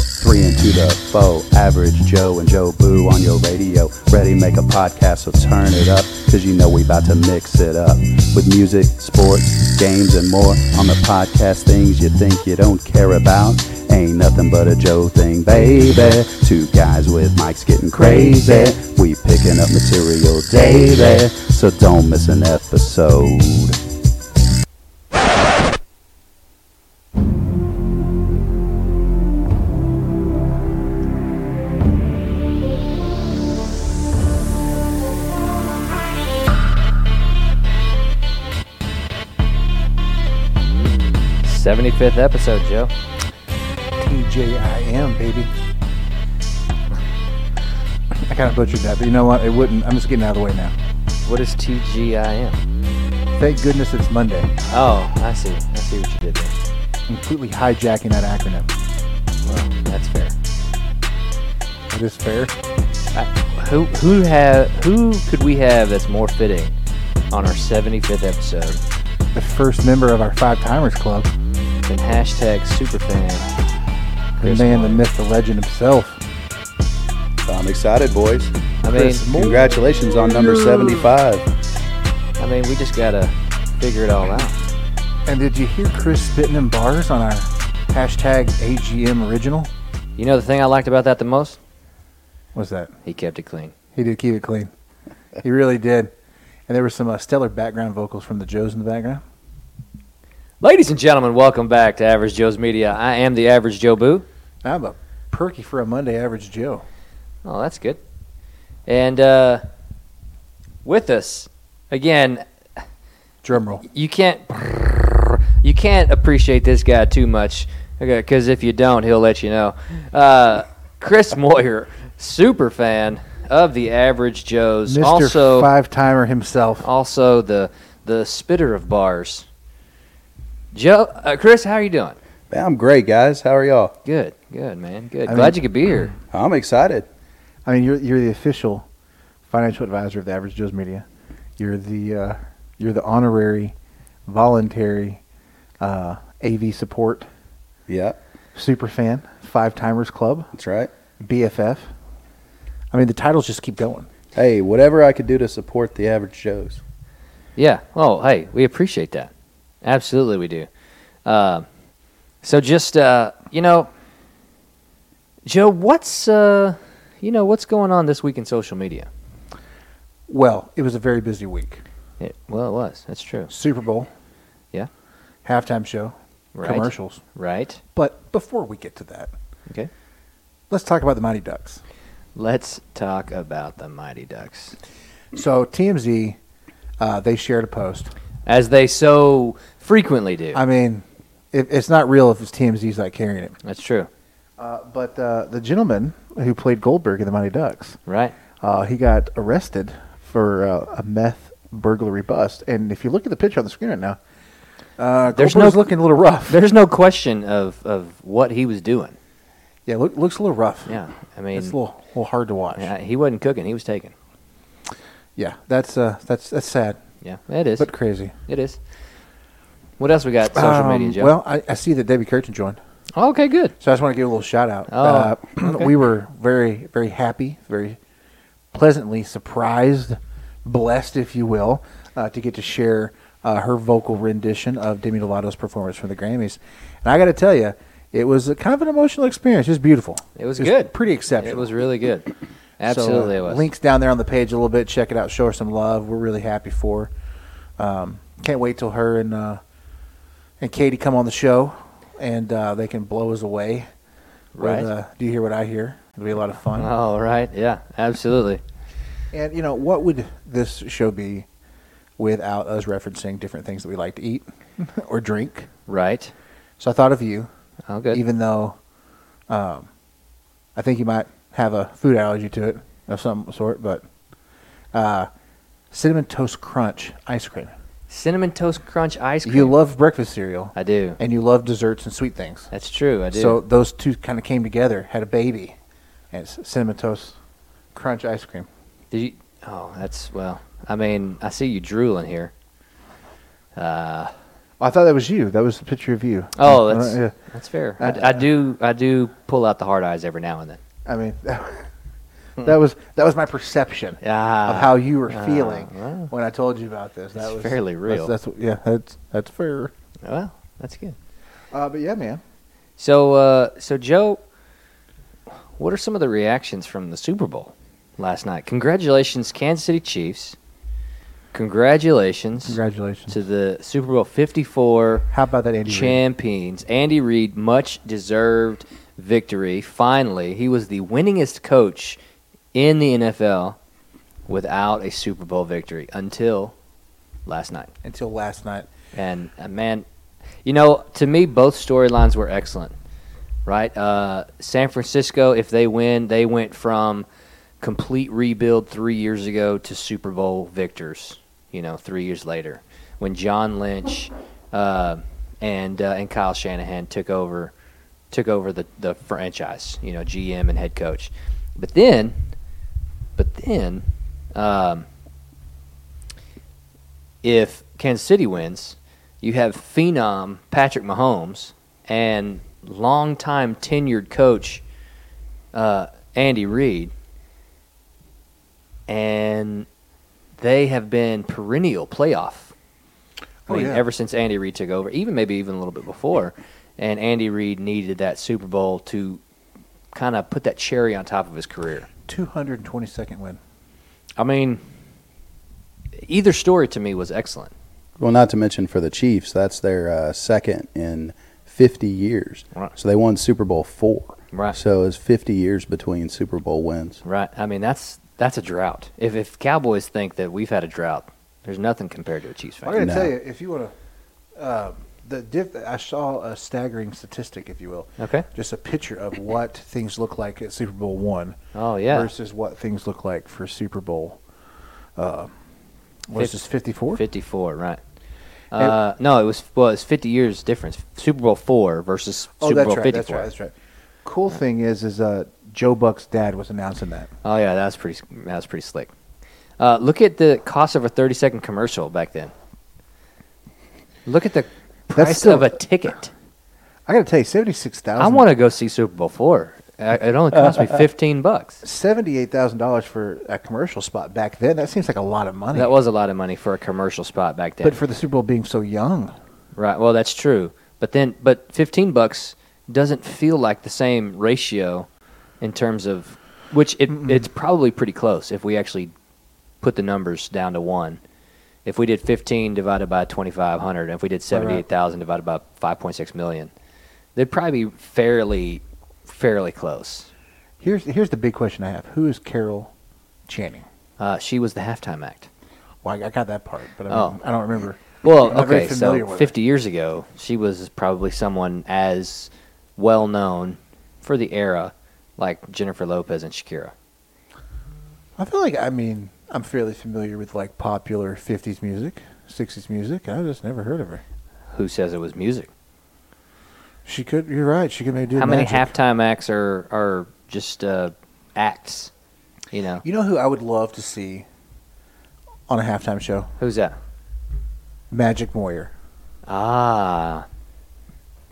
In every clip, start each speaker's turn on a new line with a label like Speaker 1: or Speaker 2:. Speaker 1: to the foe, average Joe and Joe Boo on your radio. Ready, make a podcast, so turn it up, cause you know we about to mix it up. With music, sports, games, and more on the podcast, things you think you don't care about. Ain't nothing but a Joe thing, baby. Two guys with mics getting crazy. We picking up material daily, so don't miss an episode.
Speaker 2: Seventy fifth episode, Joe.
Speaker 3: TJIM, baby. I kind of butchered that, but you know what? It wouldn't. I'm just getting out of the way now.
Speaker 2: What is TGIM?
Speaker 3: Thank goodness it's Monday.
Speaker 2: Oh, I see. I see what you did there.
Speaker 3: Completely hijacking that acronym.
Speaker 2: Well, that's fair.
Speaker 3: It is fair.
Speaker 2: I, who who have who could we have that's more fitting on our seventy fifth episode
Speaker 3: The first member of our Five Timers Club,
Speaker 2: than hashtag superfan?
Speaker 3: the
Speaker 2: Chris
Speaker 3: man, the
Speaker 2: Moore.
Speaker 3: myth, the legend himself.
Speaker 1: I'm excited, boys.
Speaker 2: I mean,
Speaker 3: Chris Moore.
Speaker 1: Congratulations on number 75.
Speaker 2: I mean, we just gotta figure it all out.
Speaker 3: And did you hear Chris spitting in bars on our hashtag AGM original?
Speaker 2: You know the thing I liked about that the most?
Speaker 3: What's that?
Speaker 2: He kept it clean.
Speaker 3: He did keep it clean. He really did. And there were some uh, stellar background vocals from the Joes in the background.
Speaker 2: Ladies and gentlemen, welcome back to Average Joe's Media. I am the Average Joe Boo.
Speaker 3: I'm a perky for a Monday average Joe.
Speaker 2: Oh, that's good. And uh, with us again,
Speaker 3: Drum roll.
Speaker 2: you can't you can't appreciate this guy too much because if you don't, he'll let you know. Uh, Chris Moyer, super fan of the Average Joes,
Speaker 3: Mr.
Speaker 2: also
Speaker 3: Five Timer himself.
Speaker 2: also the the spitter of bars. Joe, uh, Chris, how are you doing?
Speaker 1: Man, I'm great, guys. How are y'all?
Speaker 2: Good, good man, good.
Speaker 3: I
Speaker 2: Glad
Speaker 3: mean-
Speaker 2: you could be here.
Speaker 1: I'm excited.
Speaker 3: I mean, you're you're the official financial advisor of the Average Joe's Media. You're the uh, you're the honorary, voluntary, uh, AV support
Speaker 1: Yeah,
Speaker 3: super fan, Five Timers Club,
Speaker 1: that's right.
Speaker 3: BFF. I mean, the titles just keep going.
Speaker 1: Hey, whatever I could do to support the average Joes.
Speaker 2: Yeah. Oh, hey, we appreciate that. Absolutely, we do. Uh, so just uh, you know, Joe, what's uh, you know what's going on this week in social media?
Speaker 3: Well, it was a very busy week.
Speaker 2: It, well, it was. That's true.
Speaker 3: Super Bowl,
Speaker 2: Yeah.
Speaker 3: halftime show,
Speaker 2: Right.
Speaker 3: commercials.
Speaker 2: Right.
Speaker 3: But before we get to that,
Speaker 2: Okay.
Speaker 3: let's talk about the Mighty Ducks.
Speaker 2: Let's talk about the Mighty Ducks,
Speaker 3: So TMZ, uh, they shared a post.
Speaker 2: as they so frequently do.
Speaker 3: I mean, it, it's not real if it's TMZ's like carrying it.
Speaker 2: That's true.
Speaker 3: Uh, but uh, the gentleman who played Goldberg in the Mighty Ducks,
Speaker 2: Right.
Speaker 3: uh, he got arrested for uh, a meth burglary bust. And if you look at the picture on the screen right now, uh,
Speaker 2: There's
Speaker 3: Goldberg's
Speaker 2: no-
Speaker 3: looking a little rough.
Speaker 2: There's no question of of what he was doing.
Speaker 3: yeah, look, looks a little rough.
Speaker 2: Yeah. I mean,
Speaker 3: it's a little, little hard to watch. Yeah,
Speaker 2: yeah, Uh, he wasn't cooking. He was taking.
Speaker 3: that's uh, that's that's sad,
Speaker 2: Yeah, it is.
Speaker 3: but crazy.
Speaker 2: It is. What else we got? Social media,
Speaker 3: Um,
Speaker 2: Joe.
Speaker 3: Well, I, I see that Debbie Curtin joined,
Speaker 2: Oh, okay, good.
Speaker 3: so I just want to give a little shout out.
Speaker 2: Oh,
Speaker 3: uh,
Speaker 2: okay.
Speaker 3: we were very very happy, very pleasantly surprised, blessed, if you will, uh, to get to share uh, her vocal rendition of Demi Lovato's performance from the Grammys. And I got to tell you, it was a, kind of an emotional experience. It was beautiful.
Speaker 2: It was good.
Speaker 3: Pretty exceptional.
Speaker 2: It was really good.
Speaker 3: So, uh,
Speaker 2: Absolutely, it was.
Speaker 3: Links down there on the page a little bit. Check it out. Show her some love. We're really happy for. Her. Um, can't wait till her and uh, and Katie come on the show, and uh, they can blow us away. with,
Speaker 2: Right.
Speaker 3: uh, Do you hear what I hear? It'll be a lot of fun.
Speaker 2: Oh, right. Yeah, absolutely.
Speaker 3: And you know, what would this show be without us referencing different things that we like to eat or drink?
Speaker 2: Right.
Speaker 3: So I thought of you,
Speaker 2: Oh, good.
Speaker 3: even though um, I think you might have a food allergy to it of some sort, but uh, cinnamon toast crunch ice cream.
Speaker 2: Cinnamon Toast Crunch ice cream.
Speaker 3: You love breakfast cereal,
Speaker 2: I do.
Speaker 3: and you love desserts and sweet things.
Speaker 2: That's true. I do.
Speaker 3: So those two kind of came together, had a baby, and it's cinnamon toast crunch ice cream.
Speaker 2: Did you? Oh, that's well. I mean, I see you drooling here. Uh,
Speaker 3: I thought that was you. That was the picture of you.
Speaker 2: Oh,
Speaker 3: Uh,
Speaker 2: that's
Speaker 3: yeah.
Speaker 2: that's fair.
Speaker 3: I-
Speaker 2: I, I do I do pull out the hard eyes every now and then.
Speaker 3: I mean, that was that was my perception
Speaker 2: Hmm. Yeah, Ah,
Speaker 3: of how you were feeling
Speaker 2: well.
Speaker 3: when I told you about this. That
Speaker 2: It's
Speaker 3: was
Speaker 2: fairly real.
Speaker 3: That's, that's yeah. That's that's fair.
Speaker 2: well, that's good.
Speaker 3: Uh, but yeah, man.
Speaker 2: So uh, so Joe, what are some of the reactions from the Super Bowl last night? Congratulations, Kansas City Chiefs. Congratulations
Speaker 3: Congratulations.
Speaker 2: to the Super Bowl Fifty Four.
Speaker 3: How about that, Andy? Reid?
Speaker 2: champions. Andy Reid, much deserved victory. Finally, he was the winningest coach in the NFL without a Super Bowl victory until last night.
Speaker 3: Until last night.
Speaker 2: And uh, man, you know, to me, both storylines were excellent. Right, uh, San Francisco. If they win, they went from complete rebuild three years ago to Super Bowl victors. You know, three years later, when John Lynch uh, and uh, and Kyle Shanahan took over took over the the franchise. You know, GM and head coach. But then, but then, um, if Kansas City wins, you have phenom Patrick Mahomes and longtime tenured coach uh, Andy Reid, and they have been perennial playoff. I
Speaker 3: Oh,
Speaker 2: mean,
Speaker 3: yeah.
Speaker 2: ever since Andy Reid took over, even maybe even a little bit before, and Andy Reid needed that Super Bowl to kind of put that cherry on top of his career.
Speaker 3: Two hundred twenty second win.
Speaker 2: I mean, either story to me was excellent.
Speaker 1: Well, not to mention for the Chiefs, that's their uh, second in 50 years.
Speaker 2: Right.
Speaker 1: So they won Super Bowl four.
Speaker 2: Right.
Speaker 1: So it's 50 years between Super Bowl wins.
Speaker 2: Right. I mean, that's that's a drought. If if Cowboys think that we've had a drought, there's nothing compared to a Chiefs fan.
Speaker 3: I'm gonna
Speaker 1: No.
Speaker 3: tell you if you want to. Uh, the diff- I saw a staggering statistic, if you will,
Speaker 2: Okay.
Speaker 3: just a picture of what things look like at Super Bowl one
Speaker 2: Oh yeah.
Speaker 3: versus what things look like for Super Bowl. Uh, what is
Speaker 2: Fif-
Speaker 3: this? Fifty four.
Speaker 2: 54, right. Uh, no, it was well, it's 50 years difference. Super Bowl 4 versus
Speaker 3: Oh,
Speaker 2: Super
Speaker 3: that's
Speaker 2: Bowl
Speaker 3: right.
Speaker 2: 54.
Speaker 3: That's right. That's right. Cool thing is, is uh, Joe Buck's dad was announcing that.
Speaker 2: Oh yeah, that's pretty that's pretty slick. Uh, look at the cost of a 30-second commercial back then. Look at the price
Speaker 3: still-
Speaker 2: of a ticket.
Speaker 3: I got to tell you, seventy six thousand.
Speaker 2: I want to go see Super Bowl 4. I- It only cost me 15 bucks.
Speaker 3: seventy-eight thousand dollars for a commercial spot back then. That seems like a lot of money.
Speaker 2: That was a lot of money for a commercial spot back then.
Speaker 3: but for the Super Bowl being so young,
Speaker 2: Right. Well, that's true. But then, but fifteen bucks doesn't feel like the same ratio in terms of which it it's probably pretty close if we actually put the numbers down to one. If we did fifteen divided by twenty five hundred, if we did
Speaker 3: right.
Speaker 2: seventy eight thousand divided by five point six million, they'd probably be fairly fairly close.
Speaker 3: here's here's the big question I have: Who is Carol Channing?
Speaker 2: Uh, she was the halftime act.
Speaker 3: Well, I, I got that part, but I,
Speaker 2: Oh.
Speaker 3: I don't remember.
Speaker 2: Well,
Speaker 3: I'm not very
Speaker 2: okay,
Speaker 3: familiar
Speaker 2: so
Speaker 3: with her.
Speaker 2: 50 years ago, she was probably someone as well known for the era like Jennifer Lopez and Shakira.
Speaker 3: I feel like I mean I'm fairly familiar with like popular '50s music, '60s music. I just never heard of her.
Speaker 2: Who says it was music?
Speaker 3: She could. You're right. She could maybe do
Speaker 2: How many
Speaker 3: magic.
Speaker 2: halftime acts are are just uh, acts? You know,
Speaker 3: You know who I would love to see on a halftime show?
Speaker 2: who's that?
Speaker 3: Magic Moyer.
Speaker 2: Ah,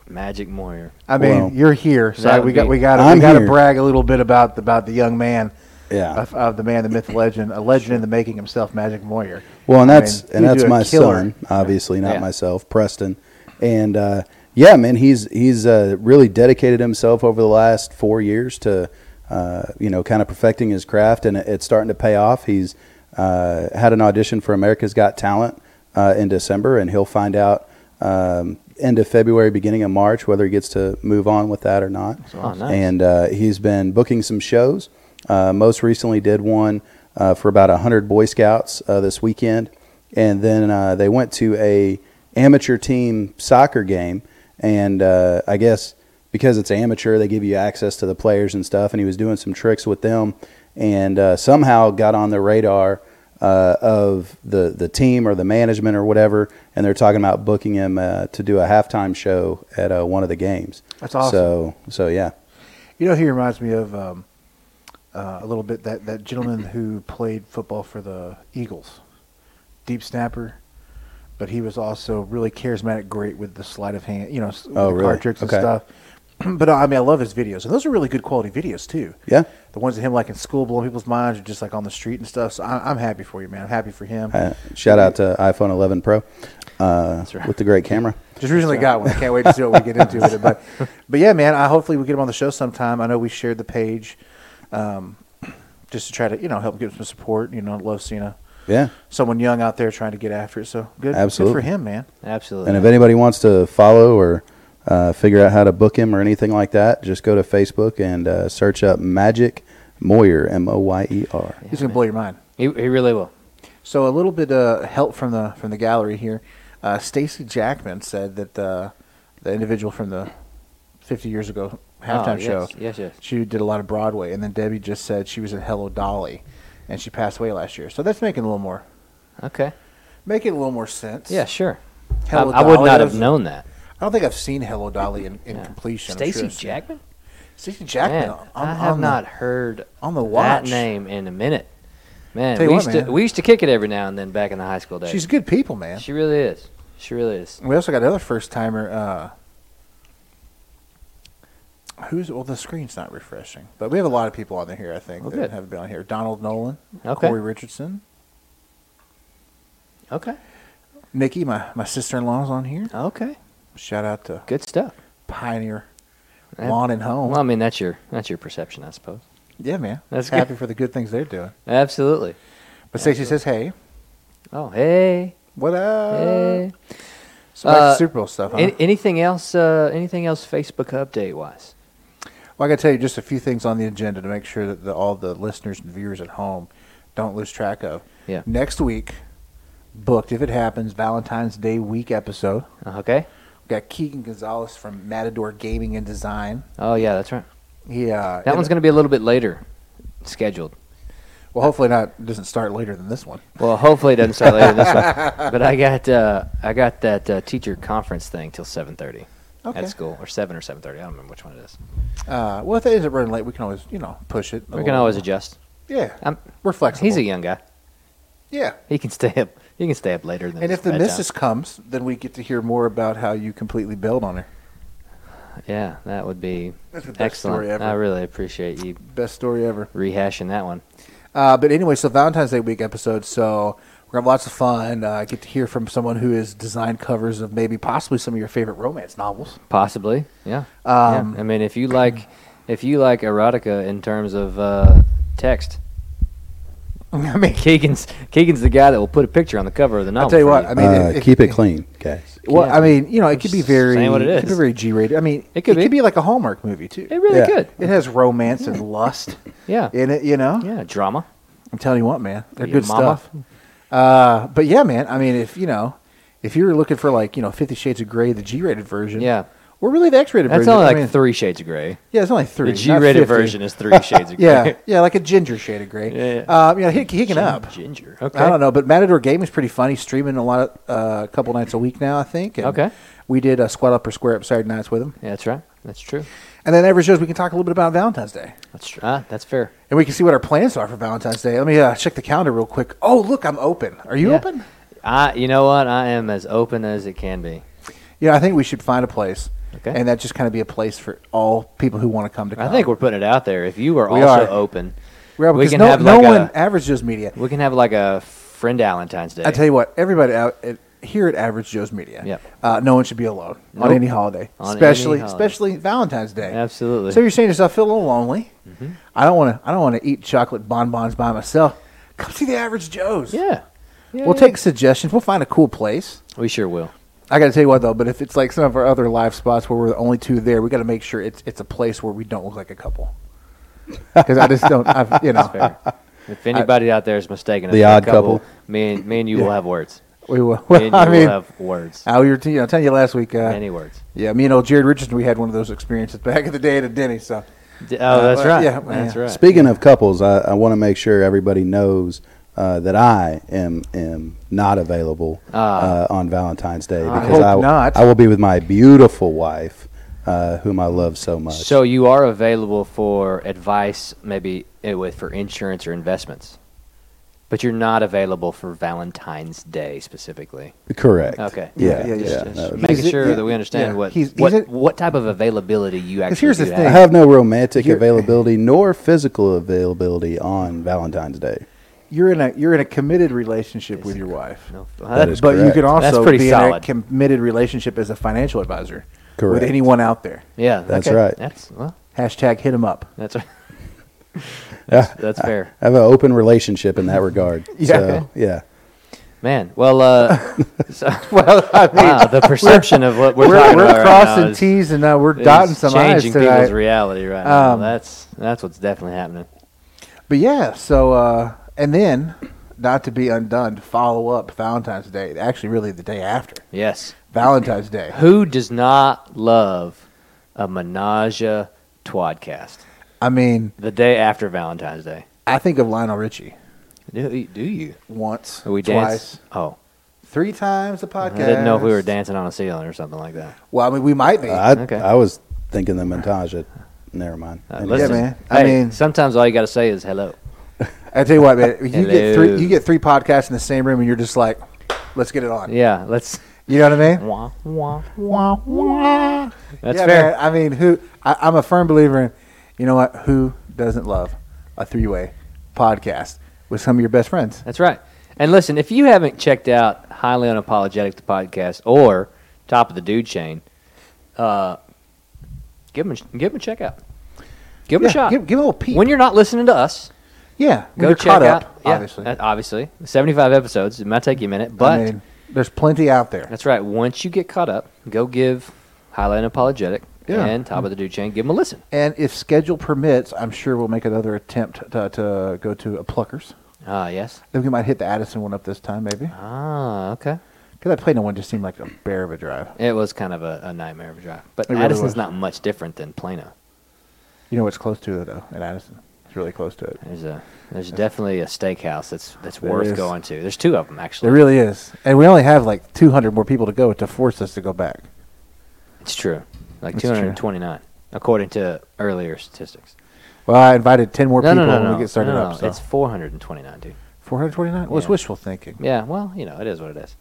Speaker 2: Magic Moyer.
Speaker 3: I mean,
Speaker 1: Well,
Speaker 3: you're here, so
Speaker 2: that
Speaker 3: we
Speaker 2: would
Speaker 3: got
Speaker 2: be-
Speaker 3: we got
Speaker 1: I'm
Speaker 3: we got to
Speaker 1: here.
Speaker 3: brag a little bit about about the young man
Speaker 1: Yeah.
Speaker 3: of, of the man, the myth, the legend, a legend in the making himself, Magic Moyer.
Speaker 1: Well, and
Speaker 3: I
Speaker 1: that's
Speaker 3: mean,
Speaker 1: and
Speaker 3: you
Speaker 1: that's
Speaker 3: do a
Speaker 1: my
Speaker 3: killer.
Speaker 1: son, obviously not
Speaker 2: Yeah.
Speaker 1: myself, Preston, and uh, yeah, man, he's he's uh, really dedicated himself over the last four years to uh, you know kind of perfecting his craft, and it, it's starting to pay off. He's uh, had an audition for America's Got Talent uh, in December, and he'll find out um, end of February, beginning of March, whether he gets to move on with that or not.
Speaker 2: awesome. Oh, nice.
Speaker 1: And uh, he's been booking some shows. Uh, most recently, did one uh, for about hundred Boy Scouts uh, this weekend, and then uh, they went to a amateur team soccer game. And uh, I guess because it's amateur, they give you access to the players and stuff. And he was doing some tricks with them, and uh, somehow got on the radar uh, of the the team or the management or whatever. And they're talking about booking him uh, to do a halftime show at uh, one of the games.
Speaker 3: That's awesome.
Speaker 1: So so yeah.
Speaker 3: You know, he reminds me of um, uh, a little bit that that gentleman who played football for the Eagles, deep snapper. but he was also really charismatic, great with the sleight of hand, you know, s- with
Speaker 1: Oh,
Speaker 3: the
Speaker 1: really?
Speaker 3: card tricks and
Speaker 1: Okay.
Speaker 3: stuff. but uh, I mean, I love his videos, and those are really good quality videos too.
Speaker 1: Yeah.
Speaker 3: the ones of him like in school blowing people's minds, or just like on the street and stuff. So I, I'm happy for you, man. I'm happy for him.
Speaker 1: Uh, shout out to iPhone 11 Pro uh,
Speaker 2: right.
Speaker 1: with the great camera.
Speaker 3: Just recently got one. I can't wait to see what we get into with it. But, but yeah, man. I hopefully we get him on the show sometime. I know we shared the page, um, just to try to you know help give him some support. You know, love seeing a,
Speaker 1: Yeah.
Speaker 3: someone young out there trying to get after it. So good,
Speaker 1: Absolutely.
Speaker 3: good for him, man.
Speaker 2: Absolutely.
Speaker 1: And if anybody wants to follow or uh, figure out how to book him or anything like that, just go to Facebook and uh, search up Magic Moyer, M O Y E R.
Speaker 3: He's gonna blow your mind.
Speaker 2: he, he really will.
Speaker 3: So a little bit of help from the from the gallery here. Uh, Stacy Jackman said that uh, the individual from the 50 years ago halftime
Speaker 2: Oh,
Speaker 3: show,
Speaker 2: yes, yes, yes.
Speaker 3: she did a lot of Broadway, and then Debbie just said she was in Hello Dolly, and she passed away last year. So that's making a little more
Speaker 2: Okay.
Speaker 3: making a little more sense.
Speaker 2: Yeah, sure. I,
Speaker 3: Hello
Speaker 2: I would
Speaker 3: Dolly,
Speaker 2: not
Speaker 3: that
Speaker 2: have
Speaker 3: was-
Speaker 2: known that.
Speaker 3: I don't think I've seen Hello Dolly in, in completion. I'm sure
Speaker 2: Stacy
Speaker 3: I've seen it.
Speaker 2: Jackman?
Speaker 3: Stacy Jackman.
Speaker 2: Man,
Speaker 3: on- on-
Speaker 2: I have
Speaker 3: on the-
Speaker 2: not heard
Speaker 3: on the
Speaker 2: that
Speaker 3: watch.
Speaker 2: name in a minute. Man,
Speaker 3: Tell
Speaker 2: we
Speaker 3: you what,
Speaker 2: used to
Speaker 3: man.
Speaker 2: we used to kick it every now and then back in the high school days.
Speaker 3: She's good people, man.
Speaker 2: she really is. She really is.
Speaker 3: We also got another first timer. Uh, who's well? The screen's not refreshing, but we have a lot of people on there here. I think
Speaker 2: Well,
Speaker 3: that
Speaker 2: good.
Speaker 3: have been on here. Donald Nolan,
Speaker 2: Okay.
Speaker 3: Corey Richardson,
Speaker 2: Okay.
Speaker 3: Nikki, my my sister in law's on here.
Speaker 2: Okay.
Speaker 3: Shout out to
Speaker 2: Good stuff.
Speaker 3: Pioneer
Speaker 2: Yeah.
Speaker 3: Lawn and Home.
Speaker 2: Well, I mean that's your that's your perception, I suppose.
Speaker 3: yeah, man.
Speaker 2: That's
Speaker 3: happy
Speaker 2: good.
Speaker 3: for the good things they're doing.
Speaker 2: Absolutely.
Speaker 3: But Stacey says, "Hey,
Speaker 2: Oh, hey.
Speaker 3: what up?"
Speaker 2: Hey.
Speaker 3: So back
Speaker 2: Uh,
Speaker 3: to Super Bowl stuff. Huh?
Speaker 2: An- anything else uh, anything else Facebook update wise?
Speaker 3: Well, I got to tell you just a few things on the agenda to make sure that the, all the listeners and viewers at home don't lose track of.
Speaker 2: Yeah.
Speaker 3: Next week, booked if it happens, Valentine's Day week episode.
Speaker 2: Okay.
Speaker 3: We got Keegan Gonzalez from Matador Gaming and Design. uh,
Speaker 2: Oh yeah, that's right.
Speaker 3: Yeah,
Speaker 2: That one's going to be a little bit later scheduled.
Speaker 3: well, hopefully not doesn't start later than this one.
Speaker 2: Well, hopefully it doesn't start later this one. But I got uh, I got that uh, teacher conference thing till seven thirty
Speaker 3: Okay.
Speaker 2: at school, or seven or seven thirty. I don't remember which one it is.
Speaker 3: Uh, well, if it isn't running late, we can always you know push it. a
Speaker 2: We can
Speaker 3: little.
Speaker 2: always adjust.
Speaker 3: Yeah,
Speaker 2: I'm-
Speaker 3: we're Oh. flexible.
Speaker 2: He's a young guy.
Speaker 3: yeah.
Speaker 2: He can stay up. He can stay up later than.
Speaker 3: And
Speaker 2: his
Speaker 3: if the
Speaker 2: bedtime.
Speaker 3: missus comes, then we get to hear more about how you completely bailed on her.
Speaker 2: yeah, that would be
Speaker 3: That's the best
Speaker 2: excellent.
Speaker 3: story ever.
Speaker 2: I really appreciate you
Speaker 3: Best story ever.
Speaker 2: rehashing that one.
Speaker 3: Uh, but anyway, so Valentine's Day week episode. So we're gonna have lots of fun. Uh, get to hear from someone who has designed covers of maybe possibly some of your favorite romance novels.
Speaker 2: Possibly, yeah.
Speaker 3: Um,
Speaker 2: yeah. I mean, if you like, if you like erotica in terms of uh, text,
Speaker 3: I mean,
Speaker 2: Keegan's Keegan's the guy that will put a picture on the cover of the novel.
Speaker 3: I'll tell you
Speaker 2: for
Speaker 3: what. I mean,
Speaker 1: uh,
Speaker 3: if- if-
Speaker 1: keep it clean, guys.
Speaker 3: Well,
Speaker 2: Yeah.
Speaker 3: I mean, you know, it could be
Speaker 2: Just
Speaker 3: very,
Speaker 2: saying what it
Speaker 3: could
Speaker 2: is.
Speaker 3: be very G-rated. I mean,
Speaker 2: It could
Speaker 3: it
Speaker 2: be.
Speaker 3: could be like a Hallmark movie too.
Speaker 2: It really
Speaker 1: Yeah.
Speaker 2: could.
Speaker 3: It has romance and lust
Speaker 2: Yeah.
Speaker 3: in it. You know,
Speaker 2: Yeah, drama.
Speaker 3: I'm telling you what, man, they're
Speaker 2: Your
Speaker 3: good
Speaker 2: mama.
Speaker 3: stuff. Uh, but yeah, man. I mean, if you know, if you're looking for like you know Fifty Shades of Grey, the G-rated version,
Speaker 2: Yeah.
Speaker 3: or really the X-rated
Speaker 2: That's
Speaker 3: version.
Speaker 2: only
Speaker 3: I
Speaker 2: like
Speaker 3: mean,
Speaker 2: three shades of gray.
Speaker 3: Yeah, it's only three.
Speaker 2: the
Speaker 3: not
Speaker 2: G-rated
Speaker 3: 50.
Speaker 2: version is three shades of gray.
Speaker 3: Yeah, yeah, like a ginger shade of gray.
Speaker 2: Yeah,
Speaker 3: Um, you know, hick- hicking up.
Speaker 2: Ginger. Okay.
Speaker 3: I don't know, but Matador Gaming's pretty funny. Streaming a lot, of, uh, a couple nights a week now, I think. And
Speaker 2: Okay.
Speaker 3: We did a squat up or square up Saturday nights with him,
Speaker 2: Yeah, that's right. That's true.
Speaker 3: and then every shows we can talk a little bit about Valentine's Day,
Speaker 2: That's true. Ah, that's fair.
Speaker 3: and we can see what our plans are for Valentine's Day. Let me uh, check the calendar real quick. Oh, look, I'm open. Are you
Speaker 2: Yeah.
Speaker 3: open?
Speaker 2: I, you know what? I am as open as it can be.
Speaker 3: Yeah, I think we should find a place,
Speaker 2: Okay.
Speaker 3: and that just kind of be a place for all people who want to come to. Come.
Speaker 2: I think we're putting it out there. If you are
Speaker 3: Oh. We
Speaker 2: also
Speaker 3: are.
Speaker 2: open,
Speaker 3: We're
Speaker 2: we
Speaker 3: because
Speaker 2: can
Speaker 3: no,
Speaker 2: have
Speaker 3: no
Speaker 2: like
Speaker 3: one
Speaker 2: a
Speaker 3: average Joe's media.
Speaker 2: we can have like a friend Valentine's Day.
Speaker 3: I tell you what, everybody out at, here at Average Joe's Media,
Speaker 2: Yep.
Speaker 3: uh, no one should be alone
Speaker 2: Nope.
Speaker 3: on any holiday,
Speaker 2: On any
Speaker 3: especially
Speaker 2: holiday.
Speaker 3: especially Valentine's Day.
Speaker 2: Absolutely. Mm-hmm.
Speaker 3: So you're saying to yourself, I feel a little lonely. I don't want to. I don't want to eat chocolate bonbons by myself. Come see the Average Joe's.
Speaker 2: yeah. Yeah,
Speaker 3: we'll
Speaker 2: yeah.
Speaker 3: take suggestions. We'll find a cool place.
Speaker 2: We sure will.
Speaker 3: I got to tell you what though, but if it's like some of our other live spots where we're the only two there, we got to make sure it's it's a place where we don't look like a couple. Because I just don't. I've, you know,
Speaker 2: If anybody out there is mistaken, us
Speaker 1: The
Speaker 2: for a
Speaker 1: odd couple.
Speaker 2: me and me and you will have words.
Speaker 3: we will.
Speaker 2: Me and you
Speaker 3: I mean,
Speaker 2: will have words.
Speaker 3: I was you know, telling you last week. Uh,
Speaker 2: Many words.
Speaker 3: Yeah, me and old Jared Richardson, we had one of those experiences back in the day at a Denny. So,
Speaker 2: D- Oh, that's
Speaker 3: Uh, well,
Speaker 2: right.
Speaker 3: yeah,
Speaker 2: that's
Speaker 3: yeah.
Speaker 2: right.
Speaker 1: Speaking of couples, I, I want to make sure everybody knows uh, that I am am not available uh,
Speaker 2: Ah.
Speaker 1: on Valentine's Day
Speaker 3: I
Speaker 1: because
Speaker 3: hope
Speaker 1: will-
Speaker 3: not.
Speaker 1: I will be with my beautiful wife, uh, whom I love so much.
Speaker 2: So you are available for advice, maybe eh, with for insurance or investments. But you're not available for Valentine's Day specifically.
Speaker 1: Correct.
Speaker 2: Okay.
Speaker 1: Yeah.
Speaker 3: Yeah,
Speaker 1: Yeah.
Speaker 3: yeah,
Speaker 2: Just, just
Speaker 1: that would be-
Speaker 2: making
Speaker 3: He's-
Speaker 2: sure
Speaker 3: yeah,
Speaker 2: that we understand
Speaker 3: yeah.
Speaker 2: what
Speaker 3: He's- he's
Speaker 2: what,
Speaker 3: a-
Speaker 2: what type of availability you actually.
Speaker 3: here's the
Speaker 2: do
Speaker 1: I
Speaker 2: have.
Speaker 1: have no romantic
Speaker 3: You're-
Speaker 1: availability nor physical availability on Valentine's Day.
Speaker 3: You're in a you're in a committed relationship with your wife.
Speaker 2: No,
Speaker 1: That is
Speaker 3: but you
Speaker 1: correct.
Speaker 3: can also
Speaker 2: That's pretty
Speaker 3: be
Speaker 2: solid.
Speaker 3: in a committed relationship as a financial advisor with
Speaker 1: Correct.
Speaker 3: anyone out there.
Speaker 2: yeah,
Speaker 1: That's
Speaker 2: okay.
Speaker 1: right.
Speaker 2: That's well,
Speaker 3: Hashtag hit them up.
Speaker 2: that's that's, that's fair,
Speaker 1: I have an open relationship in that regard.
Speaker 3: Yeah.
Speaker 1: So, yeah.
Speaker 2: man. Well, uh, so, well, wow, the perception of what we're,
Speaker 3: We're,
Speaker 2: talking
Speaker 3: we're
Speaker 2: about right
Speaker 3: crossing
Speaker 2: now is,
Speaker 3: T's and now we're
Speaker 2: is
Speaker 3: dotting some I's
Speaker 2: changing
Speaker 3: tonight.
Speaker 2: people's reality right now.
Speaker 3: Um,
Speaker 2: That's that's what's definitely happening.
Speaker 3: But yeah, so uh, and then not to be undone, follow up Valentine's Day. Actually, really the day after
Speaker 2: Yes.
Speaker 3: Valentine's Day.
Speaker 2: Who does not love a menage a twodcast
Speaker 3: I mean,
Speaker 2: the day after Valentine's Day?
Speaker 3: I think of Lionel Richie
Speaker 2: Do, do you?
Speaker 3: once,
Speaker 2: Are we
Speaker 3: twice,
Speaker 2: dance? Oh,
Speaker 3: three times the podcast.
Speaker 2: I didn't know if we were Uh, dancing on a ceiling or something like that.
Speaker 3: Well, I mean, we might be.
Speaker 1: I,
Speaker 2: Okay.
Speaker 1: I was thinking the montage. Of, never mind.
Speaker 2: Uh,
Speaker 1: Anyway.
Speaker 2: listen,
Speaker 3: man. I
Speaker 2: hey,
Speaker 3: mean-
Speaker 2: sometimes all you got to say is hello.
Speaker 3: I tell you what, man, you get
Speaker 2: Hello.
Speaker 3: three, you get three podcasts in the same room, and you're just like, let's get it on.
Speaker 2: Yeah, let's.
Speaker 3: You know what I mean?
Speaker 2: Wah, wah.
Speaker 3: Wah, wah.
Speaker 2: That's
Speaker 3: Yeah,
Speaker 2: fair.
Speaker 3: man, I mean, who? I, I'm a firm believer in. You know what? Who doesn't love a three-way podcast with some of your best friends?
Speaker 2: That's right. And listen, if you haven't checked out Highly Unapologetic, the podcast, or Top of the Dude Chain, uh, give them give 'em a check out. Give them
Speaker 3: Yeah,
Speaker 2: a shot.
Speaker 3: Give, give 'em a little peek.
Speaker 2: when you're not listening to us,
Speaker 3: yeah, when
Speaker 2: go
Speaker 3: you're
Speaker 2: check
Speaker 3: caught
Speaker 2: out.
Speaker 3: up,
Speaker 2: yeah,
Speaker 3: obviously.
Speaker 2: that- obviously, 75 episodes. It might take you a minute, but
Speaker 3: I mean, there's plenty out there.
Speaker 2: that's right. Once you get caught up, go give Highly Unapologetic
Speaker 3: Yeah.
Speaker 2: and Top of the Dude Chain. Give them a listen.
Speaker 3: And if schedule permits, I'm sure we'll make another attempt to, to go to a Pluckers.
Speaker 2: Ah, yes.
Speaker 3: Then we might hit the Addison one up this time, maybe.
Speaker 2: Ah, okay.
Speaker 3: Because that Plano one just seemed like a bear of a drive.
Speaker 2: It was kind of a, a nightmare of a drive, but
Speaker 3: It really
Speaker 2: Addison's
Speaker 3: was.
Speaker 2: not much different than Plano.
Speaker 3: You know what's close to it though, in Addison. It's really close to it.
Speaker 2: There's a there's definitely a steakhouse that's that's
Speaker 3: There
Speaker 2: worth
Speaker 3: is.
Speaker 2: going to. There's two of them actually.
Speaker 3: There really is, and we only have like 200 more people to go to force us to go back.
Speaker 2: it's true. Like
Speaker 3: It's true.
Speaker 2: 229 according to earlier statistics.
Speaker 3: Well, I invited 10 more
Speaker 2: No,
Speaker 3: people
Speaker 2: no, no,
Speaker 3: when
Speaker 2: no.
Speaker 3: we get started
Speaker 2: no, no,
Speaker 3: up.
Speaker 2: no.
Speaker 3: So.
Speaker 2: It's 429, dude.
Speaker 3: 429. Well, it's
Speaker 2: Yeah.
Speaker 3: wishful thinking.
Speaker 2: Yeah, well, you know, it is what it is.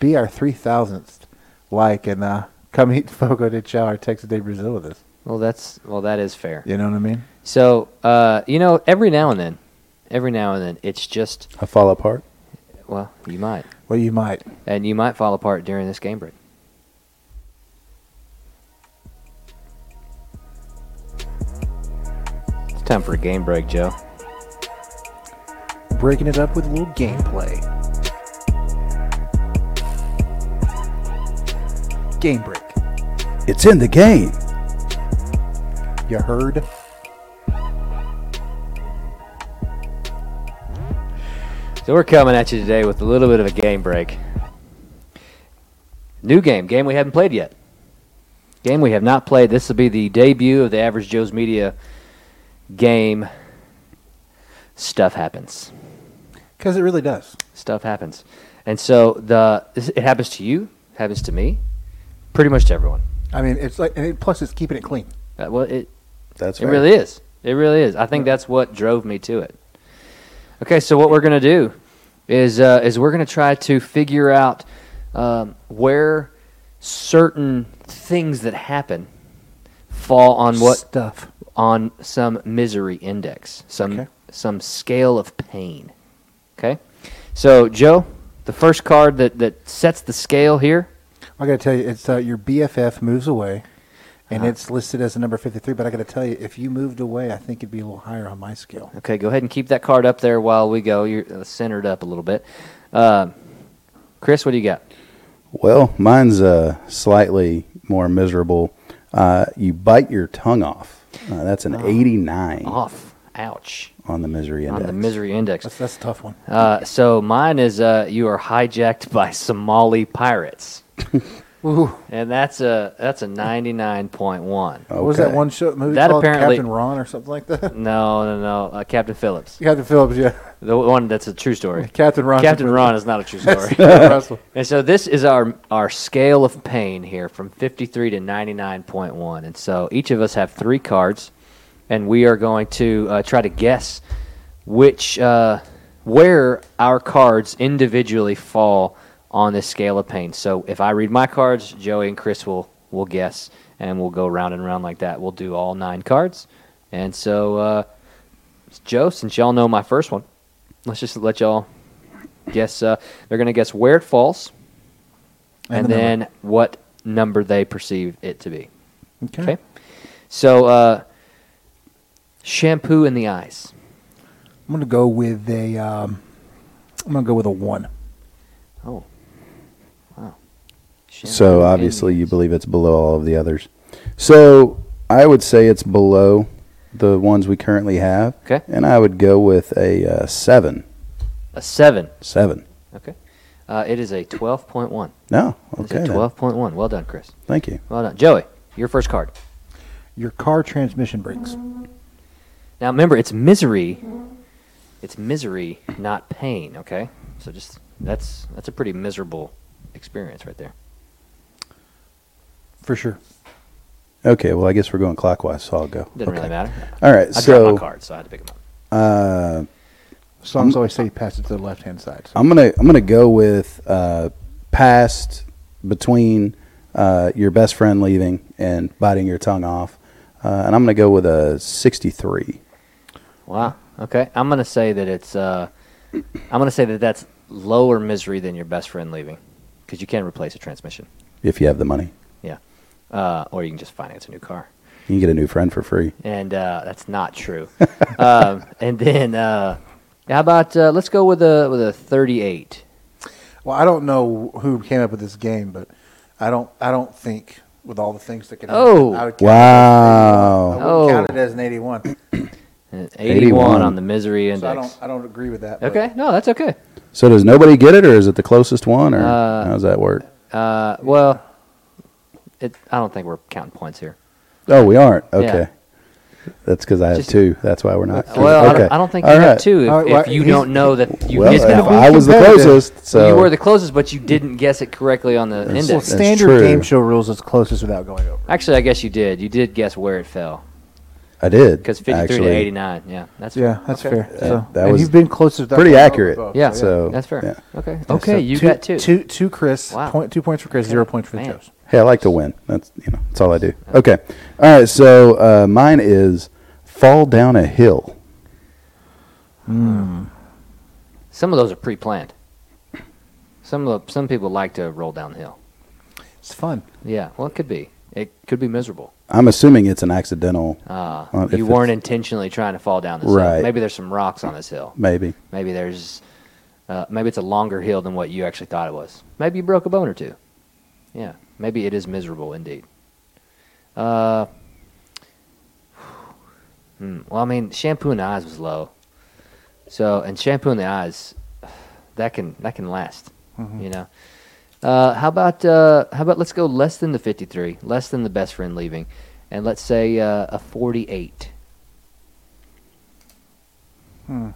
Speaker 3: Be our 3,000th like and uh, come eat Fogo de Chao or Texas Day Brazil with us.
Speaker 2: Well, that's well, that is fair.
Speaker 3: You know what I mean?
Speaker 2: So, uh, you know, every now and then, every now and then, it's just
Speaker 1: I fall apart.
Speaker 2: well, you might,
Speaker 3: Well, you might.
Speaker 2: and you might fall apart during this game break. It's time for a game break, Joe.
Speaker 3: Breaking it up with a little gameplay. Game break.
Speaker 1: It's in the game.
Speaker 3: You heard?
Speaker 2: So we're coming at you today with a little bit of a game break. New game, game we haven't played yet. Game we have not played. This will be the debut of the Average Joe's Media game. Stuff happens.
Speaker 3: Because it really does.
Speaker 2: Stuff happens. And so the it happens to you, happens to me, pretty much to everyone.
Speaker 3: I mean, it's like, and it, plus it's keeping it clean.
Speaker 2: Uh, well, it
Speaker 1: That's
Speaker 2: it
Speaker 1: fair.
Speaker 2: really is. It really is. I think that's what drove me to it. Okay, so what we're gonna do is uh, is we're gonna try to figure out um, where certain things that happen fall on what
Speaker 3: Stuff.
Speaker 2: on some misery index, some
Speaker 3: Okay.
Speaker 2: some scale of pain. Okay, so Joe, the first card that that sets the scale here.
Speaker 3: I gotta tell you, it's uh, your BFF moves away, and
Speaker 2: Uh-huh.
Speaker 3: it's listed as a number fifty-three. But I gotta tell you, if you moved away, I think it'd be a little higher on my scale.
Speaker 2: Okay, go ahead and keep that card up there while we go. You're uh, centered up a little bit. Um Chris, what do you got?
Speaker 1: Well, mine's uh, slightly more miserable. Uh, you bite your tongue off. Uh, that's an 89
Speaker 2: Off. Ouch.
Speaker 1: on the misery index.
Speaker 2: Uh-huh. On the misery index.
Speaker 3: That's that's a tough one.
Speaker 2: Uh, so mine is uh, you are hijacked by Somali pirates,
Speaker 3: Ooh,
Speaker 2: and that's a that's a ninety nine point one.
Speaker 1: Oh.
Speaker 3: what was
Speaker 1: Okay.
Speaker 3: that one show movie
Speaker 2: That
Speaker 3: called?
Speaker 2: apparently-
Speaker 3: Captain Ron or something like that.
Speaker 2: No, no, no, uh, Captain Phillips,
Speaker 3: Captain Phillips, yeah,
Speaker 2: the one that's a true story.
Speaker 3: Captain Ron.
Speaker 2: Captain Ron is not a true story.
Speaker 3: Russell.
Speaker 2: And so this is our our scale of pain here from 53 to 99.1. And so each of us have three cards, and we are going to uh, try to guess which uh, where our cards individually fall on this scale of pain. So if I read my cards, Joey and Chris will will guess, and we'll go round and round like that. We'll do all nine cards, and so uh, Joe, since y'all know my first one, let's just let y'all guess. Uh, they're gonna guess where it falls,
Speaker 3: And
Speaker 2: and,
Speaker 3: the
Speaker 2: then
Speaker 3: number.
Speaker 2: what number they perceive it to be.
Speaker 3: Okay.
Speaker 2: Okay. So, uh, shampoo in the eyes.
Speaker 3: I'm gonna go with a. Um, I'm gonna go with a one.
Speaker 2: Oh. Wow. Shampoo
Speaker 1: So
Speaker 2: in
Speaker 1: obviously,
Speaker 2: the
Speaker 1: you
Speaker 2: eyes.
Speaker 1: believe it's below all of the others. So I would say it's below the ones we currently have.
Speaker 2: Okay.
Speaker 1: And I would go with a uh, seven.
Speaker 2: A seven.
Speaker 1: Seven.
Speaker 2: Okay. Uh, it is a 12.1.
Speaker 1: No.
Speaker 2: It's
Speaker 1: Okay.
Speaker 2: a
Speaker 1: then.
Speaker 2: 12.1. Well done, Chris.
Speaker 1: Thank you.
Speaker 2: Well done. Joey, your first card.
Speaker 3: Your car transmission brakes.
Speaker 2: Now remember, it's misery. It's misery, not pain, okay? So just that's that's a pretty miserable experience right there.
Speaker 3: For sure.
Speaker 1: Okay. Well, I guess we're going clockwise, so I'll go.
Speaker 2: Doesn't
Speaker 1: okay.
Speaker 2: really matter.
Speaker 1: All right.
Speaker 2: I
Speaker 1: so
Speaker 2: dropped my card, so I had to pick them up.
Speaker 1: Uh,
Speaker 3: Songs
Speaker 2: Mm.
Speaker 3: always say pass it to the left hand side. So.
Speaker 1: I'm gonna I'm gonna go with uh, past between uh, your best friend leaving and biting your tongue off, uh, and I'm gonna go with a 63.
Speaker 2: Wow. Okay. I'm gonna say that it's. Uh, I'm gonna say that that's lower misery than your best friend leaving, because you can replace a transmission.
Speaker 1: If you have the money,
Speaker 2: Yeah. Uh, or you can just finance a new car,
Speaker 1: you can get a new friend for free.
Speaker 2: and uh, that's not true. um, and then, uh, how about uh, let's go with a with a 38.
Speaker 3: Well, I don't know who came up with this game, but I don't. I don't think with all the things that can. happen,
Speaker 2: Oh.
Speaker 3: I would count it as an
Speaker 1: Wow.
Speaker 3: 81. I wouldn't count
Speaker 2: Oh.
Speaker 3: it as an 81.
Speaker 2: An 81,
Speaker 1: 81.
Speaker 2: Uh, on the misery
Speaker 3: So I
Speaker 2: index.
Speaker 3: don't. I don't agree with that. but
Speaker 2: okay. No, that's okay.
Speaker 1: So does nobody get it, or is it the closest one, or
Speaker 2: Uh,
Speaker 1: how does that work?
Speaker 2: Uh, well, it, I don't think we're counting points here.
Speaker 1: Oh, we aren't.
Speaker 2: yeah.
Speaker 1: Okay, that's because I have
Speaker 2: Just-
Speaker 1: two. That's why we're not.
Speaker 2: Well, I,
Speaker 1: okay.
Speaker 2: don't, I don't think
Speaker 1: All
Speaker 2: you have
Speaker 1: right.
Speaker 2: two if,
Speaker 3: All right, well,
Speaker 2: if you
Speaker 3: he's-
Speaker 2: don't know that you
Speaker 1: Well,
Speaker 2: missed
Speaker 1: if
Speaker 2: out.
Speaker 1: I was the
Speaker 3: competitive.
Speaker 1: closest, so
Speaker 2: you were the closest, but you didn't guess it correctly on the
Speaker 1: That's-
Speaker 3: Well,
Speaker 2: index.
Speaker 1: that's
Speaker 3: standard
Speaker 1: true.
Speaker 3: game show rules is closest without going over.
Speaker 2: Actually, I guess you did. You did guess where it fell
Speaker 1: I did
Speaker 2: because 53
Speaker 1: actually.
Speaker 2: to 89. Yeah, that's
Speaker 3: Yeah, that's
Speaker 2: okay.
Speaker 3: fair.
Speaker 1: Yeah,
Speaker 3: so,
Speaker 1: that
Speaker 3: and
Speaker 1: was
Speaker 3: you've been closest. without
Speaker 1: pretty
Speaker 3: going over
Speaker 1: accurate.
Speaker 3: both,
Speaker 2: Yeah,
Speaker 1: So,
Speaker 2: that's fair.
Speaker 1: yeah.
Speaker 2: Okay,
Speaker 3: Yeah,
Speaker 2: okay,
Speaker 3: so
Speaker 2: you got two.
Speaker 3: Two, two, Chris.
Speaker 2: Wow.
Speaker 3: Point, two points for Chris. Zero points for the
Speaker 2: Man.
Speaker 3: Joes.
Speaker 1: Hey, I like to win. That's you know, that's all I do. Okay. All right. So uh, mine is fall down a hill.
Speaker 2: Some of those are pre-planned. Some of the, some people like to roll downhill.
Speaker 3: It's fun.
Speaker 2: Yeah, well, it could be. It could be miserable.
Speaker 1: I'm assuming it's an accidental,
Speaker 2: Uh,
Speaker 1: Well, if
Speaker 2: you weren't
Speaker 1: it's-
Speaker 2: intentionally trying to fall down this hill.
Speaker 1: Right.
Speaker 2: Maybe there's some rocks on this hill.
Speaker 1: maybe.
Speaker 2: Maybe there's, uh, maybe it's a longer hill than what you actually thought it was. Maybe you broke a bone or two. Yeah, maybe it is miserable indeed. Uh, hmm, well, I mean, shampoo in the eyes was low. So, and shampoo in the eyes, that can that can last. You know. Uh, how about uh, how about let's go less than the fifty-three, less than the best friend leaving, and let's say uh, a forty-eight.
Speaker 3: I'm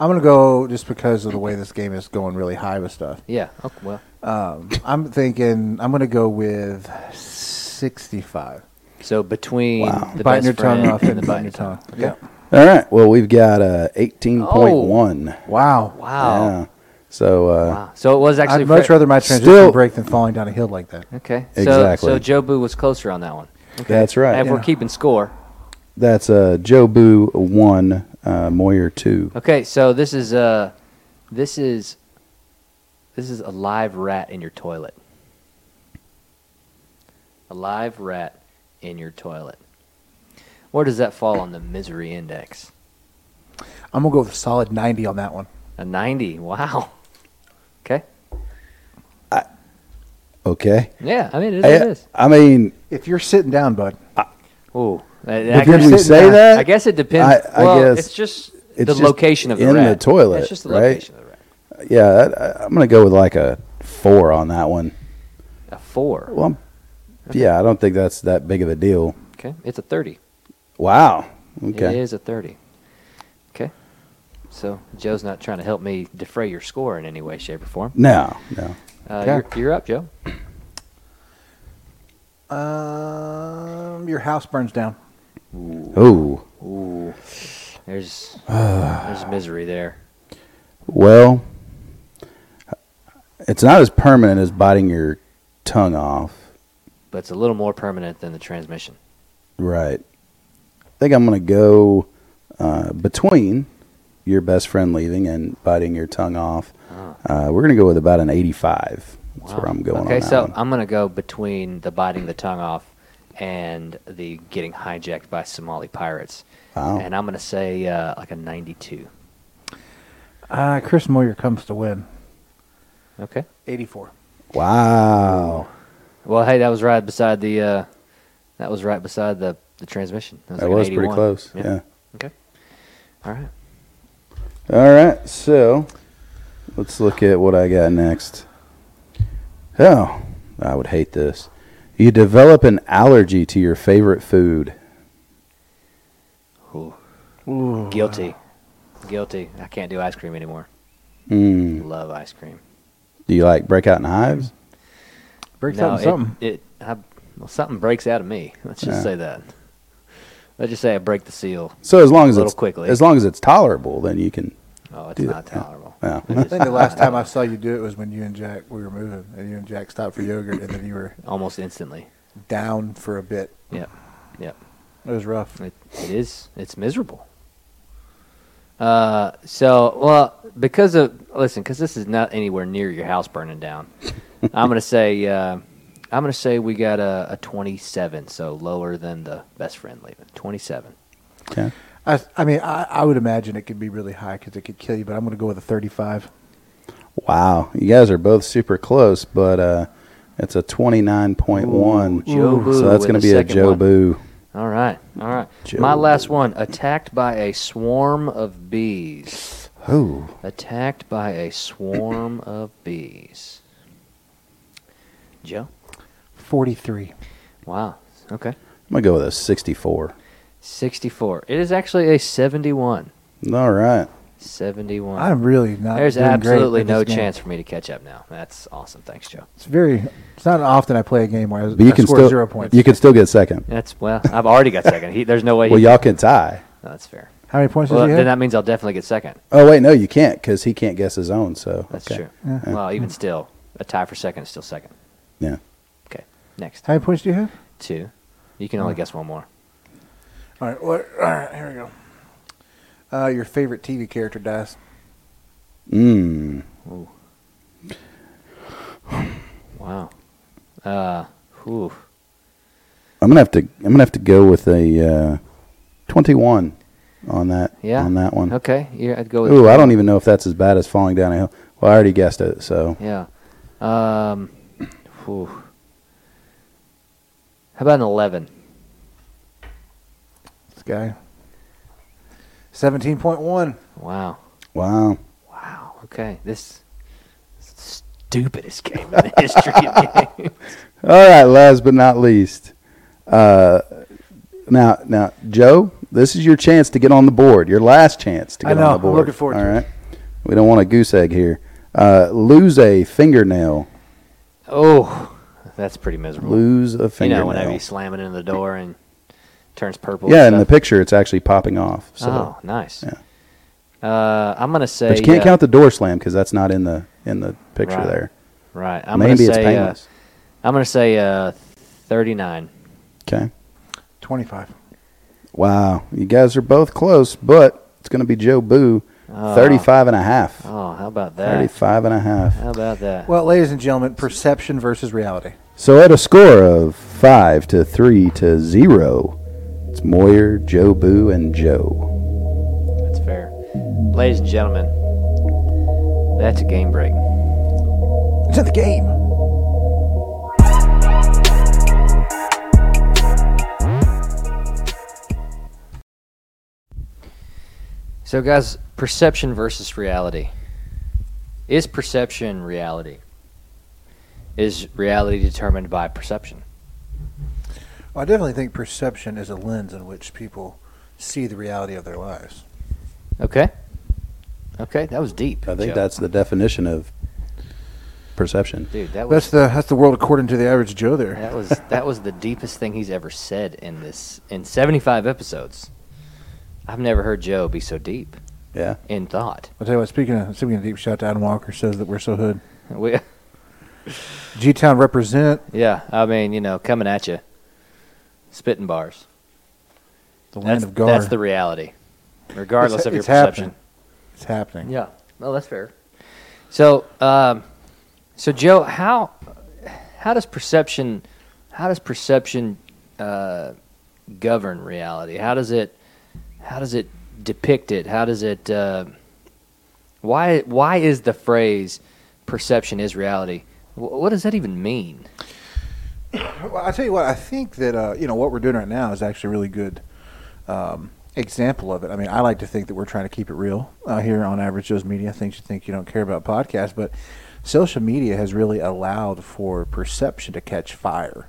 Speaker 3: gonna go just because of the way this game is going really high with stuff.
Speaker 2: Yeah. Okay, well.
Speaker 3: Um, I'm thinking I'm gonna go with 65.
Speaker 2: So between
Speaker 1: Wow.
Speaker 2: the
Speaker 3: biting your
Speaker 2: best friend
Speaker 3: tongue off
Speaker 2: and the
Speaker 3: biting
Speaker 2: biting
Speaker 3: your tongue. Yeah.
Speaker 1: All right. Well, we've got uh, 18.1.
Speaker 3: Wow.
Speaker 2: Oh, Wow.
Speaker 1: Yeah. So uh,
Speaker 2: Wow. So it was actually
Speaker 3: I'd much
Speaker 2: Fre-
Speaker 3: rather my transition
Speaker 1: Still-
Speaker 3: break than falling down a hill like that.
Speaker 2: Okay.
Speaker 1: Exactly.
Speaker 2: So so Joe Boo was closer on that one.
Speaker 1: that's right.
Speaker 2: And if we're
Speaker 3: Yeah.
Speaker 2: keeping score.
Speaker 1: That's uh, Joe Boo one, uh, Moyer two.
Speaker 2: Okay, so this is uh this is this is a live rat in your toilet. A live rat in your toilet. Where does that fall on the misery index?
Speaker 3: I'm gonna go with a solid 90 on that one.
Speaker 2: A 90. Wow. Okay.
Speaker 1: Okay.
Speaker 2: Yeah, I mean it is. what it is.
Speaker 1: I, I mean,
Speaker 3: If you're sitting down, bud,
Speaker 2: Ooh. I- I
Speaker 1: but did
Speaker 2: guess-
Speaker 1: we
Speaker 3: sit
Speaker 1: say
Speaker 3: down.
Speaker 1: that?
Speaker 2: I guess it depends.
Speaker 1: I- I
Speaker 2: well,
Speaker 1: guess
Speaker 2: it's just
Speaker 1: it's
Speaker 2: the
Speaker 1: just
Speaker 2: location of the
Speaker 1: in the
Speaker 2: rat.
Speaker 1: toilet,
Speaker 2: It's just the
Speaker 1: right?
Speaker 2: location of the rat.
Speaker 1: yeah. that- I, I'm gonna go with like a four on that one.
Speaker 2: A four.
Speaker 1: Well, I'm- yeah. I don't think that's that big of a deal.
Speaker 2: Okay, it's a thirty.
Speaker 1: Wow. Okay.
Speaker 2: It is a thirty. Okay. So Joe's not trying to help me defray your score in any way, shape, or form.
Speaker 1: No, no.
Speaker 2: Uh,
Speaker 3: Yeah.
Speaker 2: you're, you're up, Joe.
Speaker 3: um, your house burns down.
Speaker 1: Ooh.
Speaker 2: Ooh. There's There's misery there.
Speaker 1: Well, it's not as permanent as biting your tongue off.
Speaker 2: But it's a little more permanent than the transmission.
Speaker 1: Right. I think I'm going to go uh, between your best friend leaving and biting your tongue off.
Speaker 2: Oh,
Speaker 1: Uh, we're going to go with about an 85. That's where I'm going.
Speaker 2: Okay,
Speaker 1: on that
Speaker 2: so
Speaker 1: one.
Speaker 2: I'm going to go between the biting the tongue off and the getting hijacked by Somali pirates.
Speaker 1: Wow.
Speaker 2: And I'm going to say uh, like a 92.
Speaker 3: Uh, Chris Moyer comes to win.
Speaker 2: Okay.
Speaker 3: 84.
Speaker 1: wow.
Speaker 2: Well, hey, that was right beside the uh, that was right beside the the transmission.
Speaker 1: That
Speaker 2: like an
Speaker 1: was pretty
Speaker 2: 81.
Speaker 1: close. yeah.
Speaker 2: Okay. All right.
Speaker 1: All right, so let's look at what I got next. Oh, I would hate this. You develop an allergy to your favorite food.
Speaker 2: Ooh.
Speaker 3: Ooh.
Speaker 2: Guilty. Guilty. I can't do ice cream anymore.
Speaker 1: Mm.
Speaker 2: Love ice cream.
Speaker 1: Do you like break out in hives?
Speaker 3: Breaks
Speaker 2: No,
Speaker 3: out in
Speaker 2: it-
Speaker 3: something.
Speaker 2: It, I, well, something breaks out of me. Let's just
Speaker 1: Yeah.
Speaker 2: say that. Let's just say I break the seal.
Speaker 1: So as long as
Speaker 2: A little
Speaker 1: it's
Speaker 2: quickly.
Speaker 1: as long as it's tolerable, then you can.
Speaker 2: Oh, it's
Speaker 1: Do
Speaker 2: not
Speaker 1: that, yeah.
Speaker 2: tolerable.
Speaker 1: Yeah.
Speaker 2: I
Speaker 3: I think the
Speaker 2: just-
Speaker 3: last time I saw you do it was when you and Jack we were moving, and you and Jack stopped for yogurt, and then you were
Speaker 2: almost instantly.
Speaker 3: down for a bit.
Speaker 2: Yep. Yep.
Speaker 3: It was rough.
Speaker 2: It, it is. It's miserable. Uh, so well, because of listen, because this is not anywhere near your house burning down. I'm gonna say, uh, I'm gonna say we got a, a 27, so lower than the best friend leaving. 27.
Speaker 1: Okay.
Speaker 3: I, I mean, I, I would imagine it could be really high because it could kill you, but I'm going to go with a 35.
Speaker 1: Wow, you guys are both super close, but uh, it's a twenty nine point one.
Speaker 2: Ooh, Joe Boo
Speaker 1: So that's
Speaker 2: with
Speaker 1: going to
Speaker 2: the
Speaker 1: be a
Speaker 2: second
Speaker 1: Joe
Speaker 2: one.
Speaker 1: Boo.
Speaker 2: All right, all right.
Speaker 1: Joe.
Speaker 2: My last one: attacked by a swarm of bees.
Speaker 1: Oh,
Speaker 2: Attacked by a swarm of bees. Joe.
Speaker 3: 43.
Speaker 2: Wow. Okay.
Speaker 1: I'm gonna go with a sixty four.
Speaker 2: 64. It is actually a 71.
Speaker 1: All right.
Speaker 2: 71.
Speaker 3: I'm really not.
Speaker 2: There's
Speaker 3: doing great
Speaker 2: absolutely
Speaker 3: with
Speaker 2: no
Speaker 3: this game.
Speaker 2: chance for me to catch up now. That's awesome. Thanks, Joe.
Speaker 3: It's very. It's not often I play a game where I,
Speaker 1: But you
Speaker 3: I
Speaker 1: can
Speaker 3: score
Speaker 1: still
Speaker 3: zero points.
Speaker 1: You can still get second.
Speaker 2: That's well. I've already got second. He, there's no way.
Speaker 1: Well,
Speaker 2: he,
Speaker 1: y'all can tie.
Speaker 2: no, that's fair.
Speaker 3: How many points
Speaker 2: Well,
Speaker 3: did you
Speaker 2: then that
Speaker 3: have?
Speaker 2: means I'll definitely get second.
Speaker 1: Oh wait, no, you can't because he can't guess his own. So
Speaker 2: That's
Speaker 1: okay.
Speaker 2: true.
Speaker 3: Yeah.
Speaker 2: Well, even still, a tie for second is still second.
Speaker 1: Yeah.
Speaker 2: Okay. Next
Speaker 3: How many points do you have?
Speaker 2: two. You can only guess one more.
Speaker 3: All right. What, all right. Here we go. Uh, your favorite TV character dies.
Speaker 1: Mm.
Speaker 2: Ooh. Wow. Uh. Whew.
Speaker 1: I'm gonna have to. I'm gonna have to go with a uh, 21 on that.
Speaker 2: Yeah.
Speaker 1: On that one.
Speaker 2: Okay. Yeah. I'd go with.
Speaker 1: Ooh, I don't even know if that's as bad as falling down a hill. Well, I already guessed it. So
Speaker 2: Yeah. Um, whew. How about an 11?
Speaker 3: This guy. Seventeen point one.
Speaker 2: Wow.
Speaker 1: wow.
Speaker 2: Wow. Okay. This is the stupidest game in the history of games.
Speaker 1: All right. Last but not least. Uh, now, now, Joe, this is your chance to get on the board. Your last chance to
Speaker 3: I
Speaker 1: get
Speaker 3: know,
Speaker 1: on the
Speaker 3: I'm
Speaker 1: board.
Speaker 3: looking forward to
Speaker 1: All
Speaker 3: it.
Speaker 1: right. We don't want a goose egg here. Uh, lose a fingernail.
Speaker 2: Oh, that's pretty miserable.
Speaker 1: Lose a
Speaker 2: you
Speaker 1: fingernail.
Speaker 2: know, whenever you slam it in the door and turns purple.
Speaker 1: yeah,
Speaker 2: and
Speaker 1: in the
Speaker 2: stuff.
Speaker 1: picture, it's actually popping off. So.
Speaker 2: Oh, nice.
Speaker 1: yeah.
Speaker 2: Uh, I'm going to say.
Speaker 1: But you can't
Speaker 2: uh,
Speaker 1: count the door slam because that's not in the in the picture
Speaker 2: Right.
Speaker 1: there.
Speaker 2: Right. I'm going
Speaker 1: Maybe
Speaker 2: to
Speaker 1: it's
Speaker 2: say. Uh,
Speaker 1: painless.
Speaker 2: I'm going to say uh, 39.
Speaker 1: Okay.
Speaker 3: Twenty-five.
Speaker 1: Wow, you guys are both close, but it's going to be Joe Boo,
Speaker 2: Oh.
Speaker 1: 35 and a half.
Speaker 2: Oh, how about that?
Speaker 1: 35 and a half.
Speaker 2: How about that?
Speaker 3: Well, ladies and gentlemen, perception versus reality.
Speaker 1: So at a score of 5 to 3 to 0, it's Moyer, Joe Boo, and Joe.
Speaker 2: That's fair. Ladies and gentlemen, that's a game break.
Speaker 3: It's in the game.
Speaker 2: So, guys, perception versus reality. Is perception reality? Is reality determined by perception?
Speaker 3: Well, I definitely think perception is a lens in which people see the reality of their lives.
Speaker 2: Okay. Okay, that was deep.
Speaker 1: I think
Speaker 2: Joe.
Speaker 1: that's the definition of perception.
Speaker 2: dude. That
Speaker 3: That's
Speaker 2: was
Speaker 3: the that's the world according to the average Joe. There.
Speaker 2: that was that was the deepest thing he's ever said in this in seventy five episodes. I've never heard Joe be so deep.
Speaker 1: Yeah.
Speaker 2: in thought.
Speaker 3: I'll tell you what. Speaking of speaking of deep shout, to Adam Walker says that we're so hood.
Speaker 2: We,
Speaker 3: G Town represent
Speaker 2: yeah, I mean, you know, coming at you, spitting bars.
Speaker 3: the land
Speaker 2: That's,
Speaker 3: of God.
Speaker 2: that's the reality, regardless
Speaker 3: It's-
Speaker 2: of your
Speaker 3: it's
Speaker 2: perception.
Speaker 3: happening. It's happening.
Speaker 2: Yeah. Well, that's fair. So, um, so Joe, how how does perception how does perception uh, govern reality? How does it how does it depict it? How does it uh, why why is the phrase perception is reality? wh- What does that even mean?
Speaker 3: Well, I tell you what, I think that uh, you know what we're doing right now is actually a really good um, example of it. I mean, I like to think that we're trying to keep it real uh, here on Average Joe's Media. Things you think you don't care about podcast, but social media has really allowed for perception to catch fire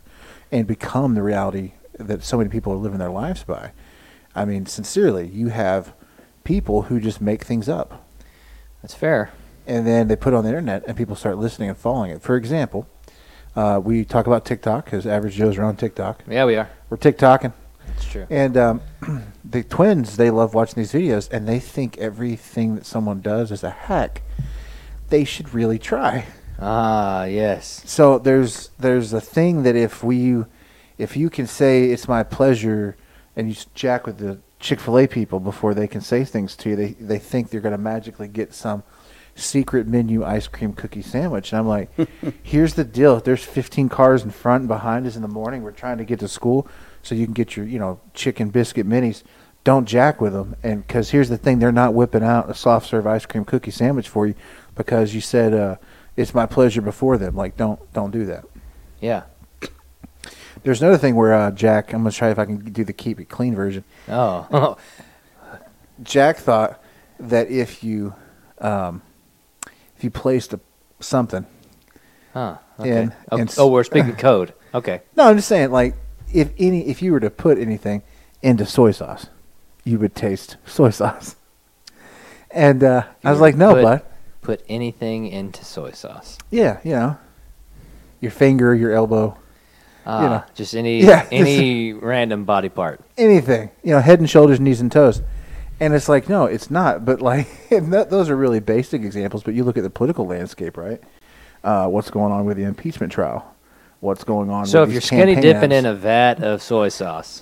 Speaker 3: and become the reality that so many people are living their lives by. I mean, sincerely, you have people who just make things up
Speaker 2: That's fair.
Speaker 3: and then they put it on the internet and people start listening and following it. For example, uh, we talk about TikTok because average Joes are on TikTok.
Speaker 2: Yeah, we are.
Speaker 3: We're TikToking.
Speaker 2: It's true.
Speaker 3: And um, the twins, they love watching these videos and they think everything that someone does is a hack. They should really try.
Speaker 2: Ah, yes.
Speaker 3: So there's there's a thing that if we if you can say it's my pleasure and you s- jack with the Chick-fil-A people before they can say things to you, they they think they're going to magically get some secret menu ice cream cookie sandwich and I'm like, here's the deal. There's 15 cars in front and behind us in the morning. We're trying to get to school so you can get your, you know, chicken biscuit minis. Don't jack with them. And cuz here's the thing, they're not whipping out a soft serve ice cream cookie sandwich for you because you said uh it's my pleasure before them. Like, don't don't do that.
Speaker 2: Yeah.
Speaker 3: There's another thing where uh, Jack. I'm gonna try if I can do the keep it clean version.
Speaker 2: Oh.
Speaker 3: Jack thought that if you um, if you placed a, something,
Speaker 2: huh. Okay.
Speaker 3: And-
Speaker 2: oh,
Speaker 3: and s-
Speaker 2: oh, we're speaking code. Okay.
Speaker 3: no, I'm just saying like if any if you were to put anything into soy sauce, you would taste soy sauce. And uh, I was like, no,
Speaker 2: Put-
Speaker 3: bud.
Speaker 2: Put anything into soy sauce.
Speaker 3: Yeah, you know, your finger, your elbow,
Speaker 2: Ah,
Speaker 3: You know.
Speaker 2: just any
Speaker 3: Yeah, just-
Speaker 2: any random body part.
Speaker 3: anything, you know, head and shoulders, knees and toes. And it's like, no, it's not. But like, and th- those are really basic examples. But you look at the political landscape, right? Uh, what's going on with the impeachment trial? What's going on?
Speaker 2: So
Speaker 3: with
Speaker 2: if you're
Speaker 3: these
Speaker 2: skinny
Speaker 3: campaign
Speaker 2: dipping in
Speaker 3: ads?
Speaker 2: a vat of soy sauce,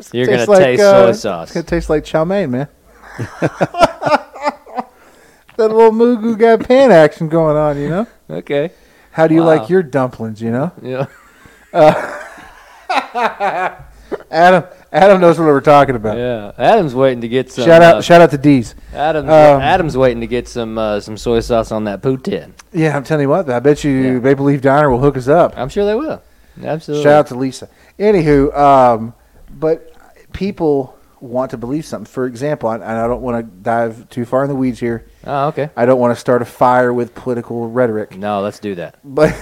Speaker 3: It's
Speaker 2: you're
Speaker 3: taste
Speaker 2: gonna
Speaker 3: like,
Speaker 2: taste soy
Speaker 3: uh,
Speaker 2: sauce.
Speaker 3: It's gonna taste like chow mein, man. that little Mugu got pan action going on, you know.
Speaker 2: Okay.
Speaker 3: How do you
Speaker 2: Wow.
Speaker 3: like your dumplings? You know,
Speaker 2: Yeah.
Speaker 3: Adam. Adam knows what we're talking about.
Speaker 2: Yeah. Adam's waiting to get some.
Speaker 3: shout out,
Speaker 2: uh,
Speaker 3: shout out to D's.
Speaker 2: Adam's,
Speaker 3: um,
Speaker 2: Adam's waiting to get some uh, some soy sauce on that poutine.
Speaker 3: Yeah, I'm telling you what. I bet you
Speaker 2: Yeah.
Speaker 3: Maple Leaf Diner will hook us up.
Speaker 2: I'm sure they will. Absolutely.
Speaker 3: Shout out to Lisa. Anywho, um, but people want to believe something. For example, and and I don't want to dive too far in the weeds here.
Speaker 2: Oh, okay.
Speaker 3: I don't want to start a fire with political rhetoric.
Speaker 2: No, let's do that.
Speaker 3: But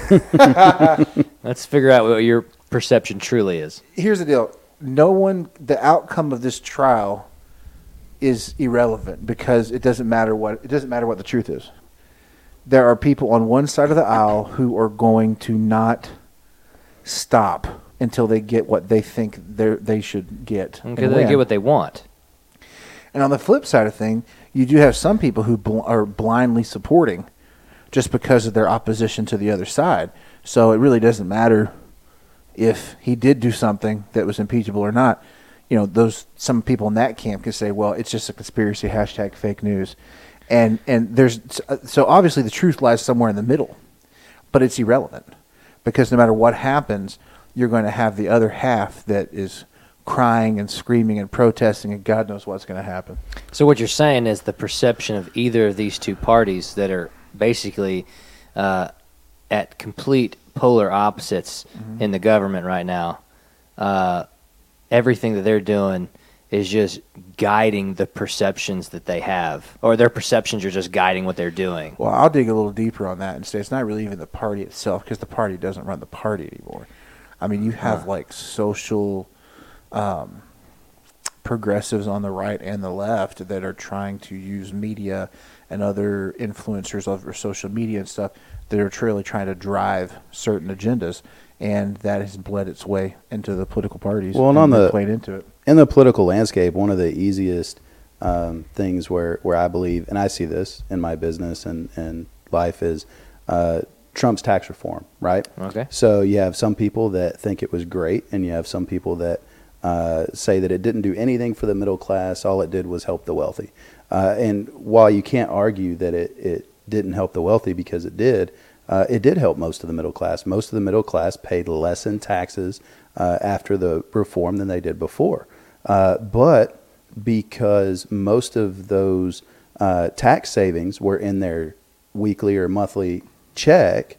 Speaker 2: Let's figure out what your perception truly is.
Speaker 3: here's the deal: no one, the outcome of this trial is irrelevant because it doesn't matter what it doesn't matter what the truth is. There are people on one side of the aisle who are going to not stop until they get what they think they they should get. and
Speaker 2: Okay, they
Speaker 3: win.
Speaker 2: get what they want.
Speaker 3: And on the flip side of thing, you do have some people who bl- are blindly supporting just because of their opposition to the other side. So it really doesn't matter if he did do something that was impeachable or not. You know, those some people in that camp could say, "Well, it's just a conspiracy hashtag fake news," and and there's uh, so obviously the truth lies somewhere in the middle, but it's irrelevant because no matter what happens, you're going to have the other half that is crying and screaming and protesting, and God knows what's going to happen.
Speaker 2: So what you're saying is the perception of either of these two parties that are basically uh, at complete polar opposites
Speaker 3: Mm-hmm.
Speaker 2: in the government right now. Uh, everything that they're doing is just guiding the perceptions that they have, or their perceptions are just guiding what they're doing.
Speaker 3: Well, I'll dig a little deeper on that and say it's not really even the party itself because the party doesn't run the party anymore. I mean, you have like social um, progressives on the right and the left that are trying to use media and other influencers over social media and stuff that are truly trying to drive certain agendas, and that has bled its way into the political parties.
Speaker 1: Well, and on
Speaker 3: they've
Speaker 1: the-
Speaker 3: played into it.
Speaker 1: in the political landscape, one of the easiest um, things where, where I believe, and I see this in my business and, and life, is uh, Trump's tax reform, right?
Speaker 2: Okay.
Speaker 1: So you have some people that think it was great, and you have some people that uh, say that it didn't do anything for the middle class. All it did was help the wealthy. Uh, and while you can't argue that it, it didn't help the wealthy because it did, uh, it did help most of the middle class. Most of the middle class paid less in taxes uh, after the reform than they did before. Uh, but because most of those uh, tax savings were in their weekly or monthly check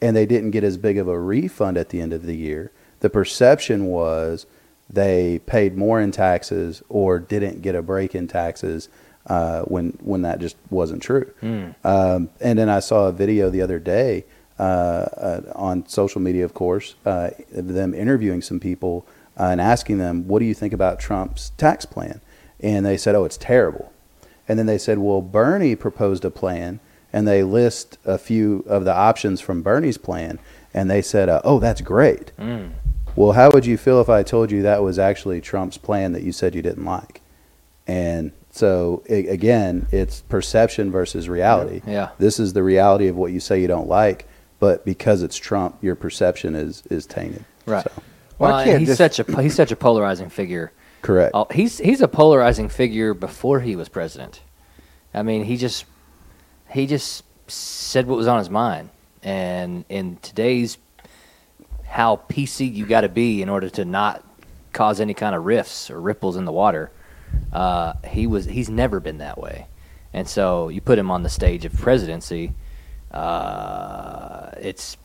Speaker 1: and they didn't get as big of a refund at the end of the year, the perception was they paid more in taxes or didn't get a break in taxes uh, when when that just wasn't true. Um, and then I saw a video the other day uh, uh, on social media, of course, uh, of them interviewing some people uh, and asking them, "What do you think about Trump's tax plan?" And they said, "Oh, it's terrible." And then they said, well, Bernie proposed a plan, and they list a few of the options from Bernie's plan, and they said, uh, oh, that's great.
Speaker 2: Mm.
Speaker 1: Well, how would you feel if I told you that was actually Trump's plan that you said you didn't like? And so, a again, it's perception versus reality.
Speaker 2: Yeah.
Speaker 1: This is the reality of what you say you don't like, but because it's Trump, your perception is, is tainted.
Speaker 2: Right.
Speaker 1: So,
Speaker 3: Well, I
Speaker 2: Well, and
Speaker 3: can't
Speaker 2: he's
Speaker 3: just-
Speaker 2: such a he's such a polarizing figure.
Speaker 1: correct.
Speaker 2: Oh, he's he's a polarizing figure before he was president. I mean, he just he just said what was on his mind, and in today's how PC you got to be in order to not cause any kind of rifts or ripples in the water. Uh, he was he's never been that way, and so you put him on the stage of presidency. Uh, it's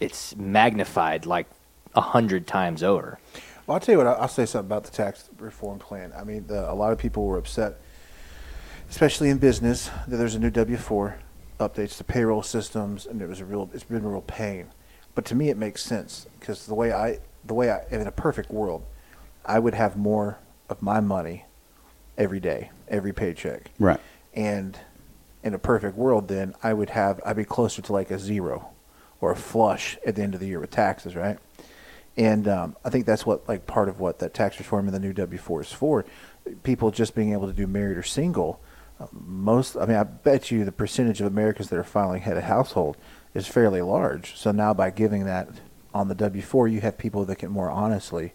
Speaker 2: it's magnified like a hundred times over.
Speaker 3: Well, I'll tell you what. I'll I'll say something about the tax reform plan. I mean, the, a lot of people were upset, especially in business, that there's a new W four updates to payroll systems, and it was a real. It's been a real pain. But to me, it makes sense because the way I, the way I, in a perfect world, I would have more of my money every day, every paycheck.
Speaker 1: Right.
Speaker 3: And in a perfect world, then I would have I'd be closer to like a zero or a flush at the end of the year with taxes, right? And um, I think that's what like part of what that tax reform and the new W four is for. People just being able to do married or single. uh, Most, I mean, I bet you the percentage of Americans that are filing head of household is fairly large. So now by giving that on the W four, you have people that can more honestly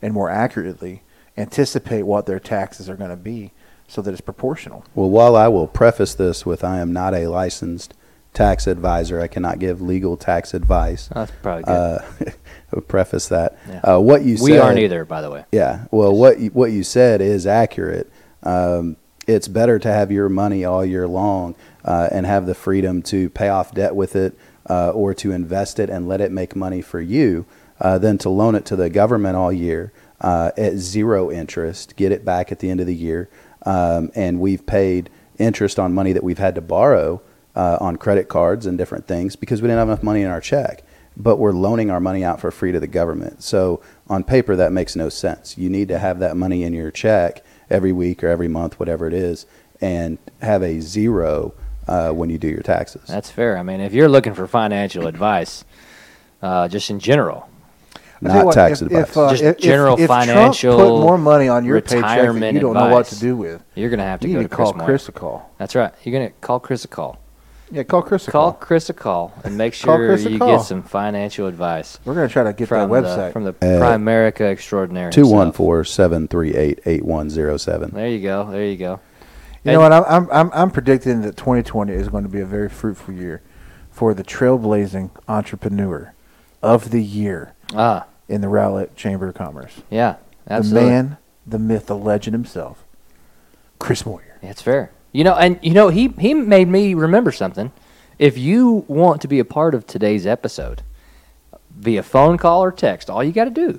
Speaker 3: and more accurately anticipate what their taxes are going to be, so that it's proportional.
Speaker 1: Well, while I will preface this with I am not a licensed tax advisor, I cannot give legal tax advice.
Speaker 2: That's probably good.
Speaker 1: Uh, I'll preface that.
Speaker 2: Yeah.
Speaker 1: Uh, what you
Speaker 2: we
Speaker 1: said,
Speaker 2: aren't either, by the way.
Speaker 1: Yeah. Well, what you, what you said is accurate. Um, it's better to have your money all year long uh, and have the freedom to pay off debt with it uh, or to invest it and let it make money for you uh, than to loan it to the government all year uh, at zero interest, get it back at the end of the year. Um, and we've paid interest on money that we've had to borrow uh, on credit cards and different things because we didn't have enough money in our check but we're loaning our money out for free to the government. So on paper, that makes no sense. You need to have that money in your check every week or every month, whatever it is, and have a zero uh, when you do your taxes.
Speaker 2: That's fair. I mean, if you're looking for financial advice, uh, just in general,
Speaker 3: I tell you
Speaker 1: Not
Speaker 3: what,
Speaker 1: tax
Speaker 3: if-
Speaker 1: advice.
Speaker 3: If, uh,
Speaker 2: Just
Speaker 3: if- if-
Speaker 2: general
Speaker 3: if Trump
Speaker 2: financial
Speaker 3: put more money on your paycheck that
Speaker 2: retirement
Speaker 3: you don't know what
Speaker 2: advice.
Speaker 3: to do with.
Speaker 2: you're gonna have to
Speaker 3: you
Speaker 2: go
Speaker 3: need
Speaker 2: to
Speaker 3: to call
Speaker 2: Chris, Moore.
Speaker 3: Chris a call.
Speaker 2: That's right. You're gonna call Chris a call.
Speaker 3: Yeah, call Chris a
Speaker 2: Call
Speaker 3: call.
Speaker 2: Chris a call and make
Speaker 3: Call
Speaker 2: sure
Speaker 3: Chris a
Speaker 2: you
Speaker 3: call.
Speaker 2: get some financial advice
Speaker 3: We're going to try to get that
Speaker 2: from the
Speaker 3: website.
Speaker 2: from the
Speaker 1: Uh,
Speaker 2: Primerica extraordinaire.
Speaker 1: Two
Speaker 2: himself.
Speaker 1: one four seven three eight eight one zero seven.
Speaker 2: There you go. There you go.
Speaker 3: you know what? I'm, I'm, I'm, I'm predicting that 2020 is going to be a very fruitful year for the trailblazing entrepreneur of the year
Speaker 2: Ah,
Speaker 3: in the Rowlett Chamber of Commerce.
Speaker 2: yeah. Absolutely.
Speaker 3: The man, the myth, the legend himself, Chris Moyer.
Speaker 2: That's fair. You know, and you know, he he made me remember something. If you want to be a part of today's episode via phone call or text, all you got to do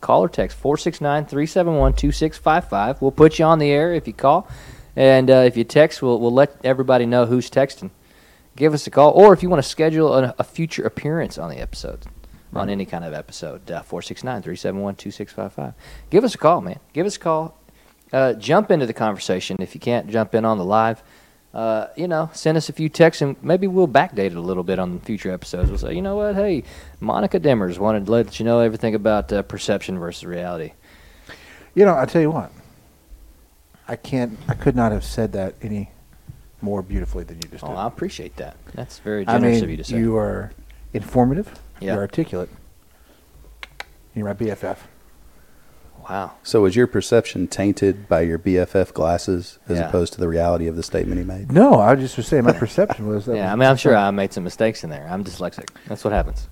Speaker 2: call or text 469-371-2655. We'll put you on the air if you call, and uh, if you text, we'll we'll let everybody know who's texting. Give us a call, or if you want to schedule a, a future appearance on the episode, on any kind of episode, uh, 469-371-2655. Give us a call, man. Give us a call uh, jump into the conversation if you can't jump in on the live. Uh, you know, send us a few texts and maybe we'll backdate it a little bit on future episodes. We'll say, you know what, hey, Monica Demers wanted to let you know everything about uh, perception versus reality.
Speaker 3: You know, I tell you what, I can't. I could not have said that any more beautifully than you just
Speaker 2: Oh,
Speaker 3: did.
Speaker 2: I appreciate that. That's very
Speaker 3: I
Speaker 2: generous
Speaker 3: mean,
Speaker 2: of you to say.
Speaker 3: you are informative.
Speaker 2: Yeah.
Speaker 3: You're articulate. You're my BFF.
Speaker 2: wow.
Speaker 1: So is your perception tainted by your BFF glasses as
Speaker 2: Yeah.
Speaker 1: opposed to the reality of the statement he made?
Speaker 3: No, I just was saying my perception was. That
Speaker 2: Yeah, I mean, I'm sure I made some mistakes in there. I'm dyslexic. That's what happens.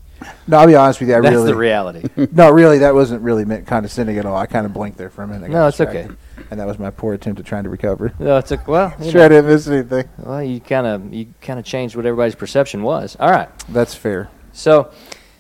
Speaker 3: No, I'll be honest with you. I
Speaker 2: That's
Speaker 3: really,
Speaker 2: the reality.
Speaker 3: no, really, that wasn't really meant condescending at all. I kind of blinked there for a minute. I got
Speaker 2: No, it's
Speaker 3: distracted. And that was my poor attempt at trying to recover.
Speaker 2: no, it's a well. You
Speaker 3: Sure, I
Speaker 2: know,
Speaker 3: didn't miss anything.
Speaker 2: well, you kind of you kind of changed what everybody's perception was. All right.
Speaker 3: That's fair.
Speaker 2: So,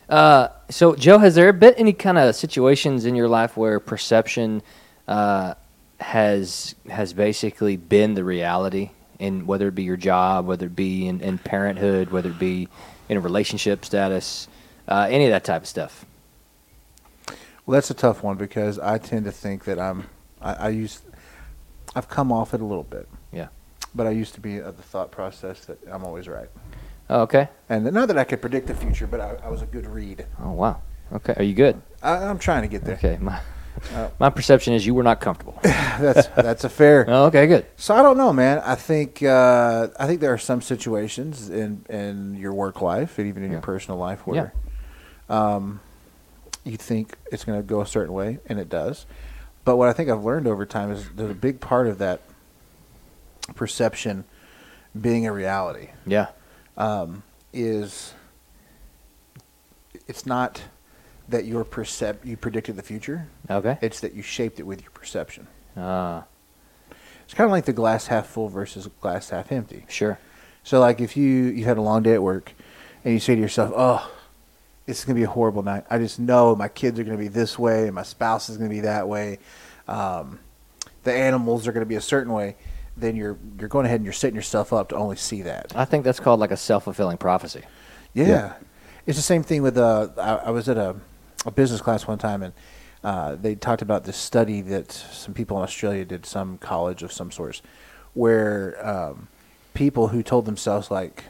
Speaker 2: uh, so Joe, has there been any kind of situations in your life where perception uh, has has basically been the reality, in whether it be your job, whether it be in, in parenthood, whether it be in a relationship status, uh, any of that type of stuff?
Speaker 3: Well, that's a tough one because I tend to think that I'm. I, I used. I've come off it a little bit.
Speaker 2: Yeah.
Speaker 3: But I used to be of the thought process that I'm always right,
Speaker 2: Oh, okay.
Speaker 3: and not that I could predict the future, but I, I was a good read.
Speaker 2: Oh, wow. Okay. Are you good?
Speaker 3: I, I'm trying to get there.
Speaker 2: Okay. My
Speaker 3: Uh,
Speaker 2: my perception is you were not comfortable.
Speaker 3: that's that's a fair.
Speaker 2: Oh, okay. Good.
Speaker 3: So I don't know, man. I think uh, I think there are some situations in in your work life and even in
Speaker 2: Yeah.
Speaker 3: your personal life where, um, you think it's going to go a certain way and it does. But what I think I've learned over time is there's a big part of that perception being a reality
Speaker 2: Yeah.
Speaker 3: um, is it's not that your percep- you predicted the future;
Speaker 2: Okay.
Speaker 3: it's that you shaped it with your perception.
Speaker 2: Uh,
Speaker 3: It's kind of like the glass half full versus glass half empty.
Speaker 2: sure.
Speaker 3: So like if you you had a long day at work and you say to yourself, "Oh, this is going to be a horrible night. I just know my kids are going to be this way and my spouse is going to be that way. Um, the animals are going to be a certain way." Then you're you're going ahead and you're setting yourself up to only see that.
Speaker 2: I think that's called like a self fulfilling prophecy.
Speaker 3: Yeah.
Speaker 1: Yeah.
Speaker 3: It's the same thing with uh, I, I was at a, a business class one time and uh, they talked about this study that some people in Australia did, some college of some sorts, where um, people who told themselves like,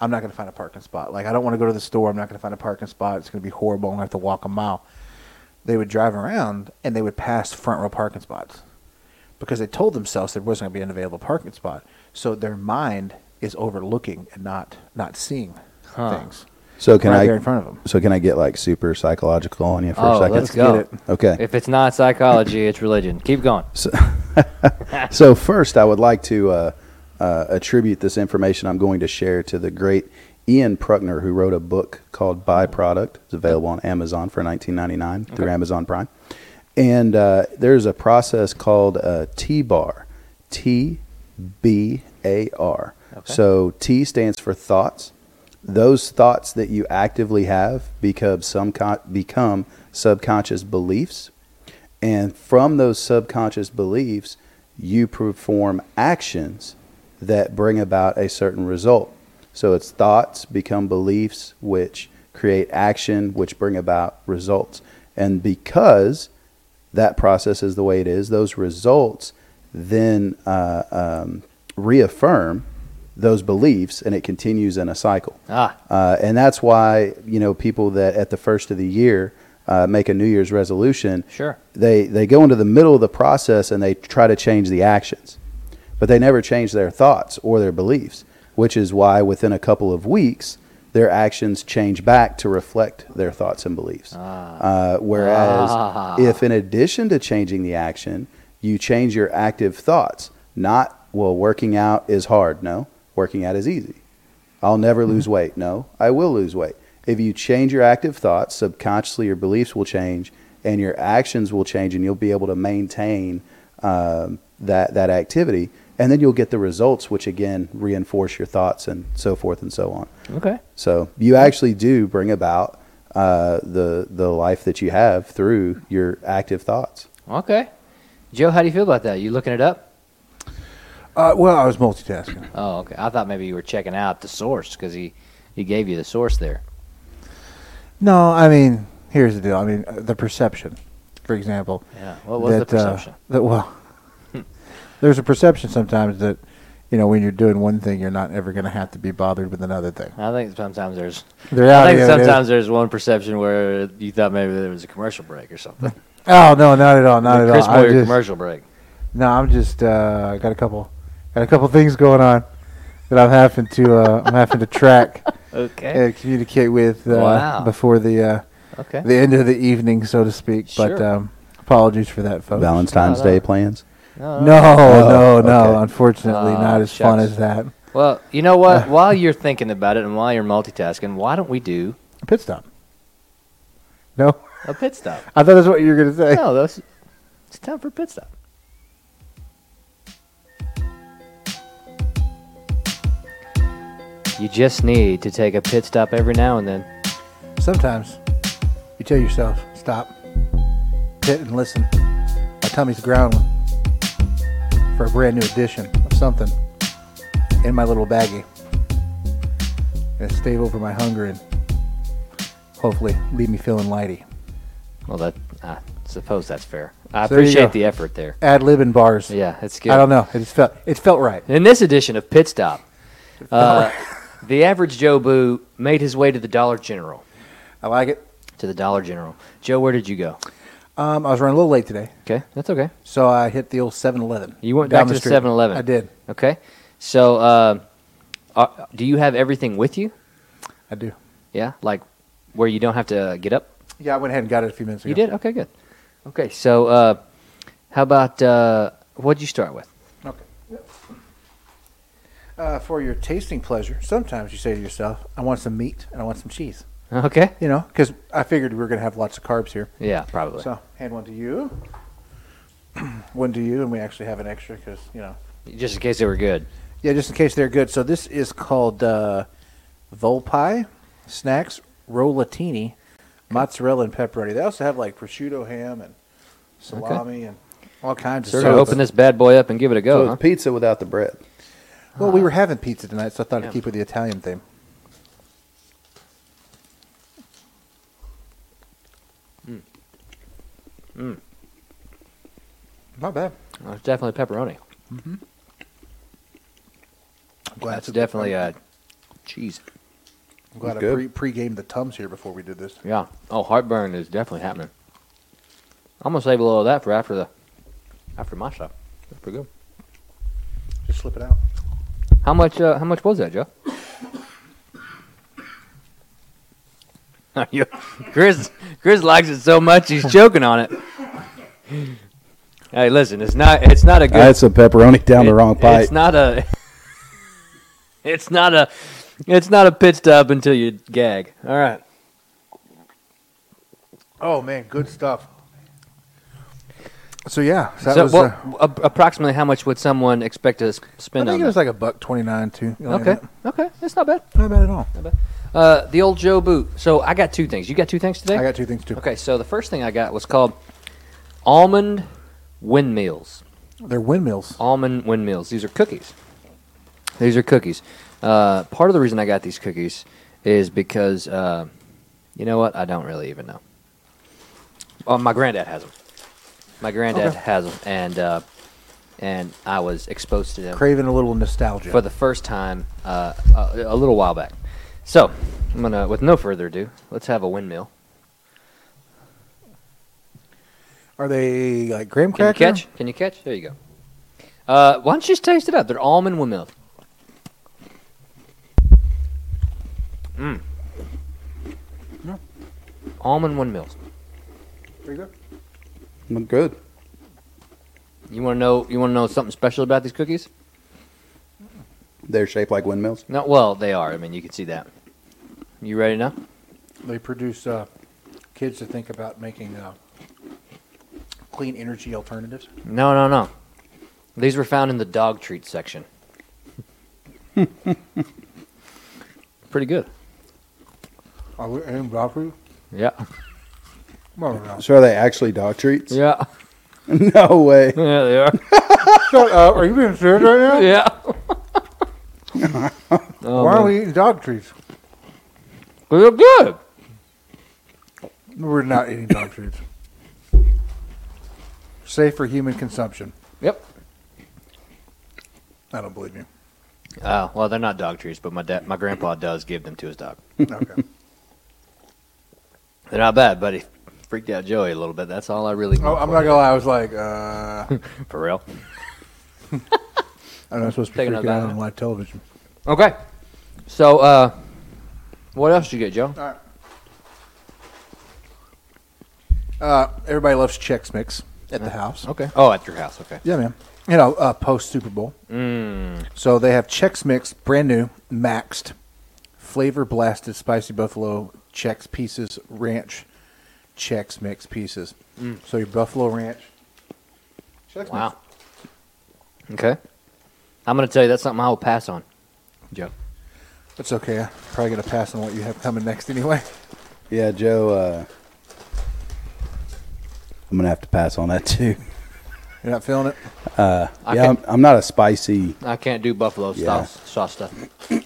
Speaker 3: "I'm not going to find a parking spot. Like, I don't want to go to the store. I'm not going to find a parking spot. It's going to be horrible. I'm going to have to walk a mile." They would drive around and they would pass front row parking spots because they told themselves there wasn't going to be an available parking spot. So their mind is overlooking and not not seeing
Speaker 2: Huh.
Speaker 3: things
Speaker 1: So can
Speaker 3: right
Speaker 1: I
Speaker 3: there in front of them.
Speaker 1: so can I get like super psychological on you for a 2nd
Speaker 2: oh, let's
Speaker 3: Let's
Speaker 2: go.
Speaker 3: get it.
Speaker 1: Okay.
Speaker 2: If it's not psychology, it's religion. Keep going.
Speaker 1: So first, I would like to uh, uh, attribute this information I'm going to share to the great Ian Pruckner, who wrote a book called Byproduct. It's available on Amazon for 19.99 through
Speaker 2: Okay.
Speaker 1: Amazon Prime. And uh, there's a process called uh, T-bar, T B A R.
Speaker 2: Okay.
Speaker 1: So T stands for thoughts. Those thoughts that you actively have become some con- become subconscious beliefs. And from those subconscious beliefs, you perform actions that bring about a certain result. So it's thoughts become beliefs, which create action, which bring about results. And because that process is the way it is, those results then uh, um, reaffirm those beliefs and it continues in a cycle.
Speaker 2: Ah,
Speaker 1: Uh, and that's why, you know, people that at the first of the year uh, make a New Year's resolution,
Speaker 2: sure.
Speaker 1: they, they go into the middle of the process and they try to change the actions, but they never change their thoughts or their beliefs, which is why within a couple of weeks, their actions change back to reflect their thoughts and beliefs. Uh, whereas,
Speaker 2: Ah.
Speaker 1: if in addition to changing the action, you change your active thoughts, not, well, working out is hard. No, working out is easy. I'll never lose weight. No, I will lose weight. If you change your active thoughts, subconsciously your beliefs will change and your actions will change, and you'll be able to maintain um, that that activity, and then you'll get the results, which again reinforce your thoughts and so forth and so on.
Speaker 2: Okay.
Speaker 1: So you actually do bring about uh, the the life that you have through your active thoughts.
Speaker 2: Okay. Joe, how do you feel about that? You looking it up?
Speaker 3: Uh, well, I was multitasking.
Speaker 2: Oh, okay. I thought maybe you were checking out the source because he, he gave you the source there.
Speaker 3: No, I mean, here's the deal. I mean, uh, the perception, for example.
Speaker 2: Yeah. What was the
Speaker 3: that, uh,
Speaker 2: perception? Hmm.
Speaker 3: that well, there's a perception sometimes that you know when you're doing one thing, you're not ever going to have to be bothered with another thing.
Speaker 2: I think sometimes there's.
Speaker 3: The
Speaker 2: I
Speaker 3: reality
Speaker 2: think
Speaker 3: of it is-
Speaker 2: sometimes there's one perception where you thought maybe there was a commercial break or something.
Speaker 3: Oh no, not at all, not
Speaker 2: Like
Speaker 3: at
Speaker 2: Chris
Speaker 3: all. I
Speaker 2: Moyer
Speaker 3: just-
Speaker 2: commercial break.
Speaker 3: No, I'm just uh, got a couple got a couple things going on that I'm having to uh, I'm having to track
Speaker 2: Okay.
Speaker 3: and communicate with uh,
Speaker 2: Wow.
Speaker 3: before the uh,
Speaker 2: Okay.
Speaker 3: the end of the evening, so to speak. But
Speaker 2: Sure.
Speaker 3: um, apologies for that,
Speaker 1: Oh,
Speaker 3: folks.
Speaker 1: Valentine's
Speaker 2: No, no.
Speaker 1: Day plans?
Speaker 2: No,
Speaker 3: No,
Speaker 2: no.
Speaker 3: no,
Speaker 1: Oh,
Speaker 3: no.
Speaker 1: okay.
Speaker 3: Unfortunately,
Speaker 2: Ah,
Speaker 3: not as fun
Speaker 2: shucks.
Speaker 3: as that.
Speaker 2: Well, you know what? while you're thinking about it and while you're multitasking, why don't we do
Speaker 3: Pit stop. No,
Speaker 2: a pit stop?
Speaker 3: I thought that's what you were gonna say.
Speaker 2: No, that's it's time for a pit stop. You just need to take a pit stop every now and then.
Speaker 3: Sometimes you tell yourself, stop, pit and listen. My tummy's growling for a brand new edition of something in my little baggie. And stave over my hunger and hopefully leave me feeling lighty.
Speaker 2: Well, that I suppose that's fair. I
Speaker 3: So there you
Speaker 2: appreciate
Speaker 3: go.
Speaker 2: the effort there.
Speaker 3: Ad lib and bars.
Speaker 2: Yeah, it's good.
Speaker 3: I don't know. It just felt it felt right.
Speaker 2: In this edition of Pit Stop, uh, the average Joe Boo made his way to the Dollar General.
Speaker 3: I like it.
Speaker 2: To the Dollar General, Joe, where did you go?
Speaker 3: Um, I was running a little late today,
Speaker 2: Okay, that's okay.
Speaker 3: so I hit the old 7-Eleven.
Speaker 2: You went
Speaker 3: down
Speaker 2: back to the
Speaker 3: street.
Speaker 2: 7-Eleven.
Speaker 3: I did.
Speaker 2: Okay, so uh, are, do you have everything with you?
Speaker 3: I do.
Speaker 2: Yeah, like where you don't have to get up.
Speaker 3: Yeah, I went ahead and got it a few minutes ago.
Speaker 2: You did okay, good. Okay, so uh, how about uh, what'd you start with?
Speaker 3: Okay. Uh, for your tasting pleasure, sometimes you say to yourself, I want some meat and I want some cheese.
Speaker 2: Okay,
Speaker 3: You know, because I figured we were going to have lots of carbs here.
Speaker 2: yeah, probably.
Speaker 3: So, hand one to you, one to you, and we actually have an extra because, you know.
Speaker 2: Just in case they were good.
Speaker 3: Yeah, just in case they're good. So, this is called uh, Volpi Snacks Rollatini Mozzarella and Pepperoni. They also have like prosciutto ham and salami and all kinds
Speaker 2: So
Speaker 3: of
Speaker 2: we're gonna
Speaker 3: stuff.
Speaker 2: open this bad boy up and give it a go. huh?
Speaker 1: pizza without the bread.
Speaker 3: Well, we were having pizza tonight, so I thought
Speaker 2: Uh, Yeah.
Speaker 3: I'd keep with the Italian theme.
Speaker 2: Mm.
Speaker 3: Not bad.
Speaker 2: Oh, it's definitely pepperoni.
Speaker 3: I'm glad
Speaker 2: That's definitely uh, cheese.
Speaker 3: I'm glad I
Speaker 1: good.
Speaker 3: pre pre-gamed the tums here before we did this.
Speaker 2: Yeah. Oh, heartburn is definitely happening. I'm gonna save a little of that for after the after my shop. That's pretty good.
Speaker 3: Just slip it out.
Speaker 2: How much? Uh, how much was that, Joe? You- Chris, Chris likes it so much he's choking on it. Hey, listen, it's not it's not a good.
Speaker 1: I had some Ah, pepperoni down
Speaker 2: it-
Speaker 1: the wrong pipe.
Speaker 2: It's not a. It's not a. It's not a pit stop until you gag. All right.
Speaker 3: Oh man, good stuff. So yeah, so that
Speaker 2: so,
Speaker 3: was.
Speaker 2: what,
Speaker 3: uh,
Speaker 2: ap- approximately how much would someone expect to s-
Speaker 3: I
Speaker 2: spend
Speaker 3: think
Speaker 2: on
Speaker 3: it was
Speaker 2: that?
Speaker 3: like a buck twenty-nine too.
Speaker 2: okay, okay, that's not bad.
Speaker 3: not bad at all.
Speaker 2: Uh, the old Joe boot. So I got two things. You got two things today.
Speaker 3: I got two things too.
Speaker 2: Okay, so the first thing I got was called almond windmills.
Speaker 3: They're windmills.
Speaker 2: Almond windmills. These are cookies. These are cookies. Uh, part of the reason I got these cookies is because uh, you know what? I don't really even know. Oh, my granddad has them. My granddad
Speaker 3: Okay.
Speaker 2: has them, and uh, and I was exposed to them
Speaker 3: Craving a little nostalgia.
Speaker 2: for the first time uh, a, a little while back. So I'm gonna, with no further ado, let's have a windmill.
Speaker 3: Are they like graham
Speaker 2: Can you
Speaker 3: cracker?
Speaker 2: catch? Can you catch? There you go. Uh, why don't you just taste it up? They're almond windmills. Mmm.
Speaker 3: Yeah.
Speaker 2: Almond windmills.
Speaker 3: Pretty good.
Speaker 1: good.
Speaker 2: You want to know? You want to know something special about these cookies?
Speaker 1: They're shaped like windmills.
Speaker 2: No. Well, they are. I mean, you can see that. You ready now?
Speaker 3: They produce uh, kids to think about making uh, clean energy alternatives.
Speaker 2: No, no, no. These were found in the dog treat section. Pretty good.
Speaker 3: Are we in Valkyrie?
Speaker 2: Yeah.
Speaker 1: So are they actually dog treats?
Speaker 2: Yeah.
Speaker 1: no way.
Speaker 2: Yeah, they are.
Speaker 3: Shut up. Are you being serious right now?
Speaker 2: yeah. Oh,
Speaker 3: Why are we eating dog treats?
Speaker 2: They're good.
Speaker 3: We're not eating dog treats. Safe for human consumption.
Speaker 2: Yep.
Speaker 3: I don't believe you.
Speaker 2: Uh, well, they're not dog treats, but my dad, my grandpa does give them to his dog.
Speaker 3: Okay.
Speaker 2: They're not bad, but if, freaked out Joey a little bit. That's all I really.
Speaker 3: Oh,
Speaker 2: want
Speaker 3: I'm
Speaker 2: for
Speaker 3: not
Speaker 2: you.
Speaker 3: gonna lie. I was like, uh,
Speaker 2: for real.
Speaker 3: I'm not supposed to be
Speaker 2: Taking a
Speaker 3: freaking out
Speaker 2: bath.
Speaker 3: on live television.
Speaker 2: Okay. So, uh, what else did you get, Joe?
Speaker 3: All right. Uh, everybody loves Chex Mix at the house.
Speaker 2: Okay. Oh, at your house. Okay.
Speaker 3: Yeah, man. You know, uh, post Super Bowl. So they have Chex Mix, brand new, maxed, flavor blasted, spicy buffalo Chex pieces, ranch Chex Mix pieces. So your buffalo ranch. Chex
Speaker 2: Wow. Okay. I'm gonna tell you that's something I will pass on. Joe.
Speaker 3: Mix. It's okay. I'm probably gonna pass on what you have coming next anyway.
Speaker 1: Yeah, Joe. Uh, I'm gonna have to pass on that too.
Speaker 3: You're not feeling it.
Speaker 2: I
Speaker 1: yeah, I'm,
Speaker 2: can't-
Speaker 1: I'm not a spicy.
Speaker 2: I can't do buffalo
Speaker 1: Yeah.
Speaker 2: sauce, sauce stuff.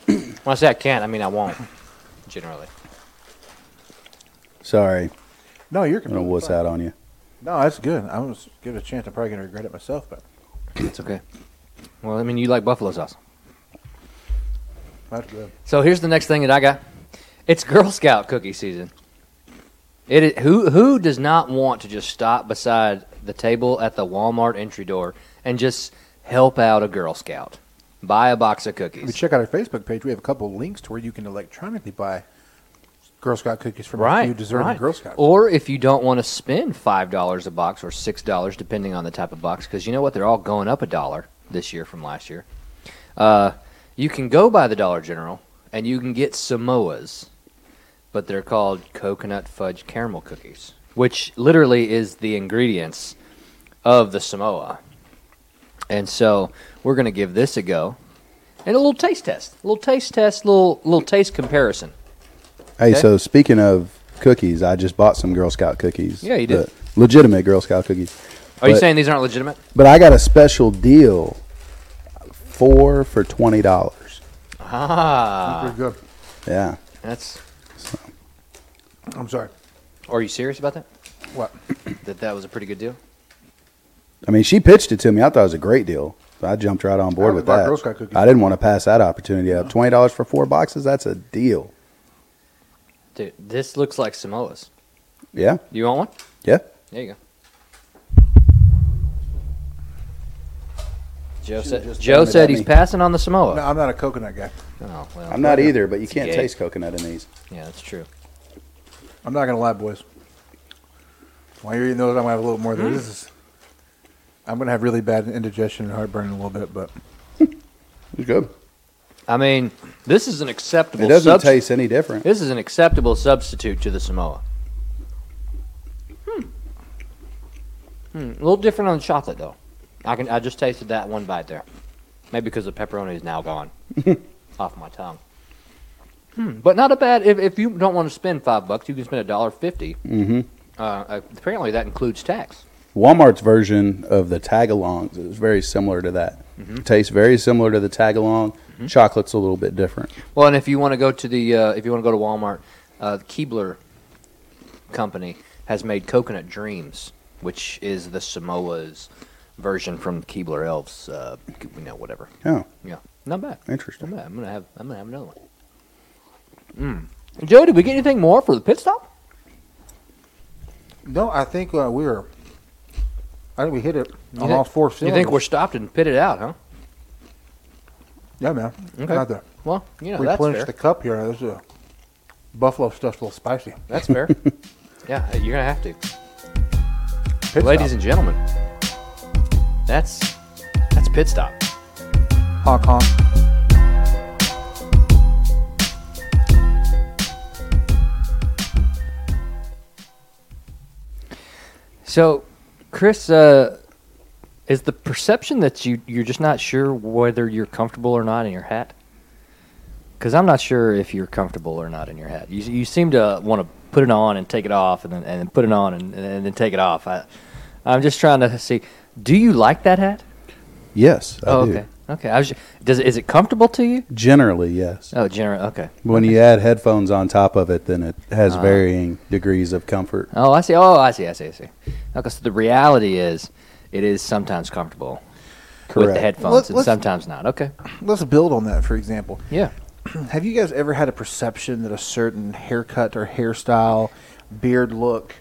Speaker 2: when I say I can't, I mean I won't. Generally.
Speaker 1: Sorry,
Speaker 3: No, you're
Speaker 1: I'm gonna
Speaker 3: completely
Speaker 1: wuss
Speaker 3: fine.
Speaker 1: out on you.
Speaker 3: No, that's good. I'm gonna give it a chance. I'm probably gonna regret it myself, but
Speaker 2: It's okay. Well, I mean, you like buffalo sauce.
Speaker 3: that's good.
Speaker 2: So here's the next thing that I got. It's Girl Scout cookie season. It is, who who does not want to just stop beside the table at the Walmart entry door and just help out a Girl Scout, buy a box of
Speaker 3: If you
Speaker 2: cookies.
Speaker 3: check out our Facebook page, we have a couple of links to where you can electronically buy Girl Scout cookies from a few deserving Girl Scouts.
Speaker 2: Or if you don't want to spend five dollars a box or six dollars, depending on the type of box, because you know what, they're all going up a dollar this year from last year. Uh, you can go by the Dollar General and you can get Samoas, but they're called coconut fudge caramel cookies, which literally is the ingredients of the Samoa. And so we're going to give this a go. And a little taste test, a little taste test, little little taste comparison.
Speaker 1: Hey,
Speaker 2: Okay.
Speaker 1: so speaking of cookies, I just bought some Girl Scout cookies.
Speaker 2: Yeah, you did.
Speaker 1: The legitimate Girl Scout cookies.
Speaker 2: Are you
Speaker 1: But-
Speaker 2: saying these aren't legitimate?
Speaker 1: But I got a special deal. Four for twenty dollars.
Speaker 2: Ah,
Speaker 3: Pretty good.
Speaker 1: Yeah.
Speaker 2: that's.
Speaker 3: I'm sorry.
Speaker 2: Are you serious about that?
Speaker 3: What?
Speaker 2: That that was a pretty good deal.
Speaker 1: I mean, she pitched it to me. I thought it was a great deal. So I jumped right on board
Speaker 3: I
Speaker 1: with
Speaker 3: bought
Speaker 1: that.
Speaker 3: Girl Scout cookies. Uh-huh.
Speaker 1: I didn't want to pass that opportunity up. Twenty dollars for four boxes. That's a deal.
Speaker 2: Dude, this looks like Samoa's.
Speaker 1: Yeah.
Speaker 2: You want one?
Speaker 1: Yeah.
Speaker 2: There you go. Joe
Speaker 1: Should've
Speaker 2: said,
Speaker 1: just
Speaker 2: Joe
Speaker 1: thrown it at
Speaker 2: said he's
Speaker 1: me.
Speaker 2: passing on the Samoa.
Speaker 3: No, I'm not a coconut guy.
Speaker 2: Oh, well,
Speaker 1: I'm not either, but you
Speaker 2: It's
Speaker 1: can't
Speaker 2: gay.
Speaker 1: taste coconut in these.
Speaker 2: Yeah, that's true.
Speaker 3: I'm not gonna lie, boys. While you're eating those, I'm gonna have a little more. of
Speaker 2: Hmm?
Speaker 3: those. This is. I'm gonna have really bad indigestion and heartburn in a little bit, but
Speaker 1: It's good.
Speaker 2: I mean, this is an acceptable.
Speaker 1: It doesn't
Speaker 2: subst-
Speaker 1: taste any different.
Speaker 2: This is an acceptable substitute to the Samoa. Hmm. Hmm. A little different on the chocolate though. I can. I just tasted that one bite there. Maybe because the pepperoni is now gone off my tongue. Hmm. But not a bad. If, if you don't want to spend five bucks, you can spend a dollar fifty.
Speaker 1: Mm-hmm.
Speaker 2: Uh, apparently, that includes tax.
Speaker 1: Walmart's version of the tagalongs is very similar to that.
Speaker 2: Mm-hmm.
Speaker 1: Tastes very similar to the tagalong. Chocolate's a little bit different.
Speaker 2: Well, and if you want to go to the, uh, if you want to go to Walmart, uh, the Keebler Company has made Coconut Dreams, which is the Samoa's version from Keebler Elves. Uh, you know, whatever.
Speaker 1: Oh,
Speaker 2: Yeah, not bad. Not
Speaker 1: interesting.
Speaker 2: bad. I'm gonna have, I'm gonna have another one. Mm. Joe, did we get anything more for the pit stop?
Speaker 3: no, I think uh, we were. I think we hit it on
Speaker 2: think-
Speaker 3: all four
Speaker 2: You
Speaker 3: cylinders.
Speaker 2: think we're stopped and pitted out, huh?
Speaker 3: Yeah, man.
Speaker 2: Okay.
Speaker 3: Not the
Speaker 2: Well, you know that's
Speaker 3: replenish
Speaker 2: fair.
Speaker 3: the cup here. This is a buffalo stuff's a little spicy.
Speaker 2: That's fair. yeah, you're gonna have to.
Speaker 3: Pit
Speaker 2: Ladies
Speaker 3: stop.
Speaker 2: and gentlemen, that's that's pit stop.
Speaker 3: honk honk.
Speaker 2: So, Chris, uh, is the perception that you you're just not sure whether you're comfortable or not in your hat? Because I'm not sure if you're comfortable or not in your hat. You you seem to want to put it on and take it off, and then and then put it on and, and then take it off. I I'm just trying to see. Do you like that hat?
Speaker 1: Yes, I
Speaker 2: oh,
Speaker 1: do.
Speaker 2: okay, okay. I was ju- does it, is it comfortable to you?
Speaker 1: Generally, yes.
Speaker 2: Oh, general. Okay.
Speaker 1: When you add headphones on top of it, then it has
Speaker 2: Ah.
Speaker 1: varying degrees of comfort.
Speaker 2: Oh, I see. Oh, I see. I see. I see. Okay, so the reality is, it is sometimes comfortable with
Speaker 1: Correct.
Speaker 2: the headphones,
Speaker 3: Let-
Speaker 2: and
Speaker 3: let's-
Speaker 2: sometimes not. Okay.
Speaker 3: Let's build on that. For example,
Speaker 2: Yeah.
Speaker 3: Have you guys ever had a perception that a certain haircut or hairstyle, beard look,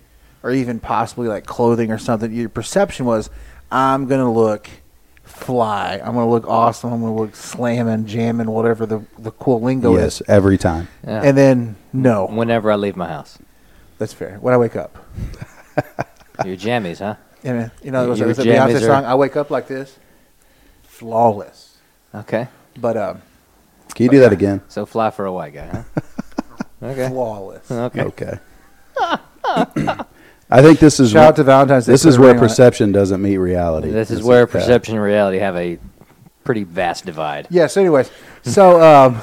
Speaker 3: or even possibly like clothing or something, your perception was, I'm gonna look fly. I'm gonna look awesome. I'm gonna look slamming, jamming, whatever the the cool lingo
Speaker 1: yes,
Speaker 3: is.
Speaker 1: every time.
Speaker 2: Yeah.
Speaker 3: And then no,
Speaker 2: Whenever I leave my house,
Speaker 3: that's fair. When I wake up,
Speaker 2: your jammies, huh?
Speaker 3: and, you know, it was,
Speaker 2: Your
Speaker 3: it was a
Speaker 2: jammies
Speaker 3: Beyonce
Speaker 2: are-
Speaker 3: song. I wake up like this, flawless.
Speaker 2: Okay.
Speaker 3: But um,
Speaker 1: Can you do that again?
Speaker 2: So fly for a white guy, huh? Okay.
Speaker 3: flawless.
Speaker 1: Uh,
Speaker 2: Okay.
Speaker 1: Okay. I think this is
Speaker 3: Shout out
Speaker 1: wh-
Speaker 3: to Valentine's Day.
Speaker 1: this
Speaker 3: Put
Speaker 1: is
Speaker 3: a
Speaker 1: where
Speaker 3: ring on it.
Speaker 1: perception doesn't meet reality. uh,
Speaker 2: This is where
Speaker 1: yeah.
Speaker 2: perception and reality have a pretty vast divide.
Speaker 3: Yes. Anyways, so um,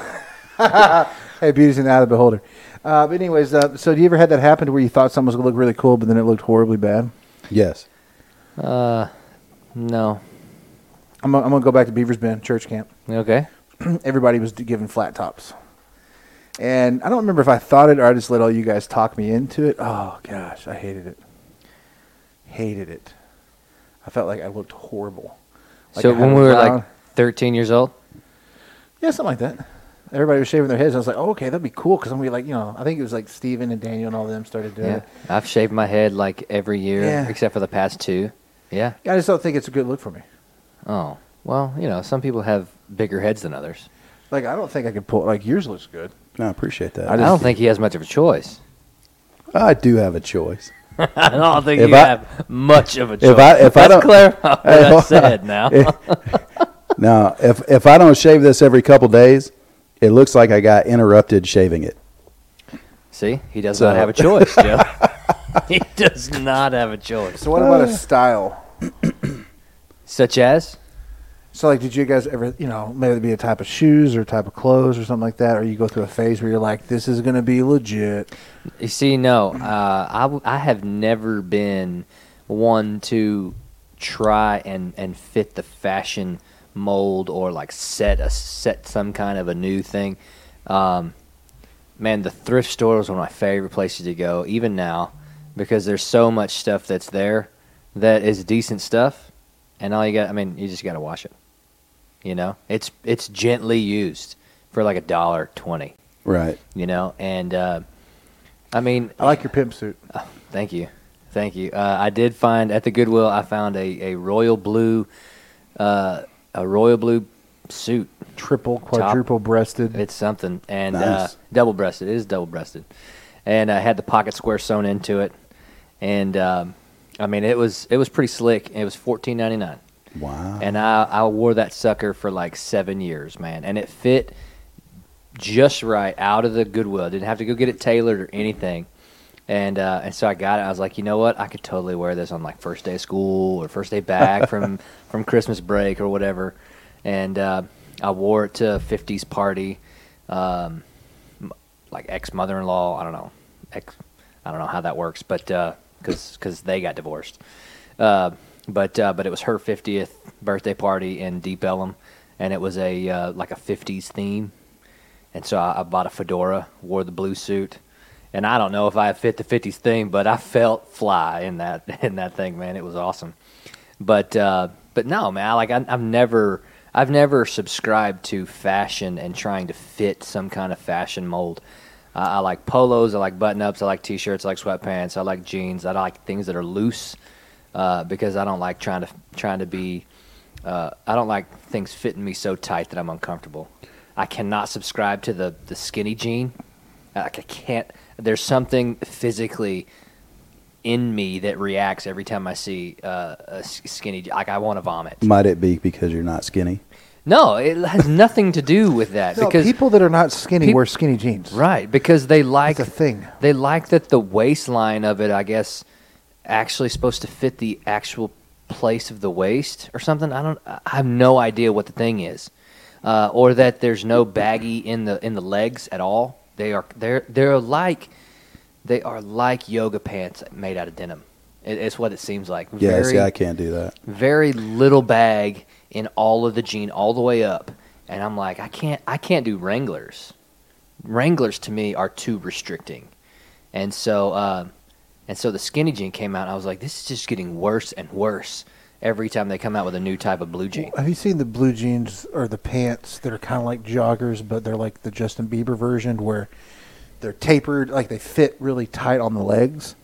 Speaker 3: hey, beauty's in the eye of the beholder. Uh, but anyways, uh, so do you ever had that happen to where you thought something was gonna look really cool, but then it looked horribly bad?
Speaker 1: Yes.
Speaker 2: Uh, no.
Speaker 3: I'm, gonna- I'm gonna go back to Beaver's Bend church camp.
Speaker 2: Okay.
Speaker 3: Everybody was given flat tops, and I don't remember if I thought it or I just let all you guys talk me into it. Oh gosh, I hated it. Hated it. I felt like I looked horrible. Like
Speaker 2: so
Speaker 3: I had
Speaker 2: when
Speaker 3: a
Speaker 2: we were
Speaker 3: brown-
Speaker 2: like 13 years old,
Speaker 3: Yeah, something like that. Everybody was shaving their heads. I was like, oh, okay, that'd be cool because I'm gonna be like, you know, I think it was like Steven and Daniel and all of them started doing
Speaker 2: yeah,
Speaker 3: it.
Speaker 2: I've shaved my head like every year
Speaker 3: Yeah.
Speaker 2: except for the past two. Yeah.
Speaker 3: Yeah, I just don't think it's a good look for me.
Speaker 2: Oh. Well, you know, some people have bigger heads than others.
Speaker 3: Like, I don't think I could pull. Like, yours looks good.
Speaker 1: No, I appreciate that.
Speaker 2: I, don't think he has much of a choice.
Speaker 1: I do have a choice.
Speaker 2: I don't think
Speaker 1: If
Speaker 2: you
Speaker 1: I-
Speaker 2: have much of a choice.
Speaker 1: If I if I
Speaker 2: Let's
Speaker 1: don't
Speaker 2: clarify what I
Speaker 1: If-
Speaker 2: said now.
Speaker 1: no, if if I don't shave this every couple days, it looks like I got interrupted shaving it.
Speaker 2: See, he does
Speaker 1: So-
Speaker 2: not have a choice, Joe. he does not have a choice.
Speaker 3: So, what about a style?
Speaker 2: Such as,
Speaker 3: So, like, did you guys ever, you know, maybe it'd be a type of shoes or type of clothes or something like that, or you go through a phase where you're like, this is gonna be legit.
Speaker 2: you see, no, uh, I w- I have never been one to try and and fit the fashion mold or like set a set some kind of a new thing. Um, man, the thrift store is one of my favorite places to go, even now, because there's so much stuff that's there that is decent stuff, and all you got, I mean, you just got to wash it. You know, it's it's gently used for like a dollar twenty.
Speaker 1: Right.
Speaker 2: You know, and uh, I mean,
Speaker 3: I like your pimp suit.
Speaker 2: Thank you, thank you. Uh, I did find at the Goodwill. I found a, a royal blue, uh, a royal blue suit.
Speaker 3: Triple, quadruple breasted.
Speaker 2: It's something and uh,
Speaker 1: Nice.
Speaker 2: double breasted. It is double breasted, and I had the pocket square sewn into it, and um, I mean it was it was pretty slick. It was fourteen ninety nine,
Speaker 1: Wow.
Speaker 2: and I I wore that sucker for like seven years, man, and it fit just right out of the Goodwill. Didn't have to go get it tailored or anything. And uh, and so I got it. I was like, you know what? I could totally wear this on like first day of school or first day back from from Christmas break or whatever. And uh, I wore it to a '50s party. Um, m- like ex mother in law, I don't know, ex, I don't know how that works, but because because they got divorced. Uh, but uh, but it was her 50th birthday party in Deep Ellum, and it was a uh, like a 50s theme. And so I, I bought a fedora, wore the blue suit, and I don't know if I fit the '50s theme, but I felt fly in that in that thing, man. It was awesome. But uh, but no, man. I- Like I, I've never I've never subscribed to fashion and trying to fit some kind of fashion mold. I, I like polos. I like button ups. I like t-shirts. I like sweatpants. I like jeans. I like things that are loose uh, because I don't like trying to trying to be. Uh, I don't like things fitting me so tight that I'm uncomfortable. I cannot subscribe to the the skinny jean. Like I can't. There's something physically in me that reacts every time I see uh, a s- skinny. je- Like I want to vomit.
Speaker 1: Might it be because you're not skinny?
Speaker 2: No, it has nothing to do with that
Speaker 3: No,
Speaker 2: because
Speaker 3: people that are not skinny
Speaker 2: peop-
Speaker 3: wear skinny jeans.
Speaker 2: right because they like
Speaker 3: That's a thing.
Speaker 2: they like that the waistline of it, I guess, actually supposed to fit the actual place of the waist or something. I don't. I have no idea what the thing is, uh, or that there's no baggy in the in the legs at all. They are they're they're like they are like yoga pants made out of denim. It, it's what it seems like.
Speaker 1: Yeah,
Speaker 2: Very-
Speaker 1: see, I can't do that.
Speaker 2: very little bag in all of the jean all the way up and i'm like i can't i can't do wranglers wranglers to me are too restricting and so uh, and so the skinny jean came out and i was like this is just getting worse and worse every time they come out with a new type of blue jean
Speaker 3: Have you seen the blue jeans or the pants that are kind of like joggers, but they're like the Justin Bieber version where they're tapered, like they fit really tight on the legs?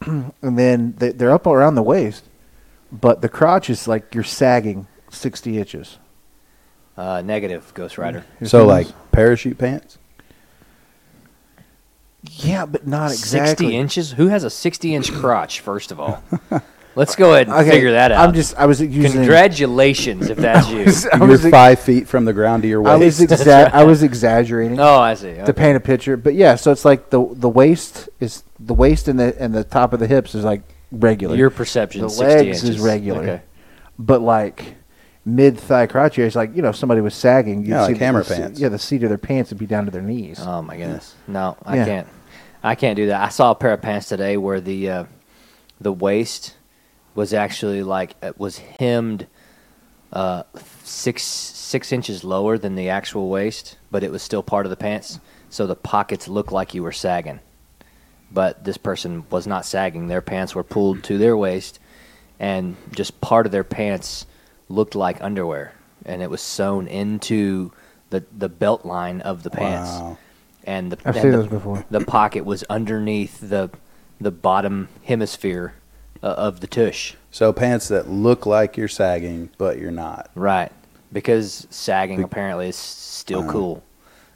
Speaker 3: and then they, they're up around the waist, but the crotch is like you're sagging sixty inches.
Speaker 2: Uh, negative, Ghost Rider.
Speaker 1: So like parachute pants.
Speaker 3: yeah, but not exactly.
Speaker 2: 60 inches? Who has a 60 inch crotch, first of all? Let's go ahead and
Speaker 3: Okay,
Speaker 2: figure that out.
Speaker 3: I'm just I was using
Speaker 2: Congratulations if that's you.
Speaker 3: I
Speaker 1: You're
Speaker 3: was ex-
Speaker 1: five feet from the ground to your
Speaker 3: I was
Speaker 1: waist.
Speaker 3: exa- I was exaggerating.
Speaker 2: Oh, I see. Okay.
Speaker 3: to paint a picture. But yeah, so it's like the the waist is the waist and the and the top of the hips is like regular.
Speaker 2: Your perception
Speaker 3: the
Speaker 2: 60
Speaker 3: legs
Speaker 2: inches.
Speaker 3: is regular.
Speaker 2: Okay.
Speaker 3: But like mid thigh crotch area is like you know if somebody was sagging. You'd
Speaker 1: Yeah,
Speaker 3: see
Speaker 1: like hammer
Speaker 3: the, the-
Speaker 1: pants.
Speaker 3: Yeah, the seat of their pants would be down to their knees.
Speaker 2: Oh my goodness! No, I
Speaker 3: Yeah.
Speaker 2: can't. I can't do that. I saw a pair of pants today where the uh, the waist was actually like it was hemmed uh, six six inches lower than the actual waist, but it was still part of the pants, so the pockets looked like you were sagging. But this person was not sagging; their pants were pulled to their waist, and just part of their pants looked like underwear, and it was sewn into the the belt line of the pants
Speaker 1: Wow.
Speaker 2: and the
Speaker 3: I've
Speaker 2: and
Speaker 3: seen
Speaker 2: the,
Speaker 3: those before.
Speaker 2: The pocket was underneath the the bottom hemisphere uh, of the tush,
Speaker 1: So pants that look like you're sagging, but you're not.
Speaker 2: right? Because sagging apparently is still cool.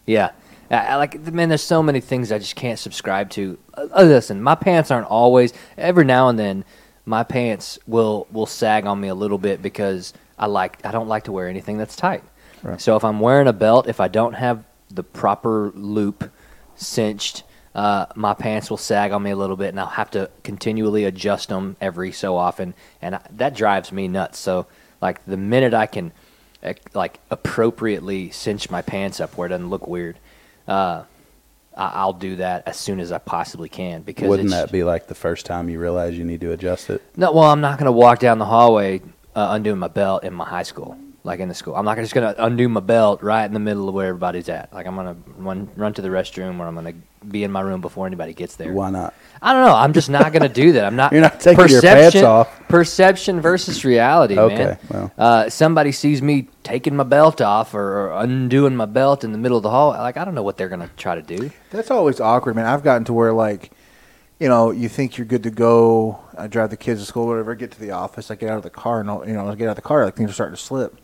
Speaker 2: Yeah, I, I like man. There's so many things I just can't subscribe to. Uh, uh, listen, my pants aren't always. Every now and then, my pants will will sag on me a little bit because I like I don't like to wear anything that's tight. So if I'm wearing a belt, if I don't have the proper loop cinched, uh, my pants will sag on me a little bit, and I'll have to continually adjust them every so often, and I, that drives me nuts. So like the minute I can eh, like appropriately cinch my pants up where it doesn't look weird, uh, I, I'll do that as soon as I possibly can because
Speaker 1: Wouldn't
Speaker 2: it's-
Speaker 1: that be like the first time you realize you need to adjust it?
Speaker 2: no, well, I'm not going to walk down the hallway uh, undoing my belt in my high school, like in the school. I'm not just going to undo my belt right in the middle of where everybody's at. Like I'm going to run run to the restroom, or I'm going to be in my room before anybody gets there.
Speaker 1: Why not?
Speaker 2: I don't know. I'm just not going to do that. I'm not.
Speaker 1: You're not taking your pants off.
Speaker 2: Perception versus reality,
Speaker 1: Okay,
Speaker 2: man.
Speaker 1: well.
Speaker 2: Uh, somebody sees me taking my belt off or, or undoing my belt in the middle of the hallway. Like I don't know what they're going to try to do.
Speaker 3: That's always awkward, man. I've gotten to where like, you know, you think you're good to go. I drive the kids to school, whatever. Get to the office. I get out of the car, and I'll, you know, I get out of the car. Like things are starting to slip.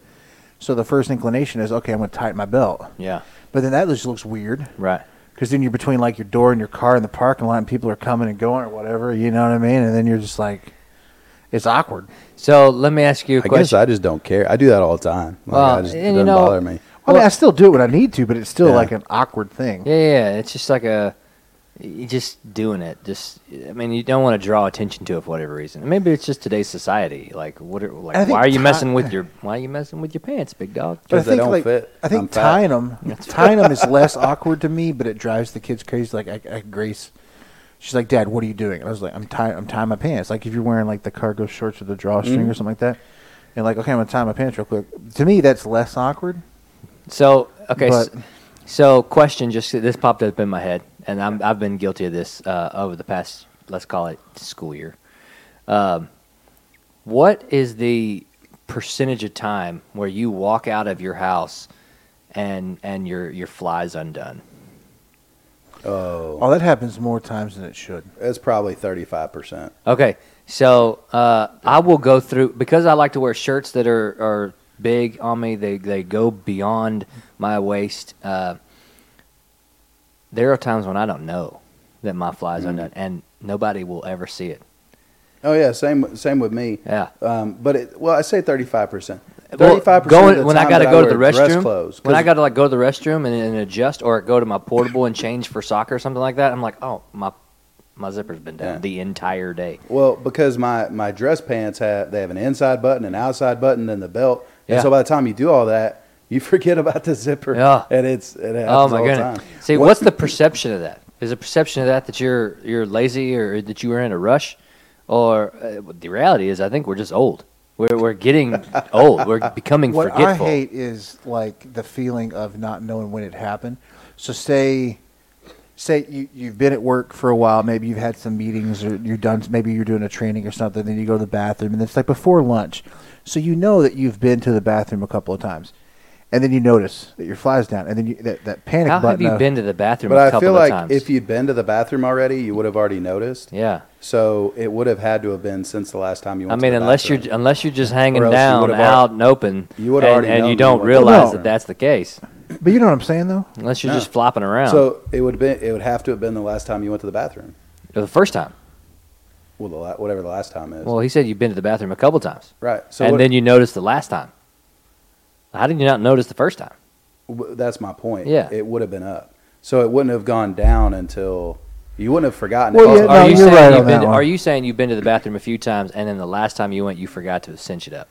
Speaker 3: So the first inclination is, okay, I'm going to tighten my belt.
Speaker 2: Yeah.
Speaker 3: But then that just looks weird.
Speaker 2: Right.
Speaker 3: Because then you're between like your door and your car in the parking lot, and people are coming and going or whatever. You know what I mean? And then you're just like, it's awkward.
Speaker 2: So let me ask you a
Speaker 1: I
Speaker 2: question.
Speaker 1: guess I just don't care. I do that all the time. Like,
Speaker 2: Well,
Speaker 1: I just, it
Speaker 2: and you
Speaker 1: doesn't
Speaker 2: know-
Speaker 1: bother me.
Speaker 3: I mean, I still do it when I need to, but it's still
Speaker 1: Yeah.
Speaker 3: like an awkward thing.
Speaker 2: Yeah, yeah, yeah, it's just like a you just doing it. Just I mean, you don't want to draw attention to it for whatever reason. Maybe it's just today's society. Like what? Are,
Speaker 3: I
Speaker 2: like
Speaker 3: think
Speaker 2: why are you
Speaker 3: ti-
Speaker 2: messing with your why are you messing with your pants, big dog?
Speaker 3: But I
Speaker 1: 'Cause they
Speaker 3: think
Speaker 1: don't
Speaker 3: like
Speaker 1: fit.
Speaker 3: I
Speaker 1: I'm
Speaker 3: think
Speaker 1: fat.
Speaker 3: tying them, tying them is less awkward to me, but it drives the kids crazy. Like I, I, Grace, she's like, "Dad, what are you doing?" And I was like, "I'm tying, I'm tying my pants." Like if you're wearing like the cargo shorts with the drawstring or something like that, and like, okay, I'm gonna tie my pants real quick. To me, that's less awkward.
Speaker 2: So okay, s-
Speaker 3: But-
Speaker 2: so question just this popped up in my head, and I'm, I've been guilty of this uh, over the past let's call it school year. Um, what is the percentage of time where you walk out of your house and and your your fly's undone?
Speaker 3: Oh, that happens more times than it should.
Speaker 1: It's probably thirty-five percent.
Speaker 2: Okay, so uh, I will go through because I like to wear shirts that are, are big on me. They they go beyond my waist. Uh, there are times when I don't know that my fly
Speaker 1: Mm.
Speaker 2: is undone, and nobody will ever see it.
Speaker 1: Oh yeah, same same with me.
Speaker 2: Yeah.
Speaker 1: Um, but it, well, I say thirty-five percent.
Speaker 2: Well,
Speaker 1: Thirty-five
Speaker 2: Going
Speaker 1: percent.
Speaker 2: when I got to go to the restroom,
Speaker 1: clothes,
Speaker 2: when I
Speaker 1: 'Cause
Speaker 2: got to like go to the restroom and, and adjust, or go to my portable and change for soccer or something like that, I'm like, oh my, my zipper's been down
Speaker 1: Yeah.
Speaker 2: the entire day.
Speaker 1: Well, because my my dress pants have they have an inside button, an outside button, and the belt.
Speaker 2: Yeah.
Speaker 1: And so by the time you do all that, you forget about the zipper.
Speaker 2: Yeah.
Speaker 1: And it's it happens
Speaker 2: Oh my
Speaker 1: all
Speaker 2: goodness!
Speaker 1: the time.
Speaker 2: See,
Speaker 1: What-
Speaker 2: what's the perception of that? Is the perception of that that you're you're lazy or that you were in a rush, or uh, the reality is I think we're just old. We're we're getting old. We're becoming
Speaker 3: What
Speaker 2: forgetful.
Speaker 3: I hate is like the feeling of not knowing when it happened. So say, say you you've been at work for a while. Maybe you've had some meetings, or you're done. Maybe you're doing a training or something. Then you go to the bathroom, and it's like before lunch. So you know that you've been to the bathroom a couple of times, and then you notice that your fly's down, and then you, that that panic
Speaker 2: How
Speaker 3: button.
Speaker 2: have you
Speaker 3: of-
Speaker 2: been to the bathroom
Speaker 1: But
Speaker 2: a
Speaker 1: I
Speaker 2: couple
Speaker 1: feel
Speaker 2: of
Speaker 1: like
Speaker 2: times?
Speaker 1: if you'd been to the bathroom already, you would have already noticed.
Speaker 2: yeah.
Speaker 1: So it would have had to have been since the last time you
Speaker 2: I
Speaker 1: went.
Speaker 2: mean,
Speaker 1: to the
Speaker 2: unless you're
Speaker 1: bathroom.
Speaker 2: unless you're just hanging
Speaker 1: Or else you
Speaker 2: down,
Speaker 1: would've al-
Speaker 2: out and open,
Speaker 1: you would've
Speaker 2: and,
Speaker 1: already
Speaker 2: and
Speaker 1: known
Speaker 2: you
Speaker 1: you
Speaker 2: don't
Speaker 1: weren't
Speaker 2: realize
Speaker 3: there.
Speaker 2: that that's the case
Speaker 3: But you know what I'm saying, though.
Speaker 2: unless you're
Speaker 1: No.
Speaker 2: just flopping around.
Speaker 1: So it would have been. It would have to have been the last time you went to the bathroom.
Speaker 2: the first time.
Speaker 1: Well, the la- whatever the last time is.
Speaker 2: Well, he said you've been to the bathroom a couple times,
Speaker 1: right. So
Speaker 2: and
Speaker 1: what-
Speaker 2: then you noticed the last time. How did you not notice the first time?
Speaker 1: w- that's my point.
Speaker 2: Yeah.
Speaker 1: It would have been up. So it wouldn't have gone down until you wouldn't have forgotten.
Speaker 3: Well,
Speaker 1: it.
Speaker 3: yeah,
Speaker 1: Oh,
Speaker 3: no,
Speaker 2: you
Speaker 3: you're
Speaker 2: saying
Speaker 3: right
Speaker 2: you've
Speaker 3: on
Speaker 2: been
Speaker 3: that
Speaker 2: to-
Speaker 3: one.
Speaker 2: Are you saying you've been to the bathroom a few times, and then the last time you went, you forgot to cinch it up?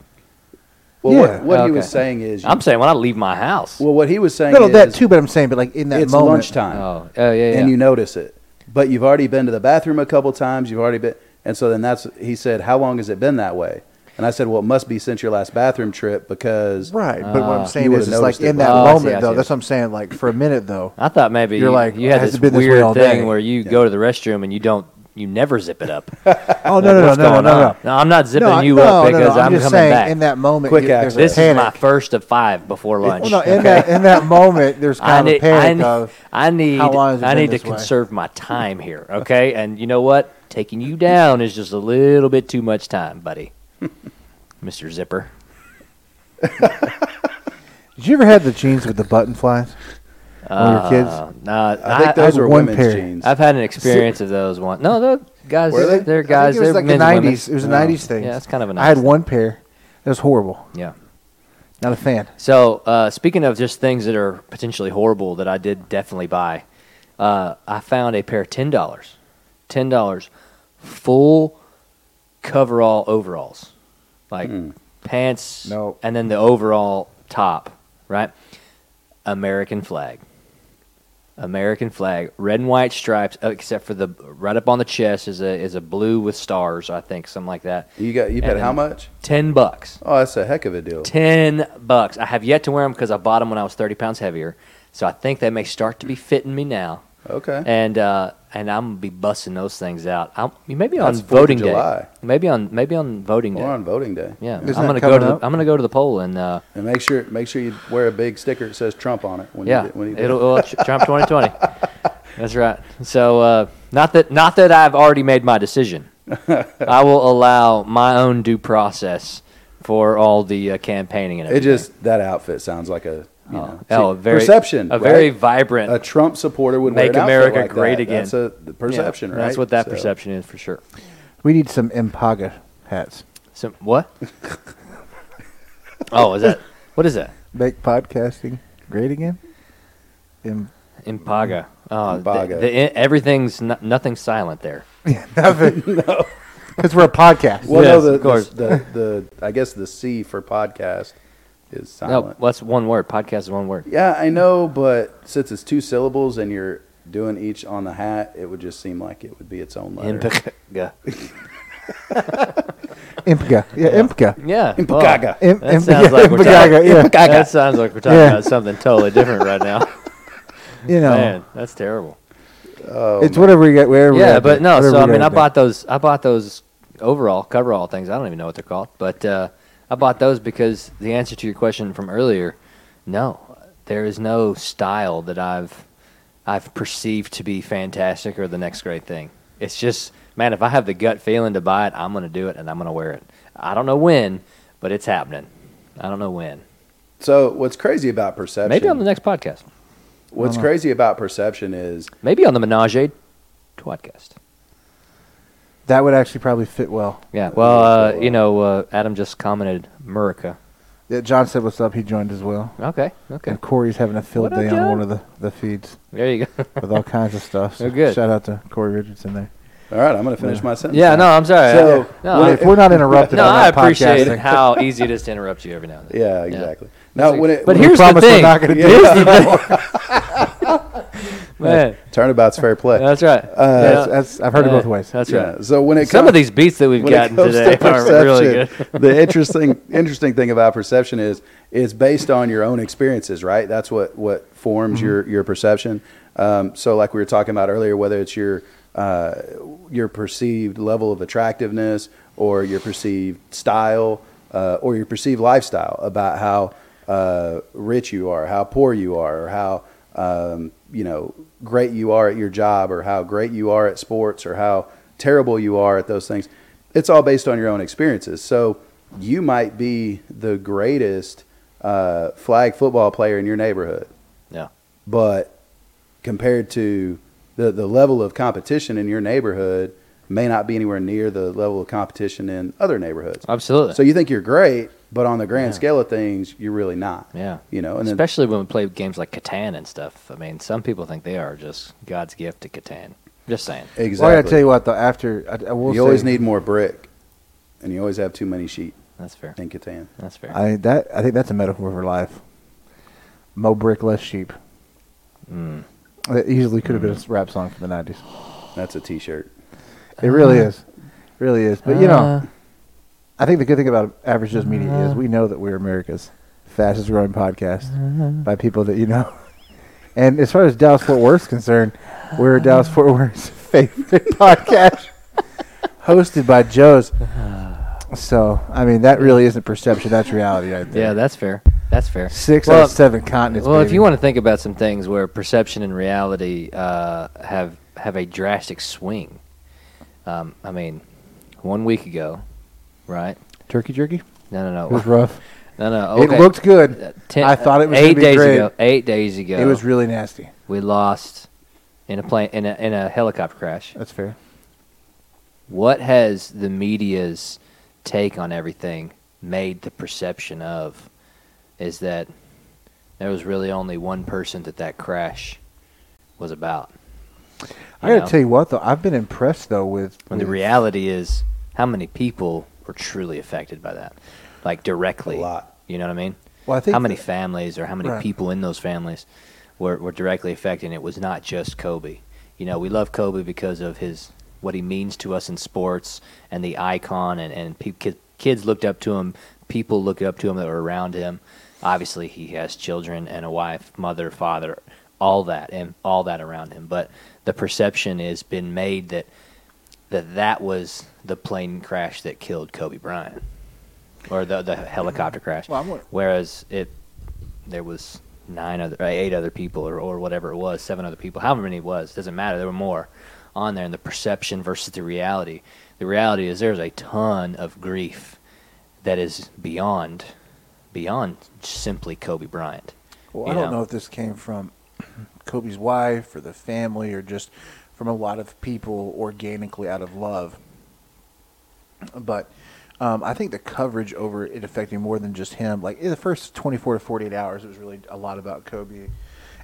Speaker 1: Well,
Speaker 3: Yeah.
Speaker 1: what, what he
Speaker 2: Okay.
Speaker 1: was saying is, you-
Speaker 2: I'm saying when I leave my house.
Speaker 1: well, what he was saying
Speaker 3: No,
Speaker 1: is
Speaker 3: no, that too. But I'm saying, but like in that
Speaker 1: it's
Speaker 3: moment,
Speaker 1: lunchtime,
Speaker 2: oh, oh, yeah, yeah.
Speaker 1: and you notice it, but you've already been to the bathroom a couple times. You've already been, and so then that's he said, how long has it been that way? And I said, well, it must be since your last bathroom trip because
Speaker 3: Right. But what
Speaker 2: Ah.
Speaker 3: I'm saying
Speaker 1: You
Speaker 3: is,
Speaker 1: would've
Speaker 3: it's like
Speaker 1: noticed it
Speaker 3: in
Speaker 1: by
Speaker 3: that
Speaker 2: now. Oh, I see,
Speaker 3: moment,
Speaker 2: I
Speaker 3: though.
Speaker 2: see.
Speaker 3: That's what I'm saying. Like for a minute, though.
Speaker 2: I thought maybe
Speaker 3: You're
Speaker 2: you-
Speaker 3: like,
Speaker 2: you had
Speaker 3: has
Speaker 2: this
Speaker 3: it been this way
Speaker 2: weird
Speaker 3: all
Speaker 2: thing
Speaker 3: day?
Speaker 2: where you go to the restroom and you don't, you never zip it up.
Speaker 3: Oh no, no, no,
Speaker 2: What's
Speaker 3: no, no,
Speaker 2: going
Speaker 3: no,
Speaker 2: on?
Speaker 3: no.
Speaker 2: I'm not zipping
Speaker 3: No,
Speaker 2: you
Speaker 3: no,
Speaker 2: up
Speaker 3: no, no,
Speaker 2: because I'm,
Speaker 3: I'm just
Speaker 2: coming
Speaker 3: saying,
Speaker 2: back.
Speaker 3: in that moment,
Speaker 1: Quick
Speaker 3: you, there's
Speaker 1: action.
Speaker 3: a
Speaker 2: this is my
Speaker 3: panic.
Speaker 2: first of five before lunch.
Speaker 3: Well, no, in that in that moment, there's
Speaker 2: I
Speaker 3: kind of a
Speaker 2: need, I
Speaker 3: panic
Speaker 2: need,
Speaker 3: of
Speaker 2: I need,
Speaker 3: how long has it
Speaker 2: I
Speaker 3: been
Speaker 2: need to
Speaker 3: this way?
Speaker 2: conserve my time here, okay? And you know what? Taking you down is just a little bit too much time, buddy, Mister Zipper.
Speaker 3: Did you ever have the jeans with the button flies? When we were kids?
Speaker 2: Uh, nah,
Speaker 1: I think
Speaker 2: I,
Speaker 1: those
Speaker 3: I-
Speaker 1: were
Speaker 3: one
Speaker 1: women's
Speaker 3: pair.
Speaker 1: jeans.
Speaker 2: I've had an experience of those once. No, those guys,
Speaker 1: Were they?
Speaker 2: they?
Speaker 1: I
Speaker 2: are guys.
Speaker 3: I think it was
Speaker 2: they're
Speaker 3: like
Speaker 2: men's and
Speaker 3: the '90s. It was a '90s thing.
Speaker 2: Yeah, it's kind of a
Speaker 3: I had
Speaker 2: 90s
Speaker 3: one pair. It was horrible.
Speaker 2: women's. Yeah.
Speaker 3: Not a fan.
Speaker 2: So, uh, speaking of just things that are potentially horrible that I did definitely buy, uh, I found a pair of ten dollars, ten dollars, full coverall overalls, like pants,
Speaker 3: No.
Speaker 2: and then the overall top, right? American flag, American flag, red and white stripes, uh, except for the right up on the chest is a is a blue with stars, I think, something like that.
Speaker 1: you got you paid
Speaker 2: And
Speaker 1: how
Speaker 2: then-
Speaker 1: much?
Speaker 2: Ten bucks.
Speaker 1: Oh, that's a heck of a deal.
Speaker 2: Ten bucks. I have yet to wear them because I bought them when I was thirty pounds heavier. So I think they may start to be fitting me now,
Speaker 1: Okay.
Speaker 2: and uh, and I'm gonna be busting those things out. I'm, maybe on
Speaker 1: That's 4th of
Speaker 2: voting day.
Speaker 1: July.
Speaker 2: Maybe on maybe on voting
Speaker 1: We're
Speaker 2: day.
Speaker 1: on voting day.
Speaker 2: yeah,
Speaker 3: Isn't
Speaker 2: I'm gonna
Speaker 3: that
Speaker 2: go
Speaker 3: coming
Speaker 2: to the,
Speaker 3: up?
Speaker 2: I'm gonna go to the poll and uh,
Speaker 1: And make sure make sure you wear a big sticker that says Trump on it. When
Speaker 2: yeah,
Speaker 1: You, do- when you do
Speaker 2: it'll well, it's Trump 2020. That's right. So uh, not that not that I've already made my decision. I will allow my own due process for all the uh, campaigning and
Speaker 1: it
Speaker 2: everything.
Speaker 1: just that outfit sounds like a you
Speaker 2: Oh,
Speaker 1: know,
Speaker 2: oh, a
Speaker 1: see,
Speaker 2: very
Speaker 1: perception.
Speaker 2: a very
Speaker 1: right?
Speaker 2: vibrant
Speaker 1: a Trump supporter would
Speaker 2: Make
Speaker 1: wear an outfit
Speaker 2: America
Speaker 1: like
Speaker 2: great
Speaker 1: that.
Speaker 2: again.
Speaker 1: That's a the perception,
Speaker 2: Yeah,
Speaker 1: right?
Speaker 2: That's what that
Speaker 1: So-
Speaker 2: perception is for sure.
Speaker 3: We need some Impaga hats.
Speaker 2: So what? oh, is that what is that?
Speaker 3: Make podcasting great again. Im-
Speaker 2: Impaga. Oh, the-
Speaker 1: Impaga.
Speaker 2: the- i- everything's no, nothing's silent there.
Speaker 3: Nothing. no. Because we're a podcast.
Speaker 1: Well,
Speaker 2: Yes,
Speaker 1: no, the,
Speaker 2: of course.
Speaker 1: The, the I guess the C for podcast is
Speaker 2: No,
Speaker 1: silent.
Speaker 2: what's one word? Podcast is one word.
Speaker 1: yeah, I know, but since it's two syllables and you're doing each on the hat, it would just seem like it would be its own letter.
Speaker 2: Impaga.
Speaker 3: Impaga. Yeah, Impaga.
Speaker 2: Yeah. well,
Speaker 1: Impaga.
Speaker 3: Im-
Speaker 2: that
Speaker 3: Imp-
Speaker 2: sounds
Speaker 3: yeah,
Speaker 2: like we're
Speaker 3: Impaga,
Speaker 2: talking,
Speaker 3: yeah.
Speaker 2: That sounds like we're talking
Speaker 3: Yeah.
Speaker 2: about something totally different right now.
Speaker 3: You know,
Speaker 2: Man, that's terrible.
Speaker 3: it's whatever you got. Wherever
Speaker 2: yeah,
Speaker 3: we
Speaker 2: but no.
Speaker 3: whatever
Speaker 2: So
Speaker 3: we
Speaker 2: I mean,
Speaker 3: gotta
Speaker 2: I
Speaker 3: do.
Speaker 2: bought those. I bought those overall coverall things. I don't even know what they're called, but uh, I bought those because the answer to your question from earlier, no, there is no style that I've I've perceived to be fantastic or the next great thing. It's just man, if I have the gut feeling to buy it, I'm going to do it and I'm going to wear it. I don't know when, but it's happening. I don't know when.
Speaker 1: So what's crazy about perception?
Speaker 2: Maybe on the Uh-huh. next podcast.
Speaker 1: What's crazy about perception is
Speaker 2: Maybe on the Menage a Twatcast.
Speaker 3: That would actually probably fit well.
Speaker 2: Yeah. Well, uh,
Speaker 1: so,
Speaker 2: you
Speaker 1: uh,
Speaker 2: know, uh, Adam just commented Murica.
Speaker 3: Yeah, John said what's up. He joined as well.
Speaker 2: Okay. Okay.
Speaker 3: And Corey's having a field
Speaker 2: What up,
Speaker 3: day
Speaker 2: John?
Speaker 3: on one of the, the feeds
Speaker 2: There you go.
Speaker 3: with all kinds of stuff. So
Speaker 2: They're good.
Speaker 3: Shout out to Corey Richardson there.
Speaker 1: all right. I'm going to finish my sentence.
Speaker 2: yeah. No,
Speaker 1: now.
Speaker 2: I'm sorry.
Speaker 1: So,
Speaker 2: I, no,
Speaker 3: Well,
Speaker 2: I-
Speaker 3: if we're not interrupted,
Speaker 2: no,
Speaker 3: on
Speaker 2: I
Speaker 3: that
Speaker 2: appreciate
Speaker 3: podcasting,
Speaker 2: how easy it is to interrupt you every now and then.
Speaker 1: Yeah, exactly. Now when it
Speaker 2: But
Speaker 1: when
Speaker 2: here's the
Speaker 3: promise we're
Speaker 2: thing.
Speaker 3: not gonna do
Speaker 2: here's the thing. Man,
Speaker 1: turnabout's fair play.
Speaker 2: that's right.
Speaker 3: that's, that's, I've heard it both ways.
Speaker 2: That's
Speaker 1: yeah.
Speaker 2: right.
Speaker 1: So when it
Speaker 2: Some
Speaker 1: comes,
Speaker 2: of these beats that we've
Speaker 1: when it
Speaker 2: gotten
Speaker 1: comes
Speaker 2: today
Speaker 1: to
Speaker 2: are
Speaker 1: perception,
Speaker 2: really good.
Speaker 1: the interesting interesting thing about perception is it's based on your own experiences, right? That's what what forms
Speaker 2: Mm-hmm.
Speaker 1: your your perception. Um, so, like we were talking about earlier, whether it's your uh, your perceived level of attractiveness or your perceived style uh, or your perceived lifestyle, about how uh, rich you are, how poor you are, or how um, you know great you are at your job, or how great you are at sports, or how terrible you are at those things. It's all based on your own experiences. So you might be the greatest uh, flag football player in your neighborhood,
Speaker 2: Yeah.
Speaker 1: but compared to the, the level of competition in your neighborhood may not be anywhere near the level of competition in other neighborhoods.
Speaker 2: Absolutely.
Speaker 1: So you think you're great, but on the grand
Speaker 3: Yeah.
Speaker 1: scale of things, you're really not.
Speaker 2: yeah.
Speaker 1: You know, and then,
Speaker 2: Especially when we play games like Catan and stuff. I mean, some people think they are just God's gift to Catan. Just saying.
Speaker 1: exactly.
Speaker 3: Well, I gotta tell you what though. After I, I will
Speaker 1: you always
Speaker 3: say-
Speaker 1: need more brick, and you always have too many sheep
Speaker 2: That's fair.
Speaker 1: in Catan.
Speaker 2: That's fair.
Speaker 3: I that I think that's a metaphor for life. Mo brick, less sheep.
Speaker 2: Mm.
Speaker 3: That easily could have been a rap song from the nineties.
Speaker 1: That's a T-shirt.
Speaker 3: It really is, It really is. But you
Speaker 2: Uh,
Speaker 3: know, I think the good thing about Average Joe's Media is we know that we're America's fastest growing podcast by people that you know. And as far as Dallas Fort Worth's concerned, we're Dallas Fort Worth's favorite podcast, hosted by Joe's. So I mean, that really isn't perception; that's reality, right there.
Speaker 2: Yeah, that's fair. That's fair.
Speaker 3: Six
Speaker 2: Well,
Speaker 3: out of seven continents.
Speaker 2: Well, if
Speaker 3: baby.
Speaker 2: you want to think about some things where perception and reality uh, have have a drastic swing, um, I mean, one week ago, right?
Speaker 3: turkey jerky,
Speaker 2: No, no,
Speaker 3: it
Speaker 2: no,
Speaker 3: was rough.
Speaker 2: no, no. Okay.
Speaker 3: It looked good.
Speaker 2: Uh, ten-
Speaker 3: I thought it was
Speaker 2: eight
Speaker 3: gonna be
Speaker 2: days
Speaker 3: great.
Speaker 2: ago. Eight days ago,
Speaker 3: It was really nasty.
Speaker 2: we lost in a plane in a in a helicopter crash.
Speaker 3: That's fair.
Speaker 2: What has the media's take on everything made the perception of is that there was really only one person that that crash was about.
Speaker 3: I gotta
Speaker 2: know?
Speaker 3: tell you what though, I've been impressed though with
Speaker 2: When the
Speaker 3: with-
Speaker 2: reality is how many people were truly affected by that, like directly.
Speaker 1: A lot.
Speaker 2: You know what I mean?
Speaker 3: Well, I think
Speaker 2: how many
Speaker 3: that-
Speaker 2: families or how many
Speaker 3: Right.
Speaker 2: people in those families were, were directly affected? and It was not just Kobe. You know, we love Kobe because of his what he means to us in sports and the icon, and and pe- kid, kids looked up to him. People looked up to him that were around him. Obviously, he has children and a wife, mother, father, all that, and all that around him. But the perception has been made that that that was the plane crash that killed Kobe Bryant or the the helicopter crash.
Speaker 3: Well, I'm gonna-
Speaker 2: Whereas it there was nine other uh, eight other people or, or whatever it was, seven other people, however many it was, doesn't matter. There were more on there and the perception versus the reality. The reality is there's a ton of grief that is beyond beyond simply Kobe Bryant.
Speaker 3: Well,
Speaker 2: you
Speaker 3: I don't
Speaker 2: know?
Speaker 3: know if this came from Kobe's wife or the family or just from a lot of people organically out of love. But um, I think the coverage over it affecting more than just him. Like in the first 24 to 48 hours, it was really a lot about Kobe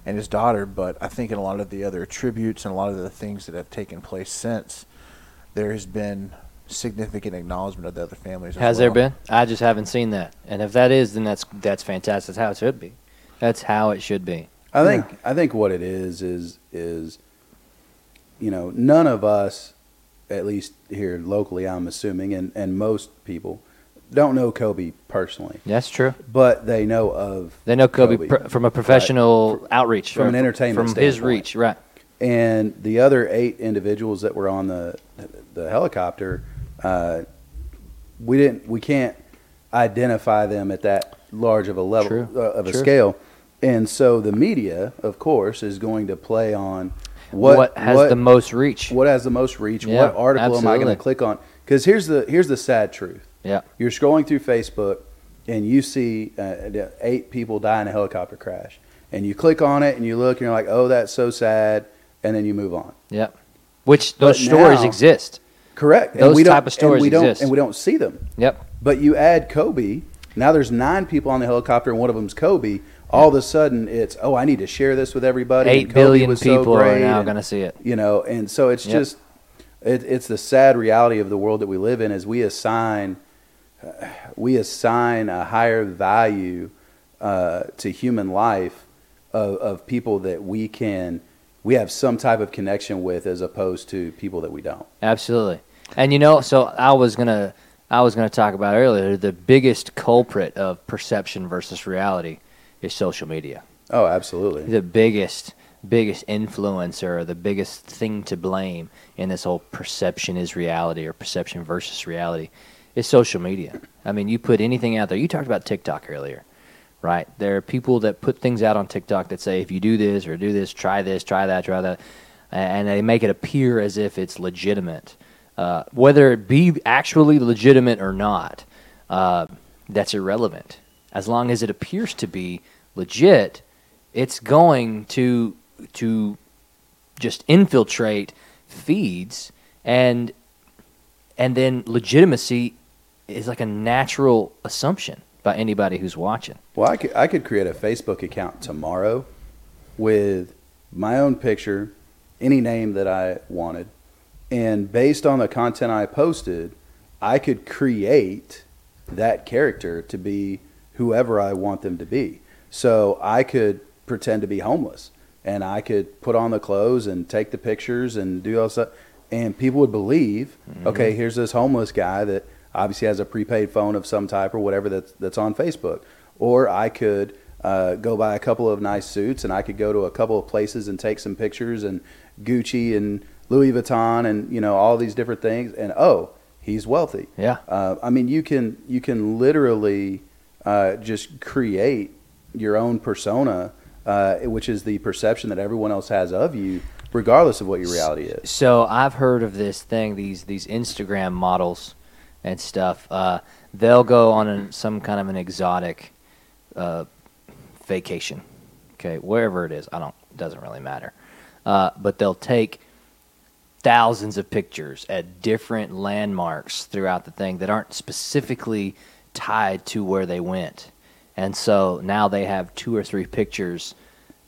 Speaker 3: and his daughter. But I think in a lot of the other tributes and a lot of the things that have taken place since, there has been significant acknowledgement of the other families. as
Speaker 2: Has there
Speaker 3: well.
Speaker 2: been? I just haven't seen that. And if that is, then that's that's fantastic. That's how it should be. That's how it should be.
Speaker 1: I think I think what it is is is you know none of us, at least here locally, I'm assuming, and and most people don't know Kobe personally,
Speaker 2: That's true.
Speaker 1: but they know of
Speaker 2: They know Kobe,
Speaker 1: Kobe.
Speaker 2: Pr- from a professional outreach,
Speaker 1: from an
Speaker 2: or
Speaker 1: entertainment
Speaker 2: from his
Speaker 1: standpoint.
Speaker 2: reach, right?
Speaker 1: and the other eight individuals that were on the the helicopter, uh, we didn't we can't identify them at that large of a level
Speaker 2: True.
Speaker 1: Uh, of a
Speaker 2: True.
Speaker 1: scale, and so the media, of course, is going to play on what
Speaker 2: has
Speaker 1: what-
Speaker 2: the most reach?
Speaker 1: what has the most reach,
Speaker 2: Yeah,
Speaker 1: what article am I
Speaker 2: absolutely.
Speaker 1: going to click on? Because here's the here's the sad truth.
Speaker 2: Yeah.
Speaker 1: You're scrolling through Facebook and you see uh, eight people die in a helicopter crash, and you click on it and you look and you're like, oh, that's so sad, and then you move on.
Speaker 2: yeah, which
Speaker 1: But
Speaker 2: those stories
Speaker 1: now-
Speaker 2: exist.
Speaker 1: Correct.
Speaker 2: Those
Speaker 1: and we don't-
Speaker 2: type of stories
Speaker 1: and we don't,
Speaker 2: exist.
Speaker 1: and we don't see them.
Speaker 2: Yep,
Speaker 1: But you add Kobe. Now there's nine people on the helicopter, and one of them's Kobe. All of a sudden, it's oh, I need to share this with everybody. and
Speaker 2: eight
Speaker 1: Kobe
Speaker 2: billion
Speaker 1: was so
Speaker 2: people are
Speaker 1: great,
Speaker 2: now
Speaker 1: and-
Speaker 2: going to see it.
Speaker 1: you know and so it's
Speaker 2: Yep.
Speaker 1: just it, it's the sad reality of the world that we live in is we assign we assign a higher value uh, to human life of, of people that we can we have some type of connection with as opposed to people that we don't
Speaker 2: Absolutely. And you know, so I was gonna I was gonna talk about earlier the biggest culprit of perception versus reality is social media.
Speaker 1: oh absolutely
Speaker 2: the biggest biggest influencer or the biggest thing to blame in this whole perception is reality or perception versus reality is social media. I mean, you put anything out there. You talked about TikTok earlier, right? There are people that put things out on TikTok that say, if you do this or do this, try this, try that, try that, and they make it appear as if it's legitimate, uh, whether it be actually legitimate or not. Uh, that's irrelevant. As long as it appears to be legit, it's going to to just infiltrate feeds and and then legitimacy is like a natural assumption by anybody who's watching.
Speaker 1: Well, I could, I could create a Facebook account tomorrow with my own picture, any name that I wanted, and based on the content I posted, I could create that character to be whoever I want them to be. So I could pretend to be homeless and I could put on the clothes and take the pictures and do all stuff. And people would believe, okay, here's this homeless guy that obviously has a prepaid phone of some type or whatever that's, that's on Facebook. Or I could uh, go buy a couple of nice suits and I could go to a couple of places and take some pictures and Gucci and Louis Vuitton and, you know, all these different things. And oh, he's wealthy.
Speaker 2: Yeah.
Speaker 1: Uh, I mean, you can you can literally uh, just create your own persona, uh, which is the perception that everyone else has of you, regardless of what your reality is.
Speaker 2: So I've heard of this thing these these Instagram models and stuff. Uh, they'll go on an, some kind of an exotic uh, vacation, okay, wherever it is. I don't doesn't really matter. Uh, but they'll take thousands of pictures at different landmarks throughout the thing that aren't specifically tied to where they went. And so now they have two or three pictures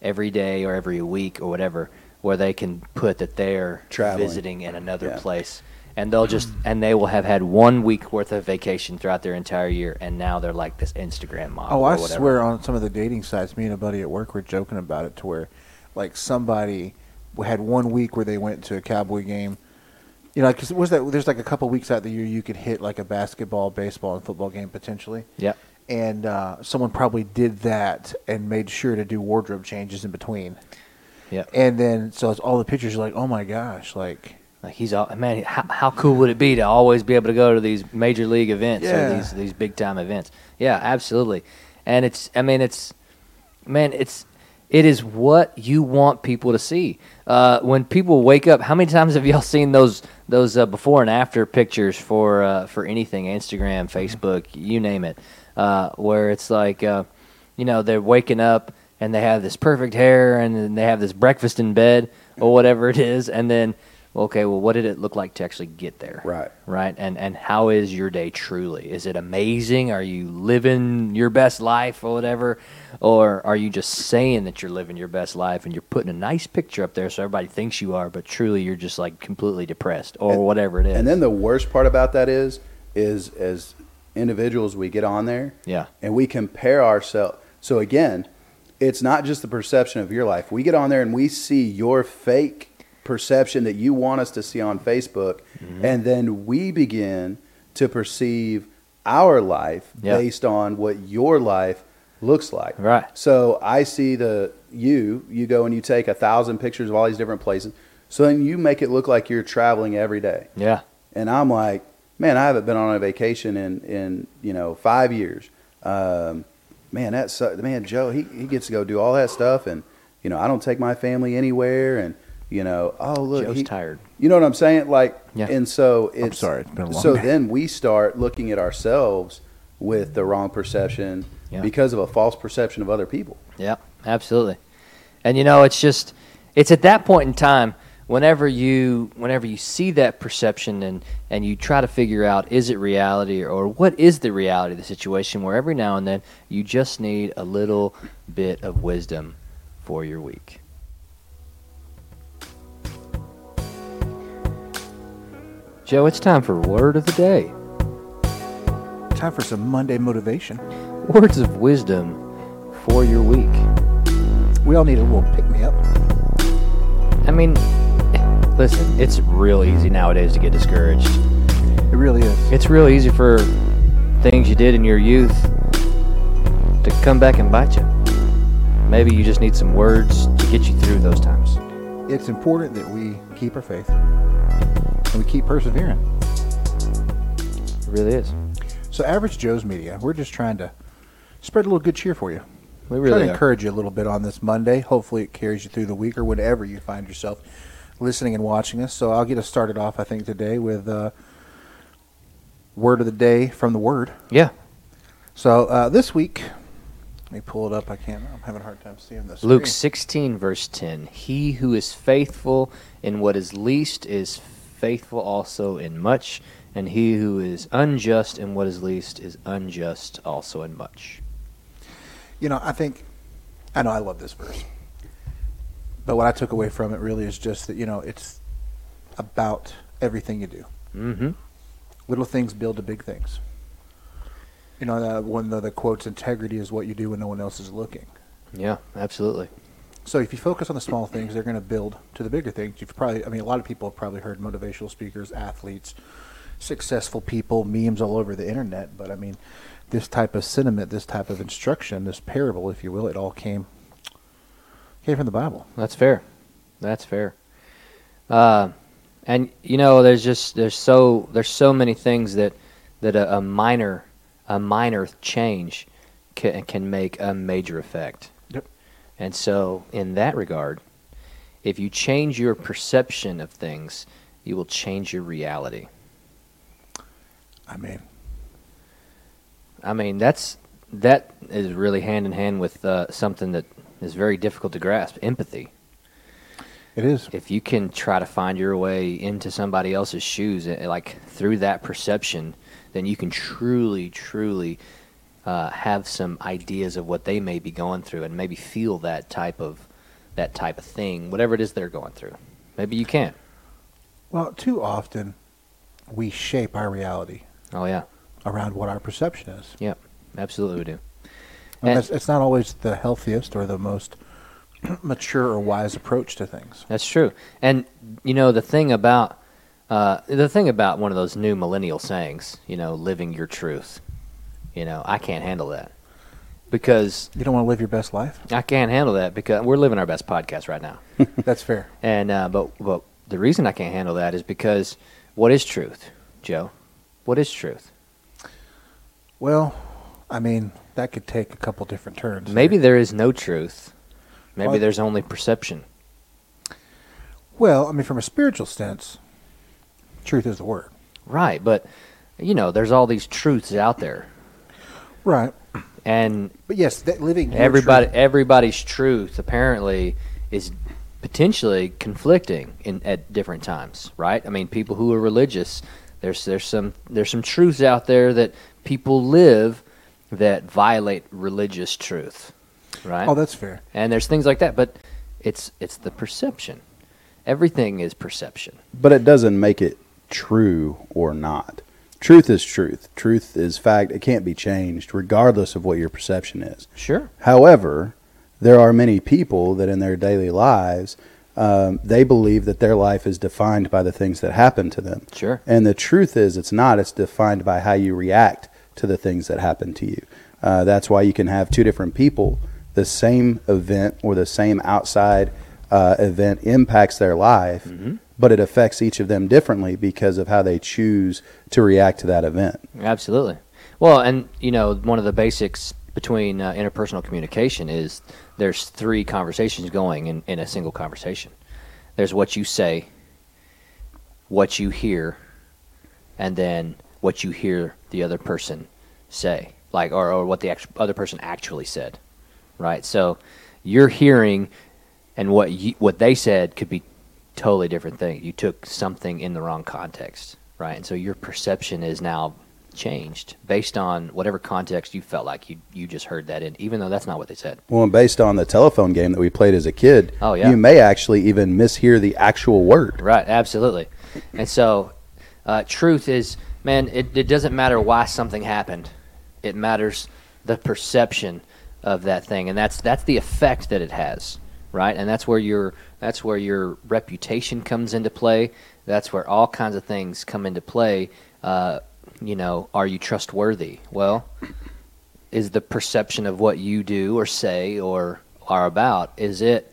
Speaker 2: every day or every week or whatever where they can put that they're
Speaker 1: Traveling.
Speaker 2: visiting in another
Speaker 1: Yeah.
Speaker 2: place. And they'll just and they will have had one week worth of vacation throughout their entire year and now they're like this Instagram model.
Speaker 3: Oh,
Speaker 2: or
Speaker 3: I
Speaker 2: whatever.
Speaker 3: swear on some of the dating sites, me and a buddy at work were joking about it to where, like, somebody had one week where they went to a Cowboy game. You know, like, 'cause was that there's like a couple weeks out the year you could hit like a basketball, baseball, and football game potentially.
Speaker 2: Yep.
Speaker 3: And uh, someone probably did that and made sure to do wardrobe changes in between.
Speaker 2: Yep.
Speaker 3: And then so it's all the pictures. You're like, oh my gosh, like
Speaker 2: Like he's all man. How, how cool would it be to always be able to go to these major league events
Speaker 3: Yeah.
Speaker 2: or these these big time events? Yeah, absolutely. And it's I mean it's man it's it is what you want people to see. Uh, when people wake up, how many times have y'all seen those those uh, before and after pictures for uh, for anything Instagram, Facebook, you name it, uh, where it's like uh, you know they're waking up and they have this perfect hair and then they have this breakfast in bed or whatever it is, and then okay, well, what did it look like to actually get there?
Speaker 1: Right.
Speaker 2: right and and how is your day truly is it amazing are you living your best life or whatever or are you just saying that you're living your best life and you're putting a nice picture up there so everybody thinks you are but truly you're just like completely depressed or
Speaker 1: And-
Speaker 2: whatever it is
Speaker 1: And then the worst part about that is, is as individuals we get on there,
Speaker 2: Yeah.
Speaker 1: and we compare ourselves. So again, it's not just the perception of your life. We get on there and we see your fake perception that you want us to see on Facebook,
Speaker 2: Mm-hmm.
Speaker 1: and then we begin to perceive our life
Speaker 2: Yeah.
Speaker 1: based on what your life looks like.
Speaker 2: Right.
Speaker 1: So I see the you, you go and you take a thousand pictures of all these different places. So then you make it look like you're traveling every day.
Speaker 2: yeah
Speaker 1: And I'm like, man, I haven't been on a vacation in, in you know, five years. Um, man, that's, man, Joe, he, he gets to go do all that stuff. And, you know, I don't take my family anywhere. And, you know, oh, look.
Speaker 2: Joe's
Speaker 1: he-
Speaker 2: tired.
Speaker 1: You know what I'm saying? Like,
Speaker 2: Yeah.
Speaker 1: and so it's.
Speaker 3: sorry, it's been a long
Speaker 1: So
Speaker 3: day.
Speaker 1: then we start looking at ourselves with the wrong perception
Speaker 2: Yeah.
Speaker 1: because of a false perception of other people.
Speaker 2: Yeah, absolutely. And you know, it's just it's at that point in time whenever you whenever you see that perception and and you try to figure out is it reality or, what is the reality of the situation where every now and then you just need a little bit of wisdom for your week. Joe, it's time for word of the day.
Speaker 3: time for some Monday motivation.
Speaker 2: Words of wisdom for your week.
Speaker 3: We all need a little pick me up.
Speaker 2: I mean, listen, it's real easy nowadays to get discouraged.
Speaker 3: It really is.
Speaker 2: It's real easy for things you did in your youth to come back and bite you. Maybe you just need some words to get you through those times.
Speaker 3: It's important that we keep our faith and we keep persevering.
Speaker 2: It really is.
Speaker 3: So, Average Joe's Media, we're just trying to spread a little good cheer for you.
Speaker 2: We
Speaker 3: Try
Speaker 2: really
Speaker 3: to
Speaker 2: are.
Speaker 3: encourage you a little bit on this Monday. Hopefully, it carries you through the week or whenever you find yourself listening and watching us. So I'll get us started off. I think today with uh, word of the day from the Word.
Speaker 2: Yeah.
Speaker 3: So uh, this week, let me pull it up. I can't. I'm having a hard time seeing this.
Speaker 2: Luke 16, verse 10. He who is faithful in what is least is faithful also in much, and he who is unjust in what is least is unjust also in much.
Speaker 3: You know, I think I know I love this verse. But what I took away from it really is just that, you know, it's about everything you do.
Speaker 2: hmm
Speaker 3: Little things build to big things. You know, that one of the quotes integrity is what you do when no one else is looking.
Speaker 2: Yeah, absolutely.
Speaker 3: So if you focus on the small things, they're going to build to the bigger things. You've probably, I mean, a lot of people have probably heard motivational speakers, athletes, successful people, memes all over the internet. But I mean, this type of sentiment, this type of instruction, this parable, if you will, it all came came from the Bible.
Speaker 2: That's fair. That's fair. Uh, and you know, there's just there's so there's so many things that that a, a minor a minor change can can make a major effect.
Speaker 3: Yep.
Speaker 2: And so, in that regard, if you change your perception of things, you will change your reality.
Speaker 3: I mean,
Speaker 2: I mean, that's that is really hand in hand with uh, something that is very difficult to grasp: empathy.
Speaker 3: it is.
Speaker 2: if you can try to find your way into somebody else's shoes eh, like through that perception then you can truly truly uh, have some ideas of what they may be going through and maybe feel that type of that type of thing whatever it is they're going through maybe you can
Speaker 3: Well, too often we shape our reality
Speaker 2: oh yeah
Speaker 3: around what our perception is.
Speaker 2: yep absolutely we do
Speaker 3: And
Speaker 2: And-
Speaker 3: it's, it's not always the healthiest or the most mature or wise approach to things.
Speaker 2: That's true. And you know the thing about uh, the thing about one of those new millennial sayings, you know, living your truth. You know, I can't handle that because
Speaker 3: You don't want to live your best life?
Speaker 2: I can't handle that because we're living our best podcast right now.
Speaker 3: That's fair.
Speaker 2: and uh, but but the reason I can't handle that is because what is truth, Joe? What is truth?
Speaker 3: Well, I mean, that could take a couple different turns.
Speaker 2: Maybe there is no truth. Maybe
Speaker 3: Well,
Speaker 2: there's only perception.
Speaker 3: Well, I mean, from a spiritual sense, truth is the word.
Speaker 2: Right, but you know, there's all these truths out there.
Speaker 3: Right.
Speaker 2: And
Speaker 3: But yes, that living your
Speaker 2: everybody
Speaker 3: truth-
Speaker 2: everybody's truth apparently is potentially conflicting in at different times right i mean people who are religious there's there's some there's some truths out there that people live that violate religious truth right
Speaker 3: Oh, that's fair.
Speaker 2: and there's things like that but it's it's the perception everything is perception
Speaker 1: But it doesn't make it true or not. Truth is truth. Truth is fact. It can't be changed, regardless of what your perception is.
Speaker 2: sure
Speaker 1: However, there are many people that in their daily lives, um, they believe that their life is defined by the things that happen to them.
Speaker 2: Sure.
Speaker 1: And the truth is, it's not. It's defined by how you react to the things that happen to you. Uh, that's why you can have two different people, the same event or the same outside uh, event impacts their life,
Speaker 2: Mm-hmm.
Speaker 1: but it affects each of them differently because of how they choose to react to that event.
Speaker 2: Absolutely. Well, and you know, one of the basics between uh, interpersonal communication is there's three conversations going in, in a single conversation. There's what you say, what you hear, and then what you hear the other person say, like or, or what the act- other person actually said, right? So you're hearing, and what you, what they said could be totally different thing. You took something in the wrong context, right? And so your perception is now changed based on whatever context you felt like you you just heard that in, even though that's not what they said.
Speaker 1: Well, and based on the telephone game that we played as a kid,
Speaker 2: Oh, yeah.
Speaker 1: you may actually even mishear the actual word.
Speaker 2: Right, absolutely. And so, uh, truth is, man, it, it doesn't matter why something happened. It matters the perception of that thing, and that's that's the effect that it has, right? And that's where your that's where your reputation comes into play. That's where all kinds of things come into play. Uh, you know, are you trustworthy? Well, is the perception of what you do or say or are about is it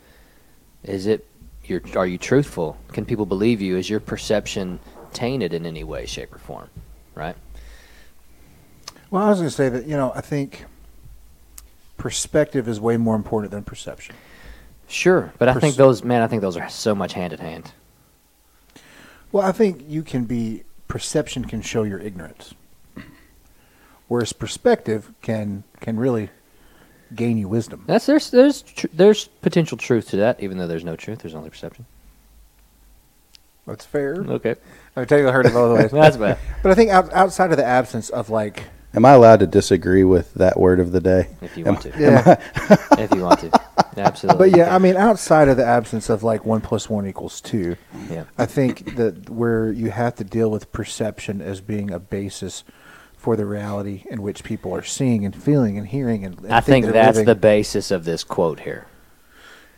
Speaker 2: is it your are you truthful can people believe you is your perception tainted in any way shape or form right
Speaker 3: Well, I was going to say that, you know, I think perspective is way more important than perception.
Speaker 2: Sure, but I think
Speaker 3: Perce-
Speaker 2: those man, I think those are so much hand in hand.
Speaker 3: Well, I think you can be perception can show your ignorance, whereas perspective can can really gain you wisdom.
Speaker 2: That's there's there's tr- there's potential truth to that, even though there's no truth. There's only perception.
Speaker 3: That's fair.
Speaker 2: Okay,
Speaker 3: I've technically heard it both ways.
Speaker 2: that's bad.
Speaker 3: But I think out, outside of the absence of like,
Speaker 1: Am I allowed to disagree with that word of the day?
Speaker 2: If you want to,
Speaker 3: yeah,
Speaker 2: if you want to, absolutely.
Speaker 3: but yeah, I mean, outside of the absence of like one plus one equals two,
Speaker 2: yeah,
Speaker 3: I think that where you have to deal with perception as being a basis for the reality in which people are seeing and feeling and hearing and, and
Speaker 2: I think
Speaker 3: they're
Speaker 2: that's the
Speaker 3: living.
Speaker 2: basis of this quote here.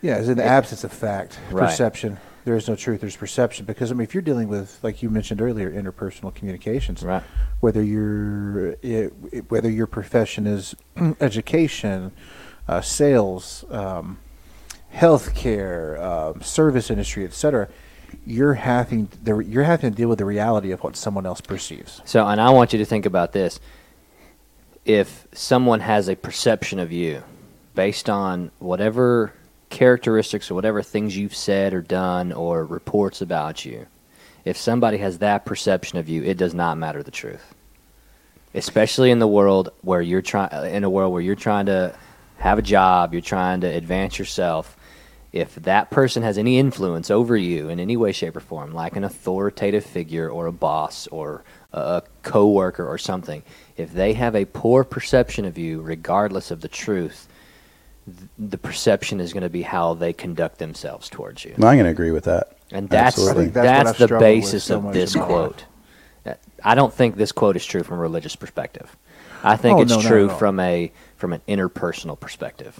Speaker 3: yeah is in the absence of fact
Speaker 2: Right.
Speaker 3: perception there is no truth there's perception because I mean if you're dealing with like you mentioned earlier interpersonal communications
Speaker 2: Right.
Speaker 3: whether your it, it- whether your profession is education uh, sales um, healthcare um, service industry etc you're having the, you're having to deal with the reality of what someone else perceives
Speaker 2: So, and I want you to think about this. If someone has a perception of you based on whatever characteristics or whatever things you've said or done or reports about you, if somebody has that perception of you, it does not matter the truth. Especially in the world where you're trying in a world where you're trying to have a job, you're trying to advance yourself. If that person has any influence over you in any way, shape, or form, like an authoritative figure or a boss or a coworker or something, if they have a poor perception of you, regardless of the truth, th- the perception is going to be how they conduct themselves towards you.
Speaker 1: No, I'm going to agree with that.
Speaker 2: And that's
Speaker 1: Absolutely. I think
Speaker 2: that's,
Speaker 3: that's what I've
Speaker 2: the
Speaker 3: struggled with
Speaker 2: basis
Speaker 3: so
Speaker 2: of
Speaker 3: much
Speaker 2: this
Speaker 3: in my life.
Speaker 2: quote. I don't think this quote is true from a religious perspective. I think
Speaker 3: Oh,
Speaker 2: it's
Speaker 3: no, not
Speaker 2: true
Speaker 3: at all.
Speaker 2: from a from an interpersonal perspective.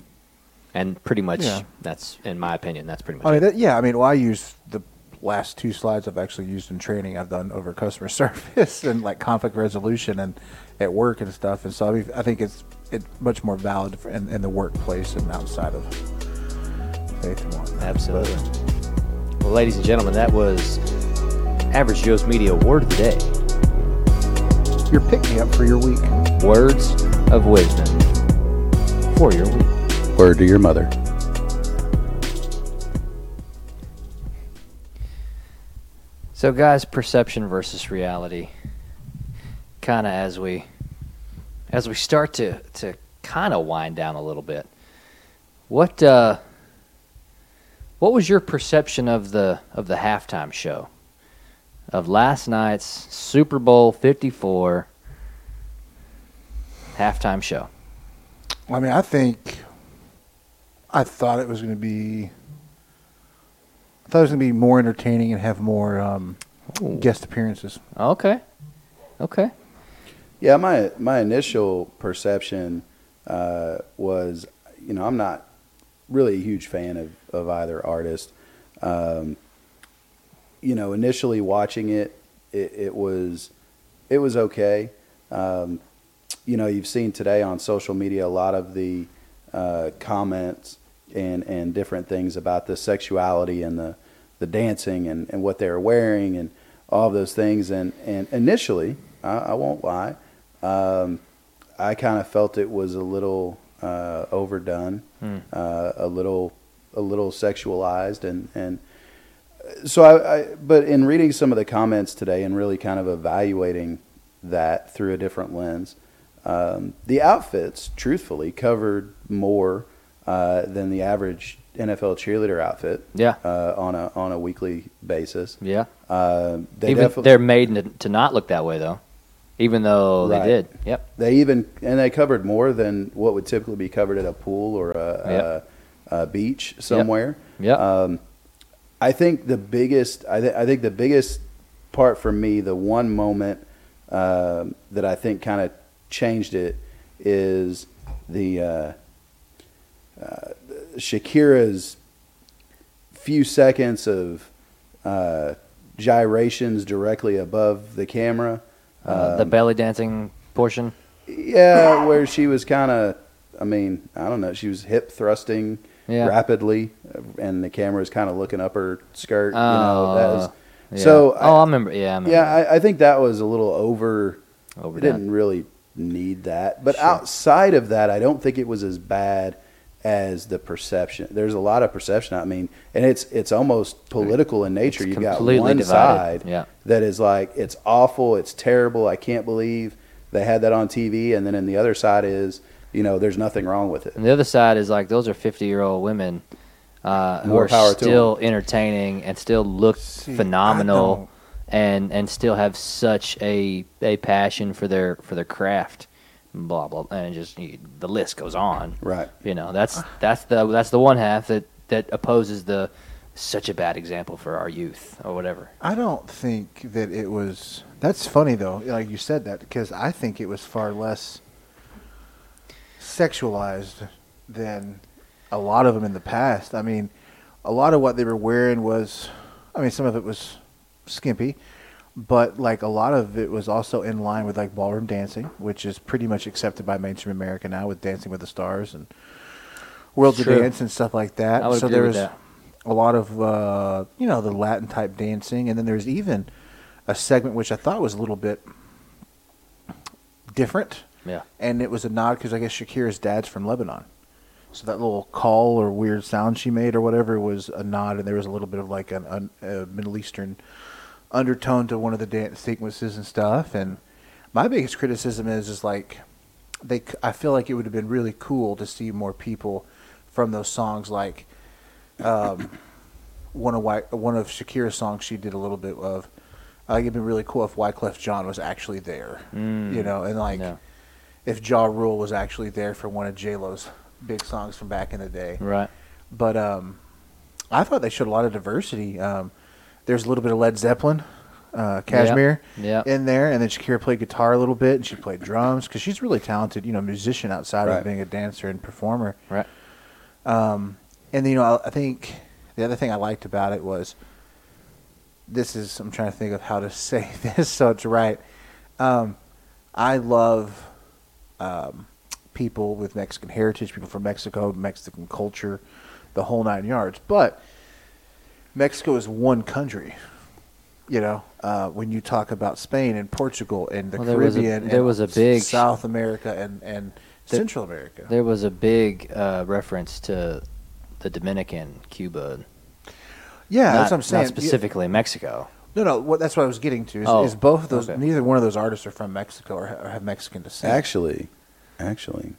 Speaker 2: And pretty much
Speaker 3: Yeah.
Speaker 2: that's in my opinion, that's pretty much
Speaker 3: I mean
Speaker 2: it.
Speaker 3: that, yeah I mean well I use the last two slides I've actually used in training I've done over customer service and like conflict resolution and at work and stuff and so I, mean, I think it's it's much more valid for- in, in the workplace and outside of faith and whatnot.
Speaker 2: Absolutely. Well, ladies and gentlemen, that was Average Joe's Media Word of the Day.
Speaker 3: But Your pick me up for your week.
Speaker 2: Words of Wisdom for your week.
Speaker 1: Word to your mother.
Speaker 2: So, guys, perception versus reality. Kind of as we as we start to to kind of wind down a little bit. What uh, what was your perception of the of the halftime show of last night's Super Bowl Fifty Four halftime show?
Speaker 3: Well, I mean, I think I thought it was going to be. I thought it was going to be more entertaining and have more um, guest appearances.
Speaker 2: Okay, okay,
Speaker 1: Yeah, my my initial perception uh, was, you know, I'm not really a huge fan of, of either artist. Um, you know, initially watching it, it, it was it was okay. Um, you know, you've seen today on social media a lot of the uh, comments and and different things about the sexuality and the the dancing and, and what they were wearing and all of those things. And and initially, I, I won't lie, um, I kind of felt it was a little uh, overdone, uh, a little a little sexualized and and uh, so I, I but in reading some of the comments today and really kind of evaluating that through a different lens um, the outfits truthfully covered more uh, than the average nfl cheerleader outfit
Speaker 2: Yeah.
Speaker 1: uh, on a on a weekly basis
Speaker 2: yeah.
Speaker 1: uh, they
Speaker 2: Even
Speaker 1: defi-
Speaker 2: they're made to, to not look that way though, even though
Speaker 1: Right.
Speaker 2: they did. Yep.
Speaker 1: They even and they covered more than what would typically be covered at a pool or a,
Speaker 2: Yep.
Speaker 1: a, a beach somewhere.
Speaker 2: Yep.
Speaker 1: Um, I think the biggest. I, th- I think the biggest part for me, the one moment um that I think kind of changed it is the uh, uh, Shakira's few seconds of uh, gyrations directly above the camera.
Speaker 2: Uh,
Speaker 1: Um,
Speaker 2: the belly dancing portion.
Speaker 1: Yeah, where she was kind of, I mean, I don't know, she was hip thrusting
Speaker 2: Yeah.
Speaker 1: rapidly, uh, and the camera was kind of looking up her skirt. you know, that was-
Speaker 2: Oh, yeah.
Speaker 1: So,
Speaker 2: oh, I,
Speaker 1: I,
Speaker 2: remember. Yeah, I remember.
Speaker 1: yeah, I, I think that was a little over. It
Speaker 2: Overdone.
Speaker 1: didn't really need that. But
Speaker 3: Sure.
Speaker 1: outside of that, I don't think it was as bad as the perception. There's a lot of perception. I mean, and it's it's almost political in nature.
Speaker 2: It's
Speaker 1: You've got
Speaker 2: completely
Speaker 1: one
Speaker 2: divided.
Speaker 1: side
Speaker 2: Yeah.
Speaker 1: that is like it's awful, it's terrible. I can't believe they had that on TV, and then in the other side is you know there's nothing wrong with it.
Speaker 2: And the other side is like those are fifty year old women uh, who
Speaker 1: More
Speaker 2: are
Speaker 1: power to
Speaker 2: still entertaining and still look
Speaker 3: See, I don't-
Speaker 2: phenomenal and and still have such a a passion for their for their craft. and Blah blah, and it just you- the list goes on.
Speaker 1: Right.
Speaker 2: You know that's that's the that's the one half that that opposes the such a bad example for our youth or whatever.
Speaker 3: I don't think that it was. That's funny though, like you said that because I think it was far less sexualized than a lot of them in the past. I mean, a lot of what they were wearing was, I mean, some of it was skimpy, but like a lot of it was also in line with like ballroom dancing, which is pretty much accepted by mainstream America now with Dancing with the Stars and Worlds of
Speaker 2: True.
Speaker 3: Dance and stuff like that.
Speaker 2: I would
Speaker 3: so
Speaker 2: agree
Speaker 3: there
Speaker 2: with
Speaker 3: was
Speaker 2: that.
Speaker 3: a lot of uh, you know the Latin type dancing, and then there's even a segment which I thought was a little bit different,
Speaker 2: Yeah.
Speaker 3: and it was a nod because I guess Shakira's dad's from Lebanon, so that little call or weird sound she made or whatever was a nod, and there was a little bit of like an, an a Middle Eastern undertone to one of the dance sequences and stuff. And my biggest criticism is is like they c- I feel like it would have been really cool to see more people from those songs like um, one of Wy- one of Shakira's songs she did a little bit of. I think it'd be really cool if Wyclef John was actually there, you know, and like
Speaker 2: Mm. yeah.
Speaker 3: if Ja Rule was actually there for one of J Lo's big songs from back in the day.
Speaker 2: Right.
Speaker 3: But um, I thought they showed a lot of diversity. Um, there's a little bit of Led Zeppelin, uh, Kashmir,
Speaker 2: Yep.
Speaker 3: in there, and then Shakira played guitar a little bit, and she played drums because she's really talented, you know, musician outside
Speaker 1: Right.
Speaker 3: of being a dancer and performer.
Speaker 2: Right.
Speaker 3: And you know, I, I think the other thing I liked about it was this is I'm trying to think of how to say this so it's right. Um, I love um, people with Mexican heritage, people from Mexico, Mexican culture, the whole nine yards. But Mexico is one country. You know, uh, when you talk about Spain and Portugal and the
Speaker 2: Well, there was a-
Speaker 3: Caribbean,
Speaker 2: there
Speaker 3: and
Speaker 2: was a big-
Speaker 3: South America and and Central America.
Speaker 2: There was a big uh, reference to the Dominican, Cuba.
Speaker 3: yeah,
Speaker 2: not,
Speaker 3: that's what I'm
Speaker 2: not
Speaker 3: saying. You-
Speaker 2: specifically Mexico.
Speaker 3: No, no. What, that's what I was getting to. Is,
Speaker 2: Oh,
Speaker 3: is both of those?
Speaker 2: okay.
Speaker 3: Neither one of those artists are from Mexico or, ha- or have Mexican descent.
Speaker 1: Actually, actually,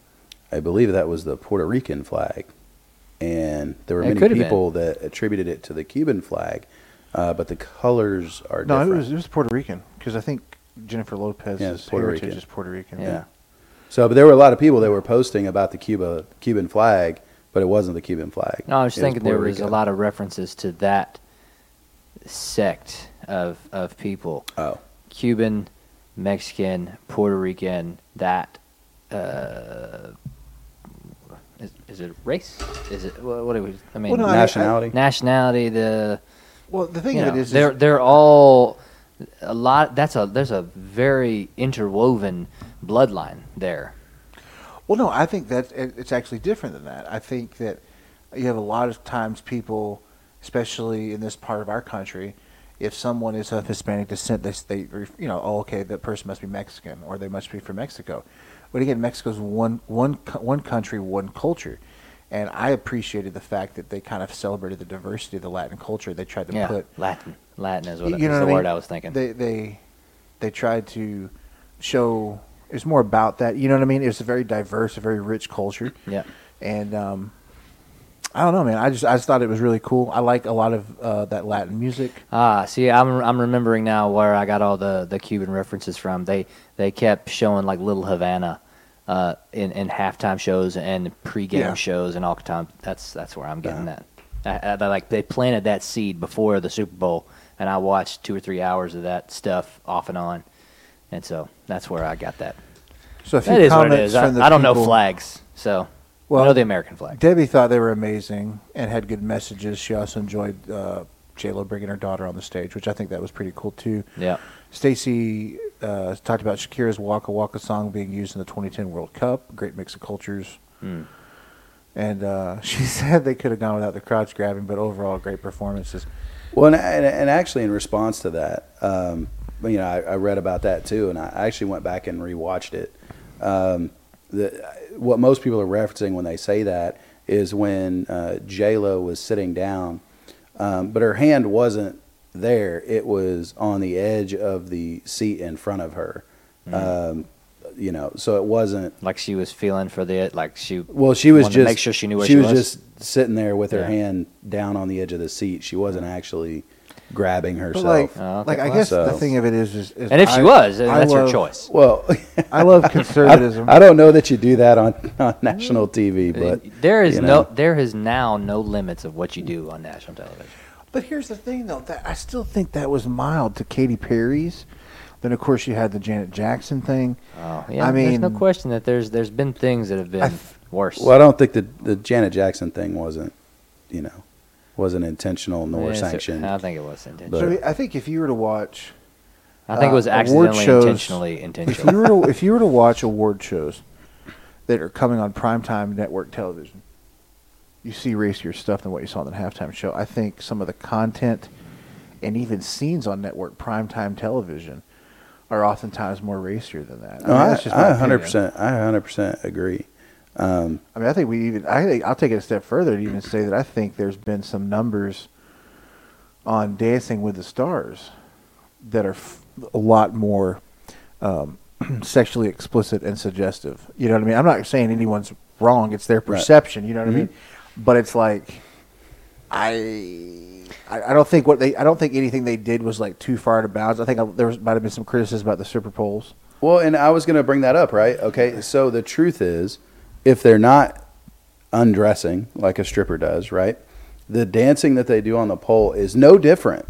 Speaker 1: I believe that was the Puerto Rican flag, and there were
Speaker 2: It could
Speaker 1: many
Speaker 2: have been.
Speaker 1: people that attributed it to the Cuban flag, uh, but the colors are
Speaker 3: no,
Speaker 1: different.
Speaker 3: it was it was Puerto Rican because I think Jennifer Lopez's
Speaker 1: Yeah, it's Puerto
Speaker 3: heritage
Speaker 1: Rican.
Speaker 3: is Puerto Rican.
Speaker 2: Yeah.
Speaker 1: So, but there were a lot of people that were posting about the Cuba Cuban flag, but it wasn't the Cuban flag.
Speaker 2: No, I was
Speaker 1: It
Speaker 2: thinking there
Speaker 1: Puerto
Speaker 2: was a
Speaker 1: Rico.
Speaker 2: lot of references to that sect of of people:
Speaker 1: Oh,
Speaker 2: Cuban, Mexican, Puerto Rican. That uh, is, is it race? Is it what, what do we? I mean,
Speaker 3: Well, no, I-
Speaker 1: nationality.
Speaker 2: nationality. The
Speaker 3: Well, the thing
Speaker 2: you
Speaker 3: of
Speaker 2: know,
Speaker 3: it is,
Speaker 2: they're
Speaker 3: is
Speaker 2: they're all a lot. That's a there's a very interwoven bloodline there.
Speaker 3: well, no, I think that it, it's actually different than that. I think that you have a lot of times people, especially in this part of our country, if someone is of Hispanic descent, they s- they re- you know, oh, okay, that person must be Mexican or they must be from Mexico. But again, Mexico's one one co- one country, one culture. And I appreciated the fact that they kind of celebrated the diversity of the Latin culture. They tried to
Speaker 2: Yeah,
Speaker 3: put
Speaker 2: Latin. Latin is what,
Speaker 3: Y-
Speaker 2: is the
Speaker 3: what I mean?
Speaker 2: word I was thinking.
Speaker 3: They they they tried to show it was more about that. You know what I mean? It was a very diverse, a very rich culture.
Speaker 2: Yeah.
Speaker 3: And um, I don't know, man. I just I just thought it was really cool. I like a lot of uh, that Latin music.
Speaker 2: Ah, see, I'm I'm remembering now where I got all the, the Cuban references from. They they kept showing like Little Havana, uh, in, in halftime shows and pregame
Speaker 3: Yeah. Uh-huh.
Speaker 2: shows and all time. That's that's where I'm getting
Speaker 1: Yeah.
Speaker 2: that. I, I, they, like they planted that seed before the Super Bowl, and I watched two or three hours of that stuff off and on, and so that's where I got that.
Speaker 3: So a few
Speaker 2: That is what
Speaker 3: comments
Speaker 2: it is. I,
Speaker 3: from the
Speaker 2: I don't know
Speaker 3: people-
Speaker 2: flags, so I
Speaker 3: Well,
Speaker 2: know the American flag.
Speaker 3: Debbie thought they were amazing and had good messages. She also enjoyed uh, J Lo bringing her daughter on the stage, which I think that was pretty cool too.
Speaker 2: Yeah.
Speaker 3: Stacy uh, talked about Shakira's Waka Waka song being used in the 2010 World Cup. Great mix of cultures.
Speaker 2: Hmm.
Speaker 3: And uh, she said they could have gone without the crotch grabbing, but overall, great performances.
Speaker 1: Well, and, and, and actually, in response to that, um, you know, I, I read about that too, and I actually went back and rewatched it um, the, what most people are referencing when they say that is when uh, J Lo was sitting down, um, but her hand wasn't there; it was on the edge of the seat in front of her. Um, you know, so it wasn't.
Speaker 2: Like she was feeling for the like she.
Speaker 1: Well, she was
Speaker 2: wanted
Speaker 1: just
Speaker 2: to make sure she knew where she,
Speaker 1: was, just sitting there with her
Speaker 2: Yeah.
Speaker 1: hand down on the edge of the seat. She wasn't actually grabbing
Speaker 3: But
Speaker 1: herself.
Speaker 3: like,
Speaker 2: Oh, okay.
Speaker 3: like I guess the
Speaker 1: So-
Speaker 3: thing of it is, is, is
Speaker 2: And if she
Speaker 3: I-
Speaker 2: was, then
Speaker 3: I
Speaker 2: that's her
Speaker 3: love-
Speaker 2: choice.
Speaker 1: well,
Speaker 3: I love
Speaker 1: I,
Speaker 3: conservatism.
Speaker 1: I don't know that you do that on, on
Speaker 3: Mm-hmm.
Speaker 1: national TV, but
Speaker 2: there is
Speaker 1: you know.
Speaker 2: no, there is now no limits of what you do on national television.
Speaker 3: But here's the thing, though. That I still think that was mild to Katy Perry's. Then, of course, you had the Janet Jackson thing.
Speaker 2: Oh, yeah.
Speaker 3: I
Speaker 2: there's no
Speaker 3: mean-
Speaker 2: question that there's there's been things that have been
Speaker 3: I f-
Speaker 2: worse.
Speaker 1: Well, I don't think the the Janet Jackson thing wasn't, you know, wasn't intentional nor
Speaker 2: Yeah, so-
Speaker 1: sanctioned.
Speaker 2: I think it was intentional.
Speaker 1: But-
Speaker 3: So I mean, I think if you were to watch,
Speaker 2: I think it was
Speaker 3: uh, award
Speaker 2: accidentally,
Speaker 3: shows-
Speaker 2: intentionally,
Speaker 3: if you
Speaker 2: intentional.
Speaker 3: were to, if you were to watch award shows that are coming on primetime network television, you see racier stuff than what you saw in the halftime show. I think some of the content and even scenes on network primetime television are oftentimes more racier than that. I
Speaker 1: No,
Speaker 3: mean,
Speaker 1: I,
Speaker 3: that's just my
Speaker 1: Oh, I
Speaker 3: opinion.
Speaker 1: 100%, I 100% agree.
Speaker 3: I mean, I think we even. I think I'll take it a step further and even say that I think there's been some numbers on Dancing with the Stars that are f- a lot more um, sexually explicit and suggestive. You know what I mean? I'm not saying anyone's wrong; it's their perception. You know what
Speaker 1: Mm-hmm.
Speaker 3: I mean? But it's like I, I I don't think what they. I don't think anything they did was like too far out of bounds. I think I, there was, might have been some criticism about the Super Bowls.
Speaker 1: Well, and I was going to bring that up, right? Okay, so the truth is, if they're not undressing like a stripper does, right, the dancing that they do on the pole is no different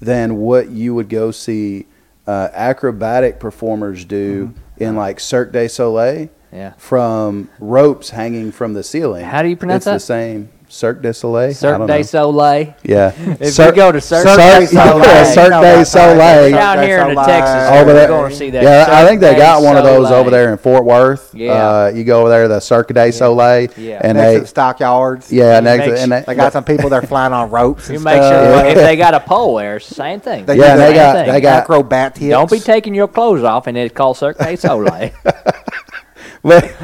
Speaker 1: than what you would go see uh, acrobatic performers do in like Cirque du Soleil.
Speaker 2: Mm-hmm. Yeah.
Speaker 1: From ropes hanging from the ceiling.
Speaker 2: How do you pronounce
Speaker 1: it's
Speaker 2: that?
Speaker 1: It's the same Cirque du Soleil. I
Speaker 2: Cirque
Speaker 1: don't
Speaker 2: du
Speaker 1: know.
Speaker 2: Soleil.
Speaker 1: Yeah.
Speaker 2: If you go to Cirque,
Speaker 1: Cirque-
Speaker 2: du Soleil,
Speaker 1: yeah, Cirque du Soleil.
Speaker 2: down here in
Speaker 3: Soleil.
Speaker 2: Texas,
Speaker 1: Over
Speaker 2: we're
Speaker 1: there,
Speaker 2: going to see that.
Speaker 1: yeah, I
Speaker 2: Cirque
Speaker 1: think they
Speaker 2: du
Speaker 1: got one of those
Speaker 2: Soleil.
Speaker 1: over there in Fort Worth.
Speaker 2: Yeah.
Speaker 1: uh, you go over there, the Cirque du Soleil,
Speaker 2: Yeah.
Speaker 1: and
Speaker 3: Next
Speaker 1: they,
Speaker 3: to the stockyards.
Speaker 1: yeah,
Speaker 2: You
Speaker 1: next,
Speaker 2: make-
Speaker 1: and they,
Speaker 3: They got some people that are flying on ropes.
Speaker 2: You
Speaker 3: and
Speaker 2: make sure
Speaker 1: Yeah.
Speaker 2: if they got a pole there, it's the same thing.
Speaker 3: They
Speaker 1: Yeah,
Speaker 2: It's
Speaker 3: do
Speaker 2: the
Speaker 1: they
Speaker 2: same
Speaker 1: got-
Speaker 2: thing.
Speaker 1: they got-
Speaker 3: acrobat hips.
Speaker 2: Don't be taking your clothes off, and it calls Cirque du Soleil.
Speaker 1: But-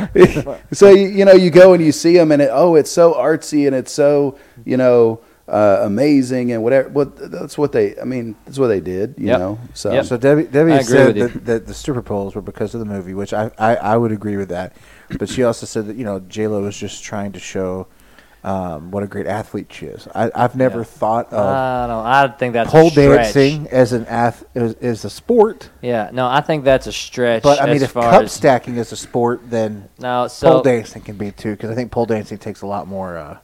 Speaker 1: so you, you know, you go and you see them, and it, oh, it's so artsy and it's so you know uh, amazing and whatever. But th- that's what they, I mean, that's what they did. You
Speaker 2: Yep.
Speaker 1: know, so
Speaker 2: Yep.
Speaker 3: So Debbie, Debbie
Speaker 2: I agree
Speaker 3: said
Speaker 2: with you.
Speaker 3: that, that the stripper poles were because of the movie, which I, I, I would agree with that. But she also said that you know J Lo was just trying to show um, what a great athlete she is. I, I've never
Speaker 2: Yeah.
Speaker 3: thought
Speaker 1: Oh.
Speaker 3: of
Speaker 2: I don't. I think that's a
Speaker 3: pole
Speaker 2: stretch.
Speaker 3: dancing as an ath as, as a sport,
Speaker 2: Yeah, no, I think that's a stretch.
Speaker 3: but I mean
Speaker 2: as
Speaker 3: if
Speaker 2: far
Speaker 3: cup
Speaker 2: as,
Speaker 3: stacking is a sport, then
Speaker 2: no, so
Speaker 3: pole dancing can be too. Because I think pole dancing takes a lot more uh,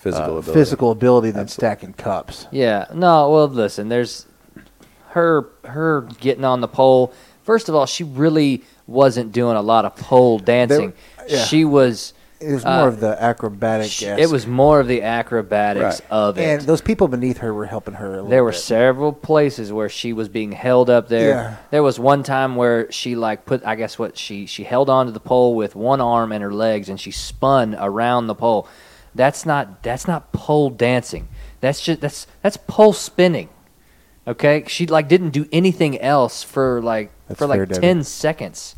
Speaker 1: physical,
Speaker 3: uh,
Speaker 1: ability.
Speaker 3: physical ability than stacking cups.
Speaker 2: Yeah. No. Well, listen. There's her her getting on the pole. First of all, she really wasn't doing a lot of pole dancing.
Speaker 3: yeah.
Speaker 2: She was.
Speaker 3: It was more
Speaker 2: Uh,
Speaker 3: of the acrobatic.
Speaker 2: sh- it was more of the acrobatics
Speaker 1: Right.
Speaker 2: of
Speaker 3: and
Speaker 2: it.
Speaker 3: those people beneath her were helping her. A little
Speaker 2: There were
Speaker 3: bit.
Speaker 2: several places where she was being held up there.
Speaker 3: Yeah.
Speaker 2: There was one time where she like put I guess what she she held onto the pole with one arm and her legs and she spun around the pole. That's not that's not pole dancing. That's just that's that's pole spinning. Okay? She like didn't do anything else for like
Speaker 3: That's
Speaker 2: for like
Speaker 3: fair,
Speaker 2: 10
Speaker 3: Debbie.
Speaker 2: seconds.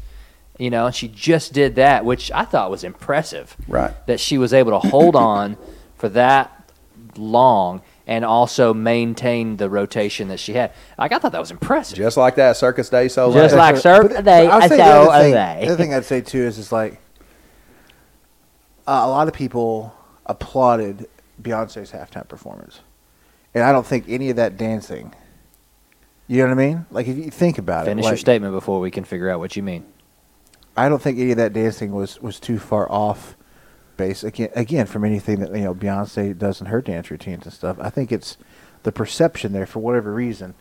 Speaker 2: You know, and she just did that, which I thought was impressive
Speaker 1: right?
Speaker 2: that she was able to hold on for that long and also maintain the rotation that she had. Like I thought that was impressive.
Speaker 1: Just like that, Circus Day Soleil.
Speaker 2: Just like- Cirque
Speaker 3: But-
Speaker 2: du Soleil,
Speaker 3: but I'll say the
Speaker 2: Soleil.
Speaker 3: other thing- The other thing I'd say too is, it's like uh, a lot of people applauded Beyonce's halftime performance, and I don't think any of that dancing. You know what I mean? Like if you think about
Speaker 2: Finish
Speaker 3: it,
Speaker 2: your
Speaker 3: like,
Speaker 2: statement before we can figure out what you mean.
Speaker 3: I don't think any of that dancing was was too far off base again again from anything that you know Beyonce does in her dance routines and stuff. I think it's the perception there for whatever reason.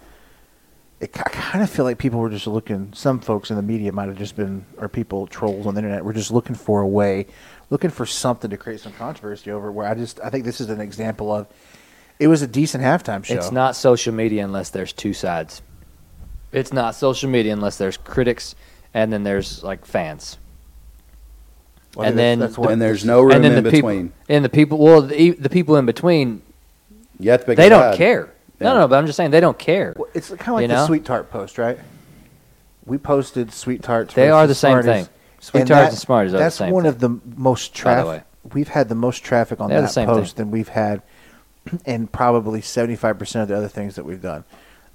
Speaker 3: It, ki- I kind of feel like people were just looking. Some folks in the media might have just been, or people trolls on the internet were just looking for a way, looking for something to create some controversy over. Where I just, I think this is an example of it was a decent halftime show.
Speaker 2: It's not social media unless there's two sides. It's not social media unless there's critics and then there's like fans.
Speaker 3: Well, I
Speaker 2: and
Speaker 3: think
Speaker 2: then
Speaker 3: what-
Speaker 1: and there's no room
Speaker 2: and then
Speaker 1: in
Speaker 2: the
Speaker 1: between.
Speaker 2: people and the people well the, e, the people in between
Speaker 1: you have to pick a
Speaker 2: they don't
Speaker 1: side.
Speaker 2: care. No,
Speaker 1: Yeah.
Speaker 2: no, but I'm just saying they don't care.
Speaker 3: Well, it's kind of like
Speaker 2: You
Speaker 3: the
Speaker 2: know?
Speaker 3: sweet tart post, right? We posted sweet tarts.
Speaker 2: They
Speaker 3: versus
Speaker 2: are the same
Speaker 3: Smarties,
Speaker 2: thing. Sweet Tards
Speaker 3: And that-
Speaker 2: and Smarties are the
Speaker 3: That's
Speaker 2: same
Speaker 3: one
Speaker 2: thing.
Speaker 3: of the most
Speaker 2: By the
Speaker 3: traffic. We've had the most traffic on
Speaker 2: They're the
Speaker 3: that
Speaker 2: same thing.
Speaker 3: post than we've had, and probably seventy five percent of the other things that we've done,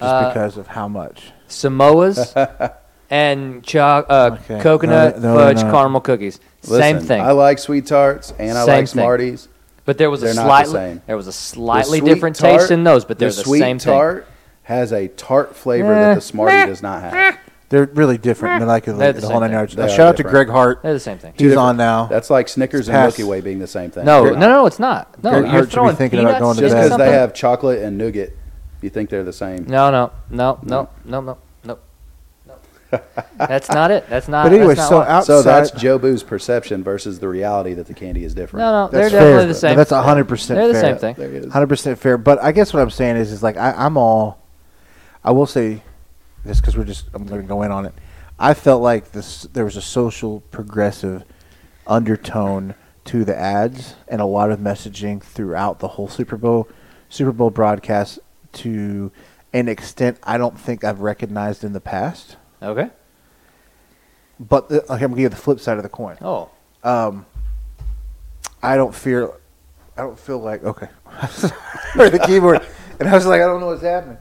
Speaker 3: just
Speaker 2: Uh,
Speaker 3: because of how much.
Speaker 2: Samoas and cho- uh,
Speaker 3: Okay.
Speaker 2: coconut
Speaker 3: No, no, they're
Speaker 2: fudge
Speaker 3: not.
Speaker 2: caramel cookies. same
Speaker 1: Listen,
Speaker 2: thing.
Speaker 1: I like sweet tarts and I like
Speaker 2: Same thing.
Speaker 1: Smarties.
Speaker 2: but there was a
Speaker 1: they're not the
Speaker 2: slightly
Speaker 1: same.
Speaker 2: there was a
Speaker 1: The
Speaker 2: slightly
Speaker 1: sweet
Speaker 2: different
Speaker 1: tart-
Speaker 2: taste in those, but they're the,
Speaker 1: sweet
Speaker 2: same thing.
Speaker 1: tart has a tart flavor
Speaker 2: Eh.
Speaker 1: that the Smartie does not have.
Speaker 3: They're really different. They're like the,
Speaker 2: They're the
Speaker 3: the
Speaker 2: same
Speaker 3: whole nine
Speaker 2: thing.
Speaker 3: yards. Uh,
Speaker 1: They are
Speaker 3: Shout out to
Speaker 1: different.
Speaker 3: Greg Hart.
Speaker 2: They're the same thing.
Speaker 3: He's
Speaker 1: Two
Speaker 3: on
Speaker 1: different-
Speaker 3: now.
Speaker 1: That's like Snickers and
Speaker 3: Pass.
Speaker 1: Milky Way being the same thing.
Speaker 2: No,
Speaker 1: You're-
Speaker 2: no, no, it's not. No,
Speaker 3: Greg Hart
Speaker 2: you're
Speaker 3: should be
Speaker 2: throwing
Speaker 3: thinking about
Speaker 2: peanuts
Speaker 3: going to
Speaker 1: Just
Speaker 2: into
Speaker 3: bed.
Speaker 1: because
Speaker 2: something.
Speaker 1: they have chocolate and nougat, you think they're the same.
Speaker 2: No, no, no, no, no, no, no. no. that's not it. That's not.
Speaker 3: But anyway,
Speaker 2: that's not
Speaker 3: so
Speaker 2: why.
Speaker 3: out-
Speaker 1: So that's
Speaker 3: Outside-
Speaker 1: Joe Boo's perception versus the reality that the candy is different.
Speaker 2: no, no, they're
Speaker 3: That's
Speaker 2: definitely
Speaker 3: fair.
Speaker 2: the same.
Speaker 3: No, that's hundred percent.
Speaker 2: They're the
Speaker 3: fair.
Speaker 2: same thing.
Speaker 1: There it is.
Speaker 3: Hundred percent fair. But I guess what I'm saying is, is like I, I'm all. I will say this because we're just I'm going to go in on it. I felt like this there was a social progressive undertone to the ads and a lot of messaging throughout the whole Super Bowl Super Bowl broadcast to an extent I don't think I've recognized in the past.
Speaker 2: Okay.
Speaker 3: But the, okay, I'm going to give the flip side of the coin.
Speaker 2: Oh,
Speaker 3: Um, I don't fear. I don't feel like okay. Sorry, the keyboard, and I was like, I don't know what's happening,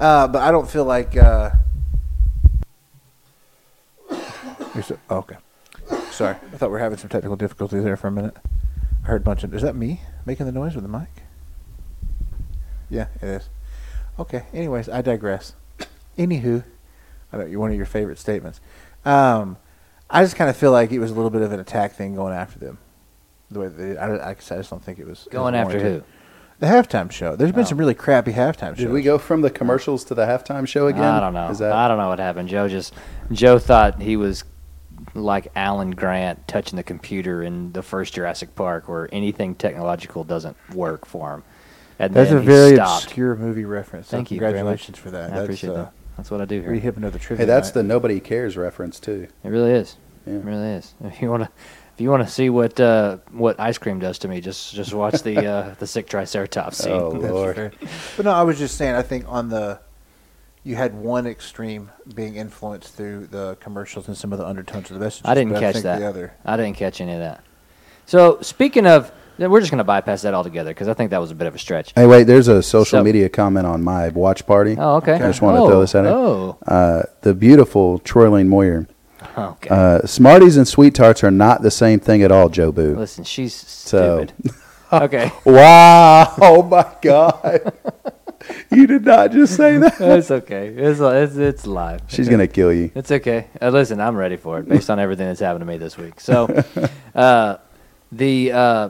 Speaker 3: uh, but I don't feel like. Uh, you're so- oh, okay, sorry. I thought we were having some technical difficulties there for a minute. I heard a bunch of. Is that me making the noise with the mic? Yeah, it is. Okay. Anyways, I digress. Anywho, I know you're one of your favorite statements. Um, I just kind of feel like it was a little bit of an attack thing going after them. The way they, I, I just don't think it was it was
Speaker 2: going after
Speaker 3: warranted.
Speaker 2: who?
Speaker 3: The halftime show. There's been
Speaker 2: Oh.
Speaker 3: some really crappy halftime shows.
Speaker 1: Did we go from the commercials to the halftime show again?
Speaker 2: I don't know.
Speaker 1: Is that,
Speaker 2: I don't know what happened. Joe just Joe thought he was like Alan Grant touching the computer in the first Jurassic Park, where anything technological doesn't work for him. And
Speaker 3: That's
Speaker 2: then
Speaker 3: a
Speaker 2: he
Speaker 3: very
Speaker 2: stopped.
Speaker 3: obscure movie reference. so
Speaker 2: Thank you very much.
Speaker 3: Congratulations for that.
Speaker 2: I appreciate
Speaker 3: That's,
Speaker 2: that. That's what I do
Speaker 3: Uh,
Speaker 2: here.
Speaker 3: we hip another trivia.
Speaker 1: hey, that's the
Speaker 3: night.
Speaker 1: nobody cares reference too.
Speaker 2: It really is.
Speaker 1: Yeah.
Speaker 2: It really is. If you want to, if you want to see what uh, what ice cream does to me, just just watch the uh, the sick triceratops scene.
Speaker 1: Oh,
Speaker 3: That's
Speaker 1: Lord.
Speaker 3: fair. But no, I was just saying. I think on the you had one extreme being influenced through the commercials and some of the undertones of the messages.
Speaker 2: I didn't
Speaker 3: but
Speaker 2: catch
Speaker 3: think
Speaker 2: that.
Speaker 3: The other.
Speaker 2: I didn't catch any of that. So speaking of, then we're just going to bypass that altogether because I think that was a bit of a stretch.
Speaker 1: Hey, wait, there's a social
Speaker 2: So-
Speaker 1: media comment on my watch party.
Speaker 2: Oh, okay.
Speaker 1: I just want
Speaker 2: oh,
Speaker 1: to throw this at it.
Speaker 2: Oh,
Speaker 1: Uh, the beautiful Troylene Moyer.
Speaker 2: okay.
Speaker 1: Uh, Smarties and Sweet Tarts are not the same thing at all, Joe Boo.
Speaker 2: Listen, she's
Speaker 1: So-
Speaker 2: stupid. okay,
Speaker 1: Wow. Oh, my God. you did not just say that.
Speaker 2: it's okay. It's it's, it's live.
Speaker 1: She's going to kill you.
Speaker 2: It's okay. Uh, listen, I'm ready for it based on everything that's happened to me this week. So, uh, the uh,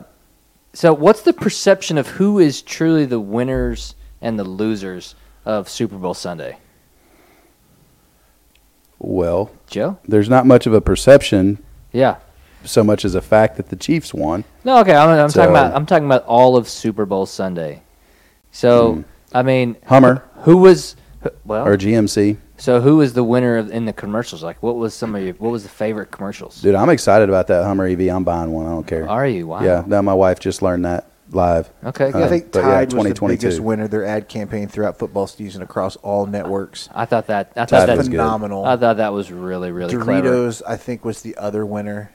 Speaker 2: so what's the perception of who is truly the winners and the losers of Super Bowl Sunday?
Speaker 1: Well,
Speaker 2: Joe?
Speaker 1: there's not much of a perception
Speaker 2: Yeah.
Speaker 1: so much as a fact that the Chiefs won.
Speaker 2: No, okay. I'm, I'm
Speaker 1: So-
Speaker 2: talking about I'm talking about all of Super Bowl Sunday. So, I mean,
Speaker 1: Mm. Hummer.
Speaker 2: Who was who- well?
Speaker 1: or GMC.
Speaker 2: so who was the winner of, in the commercials? Like, what was some of your what was the favorite commercials?
Speaker 1: Dude, I'm excited about that Hummer EV. I'm buying one. I don't care.
Speaker 2: Are you? Oh, Wow.
Speaker 1: Yeah, that my wife just learned that live.
Speaker 2: Okay.
Speaker 1: Uh,
Speaker 3: I
Speaker 2: Good.
Speaker 3: think
Speaker 1: but yeah,
Speaker 3: Tide was the
Speaker 1: 2022.
Speaker 3: biggest winner. of Their ad campaign throughout football season across all networks.
Speaker 2: I thought that I thought
Speaker 1: Tide
Speaker 2: that
Speaker 1: was good.
Speaker 3: phenomenal.
Speaker 2: I thought that was really, really clever.
Speaker 3: Doritos, I think, was the other winner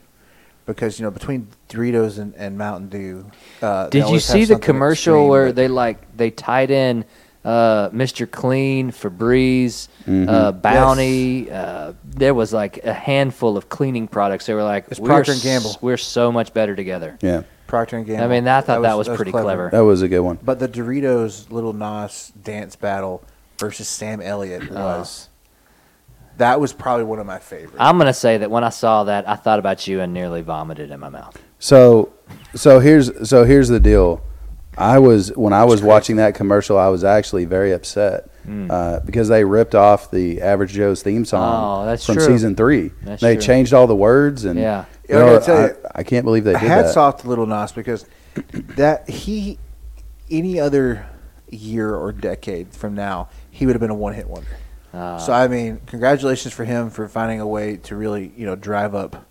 Speaker 3: because you know between Doritos and, and Mountain Dew. Uh, they
Speaker 2: Did you
Speaker 3: always have
Speaker 2: see the
Speaker 3: something
Speaker 2: commercial
Speaker 3: extreme,
Speaker 2: where
Speaker 3: but-
Speaker 2: they like they tied in uh, Mr. Clean, Febreze,
Speaker 3: Mm-hmm.
Speaker 2: uh, Bounty? Uh, there was like a handful of cleaning products. They were like,
Speaker 3: It's
Speaker 2: "We're
Speaker 3: Procter and
Speaker 2: s-
Speaker 3: Gamble.
Speaker 2: We're so much better together.
Speaker 1: Yeah,
Speaker 3: Procter and Gamble?
Speaker 2: I mean, I thought that was pretty clever.
Speaker 1: that was a good one.
Speaker 3: But the Doritos Little Nas dance battle versus Sam Elliott was that was probably one of my favorites.
Speaker 2: I'm gonna say that when I saw that, I thought about you and nearly vomited in my mouth.
Speaker 1: So, so here's so here's the deal. I was when I was watching that commercial, I was actually very upset
Speaker 2: Hmm.
Speaker 1: uh, because they ripped off the Average Joe's theme song
Speaker 2: Oh, that's
Speaker 1: from
Speaker 2: true.
Speaker 1: season three.
Speaker 2: That's
Speaker 1: they
Speaker 2: true.
Speaker 1: changed all the words and
Speaker 2: Yeah.
Speaker 1: you
Speaker 3: Yeah, I
Speaker 1: know,
Speaker 3: gotta tell you,
Speaker 1: I, I can't believe they did
Speaker 3: Hats
Speaker 1: that.
Speaker 3: off to Little Nas because that he any other year or decade from now he would have been a one hit wonder.
Speaker 1: Ah.
Speaker 3: so I mean, congratulations for him for finding a way to really you know drive up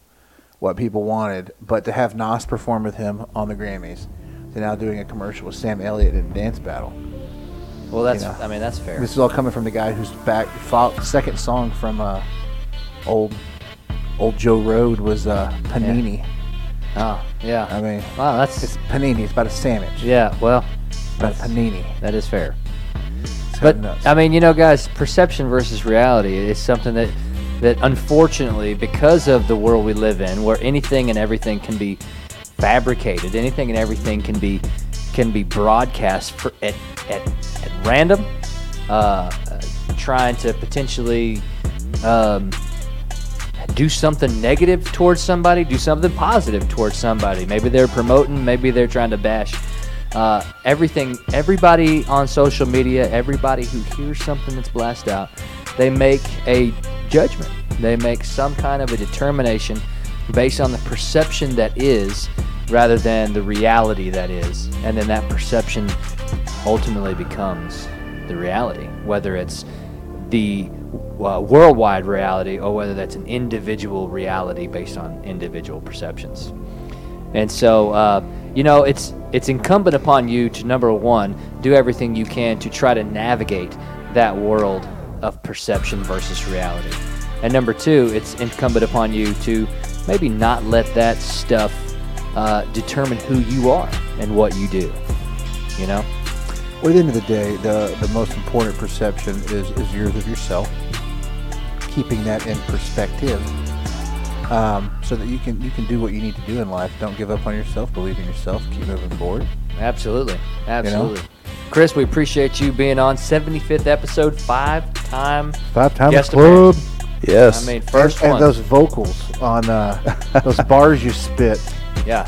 Speaker 3: what people wanted. But to have Nas perform with him on the Grammys, to now doing a commercial with Sam Elliott in a dance battle.
Speaker 2: Well, that's
Speaker 3: Yeah.
Speaker 2: I mean that's fair.
Speaker 3: This is all coming from the guy who's back fought second song from uh, old Old Joe Road was uh, panini.
Speaker 2: Oh,
Speaker 3: I
Speaker 2: yeah.
Speaker 3: mean,
Speaker 2: Wow,
Speaker 3: it's
Speaker 2: that's
Speaker 3: panini. It's about a sandwich.
Speaker 2: yeah. Well,
Speaker 3: about a panini.
Speaker 2: that is fair.
Speaker 3: It's
Speaker 2: But
Speaker 3: nuts.
Speaker 2: I mean, you know, guys, perception versus reality is something that that unfortunately, because of the world we live in, where anything and everything can be fabricated, anything and everything can be can be broadcast for, at, at at random, uh, uh, trying to potentially um, do something negative towards somebody, do something positive towards somebody. Maybe they're promoting, maybe they're trying to bash. Uh, everything, everybody on social media, everybody who hears something that's blast out, they make a judgment. They make some kind of a determination based on the perception that is rather than the reality that is. And then that perception ultimately becomes the reality, whether it's the uh, worldwide reality or whether that's an individual reality based on individual perceptions. And so, uh, you know, it's it's incumbent upon you to number one do everything you can to try to navigate that world of perception versus reality, and number two, it's incumbent upon you to maybe not let that stuff uh, determine who you are and what you do. You know,
Speaker 3: Well, at the end of the day, the, the most important perception is, is yours of yourself, keeping that in perspective, um, so that you can you can do what you need to do in life. Don't give up on yourself. Believe in yourself. Keep moving forward.
Speaker 2: Absolutely. Absolutely. Chris, we appreciate you being on 75th episode, five time.
Speaker 3: Five times
Speaker 2: Guest
Speaker 3: club.
Speaker 1: Yes.
Speaker 2: I mean, first
Speaker 3: and,
Speaker 2: one.
Speaker 3: and those vocals on uh, those bars you spit.
Speaker 2: Yeah.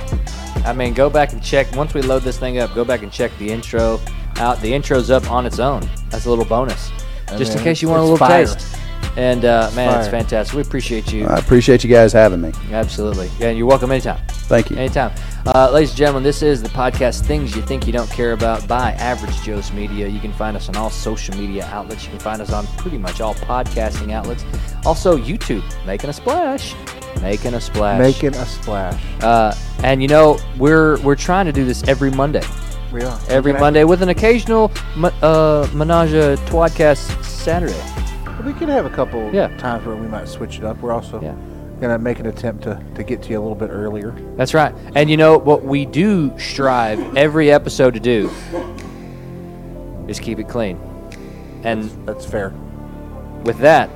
Speaker 2: I mean, go back and check. Once we load this thing up, go back and check the intro out. The intro's up on its own. That's a little bonus.
Speaker 3: I
Speaker 2: Just in
Speaker 3: mean,
Speaker 2: case you want a
Speaker 3: it's
Speaker 2: little
Speaker 3: fire.
Speaker 2: taste. And uh, man, it's
Speaker 3: fire.
Speaker 2: fantastic. We appreciate you.
Speaker 1: I appreciate you guys having me.
Speaker 2: Absolutely. Yeah, you're welcome anytime.
Speaker 1: Thank you.
Speaker 2: Anytime. Uh, ladies and gentlemen, this is the podcast Things You Think You Don't Care About by Average Joe's Media. You can find us on all social media outlets. You can find us on pretty much all podcasting outlets. Also, YouTube, making a splash. Making a splash.
Speaker 3: Making a splash.
Speaker 2: Uh, and you know, we're we're trying to do this every Monday.
Speaker 3: We are
Speaker 2: Every Monday with an occasional m- uh, Menage a Twadcast Saturday.
Speaker 3: We could have a couple
Speaker 2: Yeah.
Speaker 3: times where we might switch it up. We're also
Speaker 2: Yeah.
Speaker 3: gonna make an attempt to, to get to you a little bit earlier.
Speaker 2: That's right. And you know what we do strive every episode to do is keep it clean. And
Speaker 3: That's fair.
Speaker 2: with that,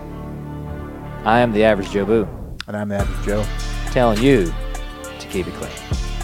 Speaker 2: I am the average Joe Boo
Speaker 3: And I'm the average Joe.
Speaker 2: telling you to keep it clean.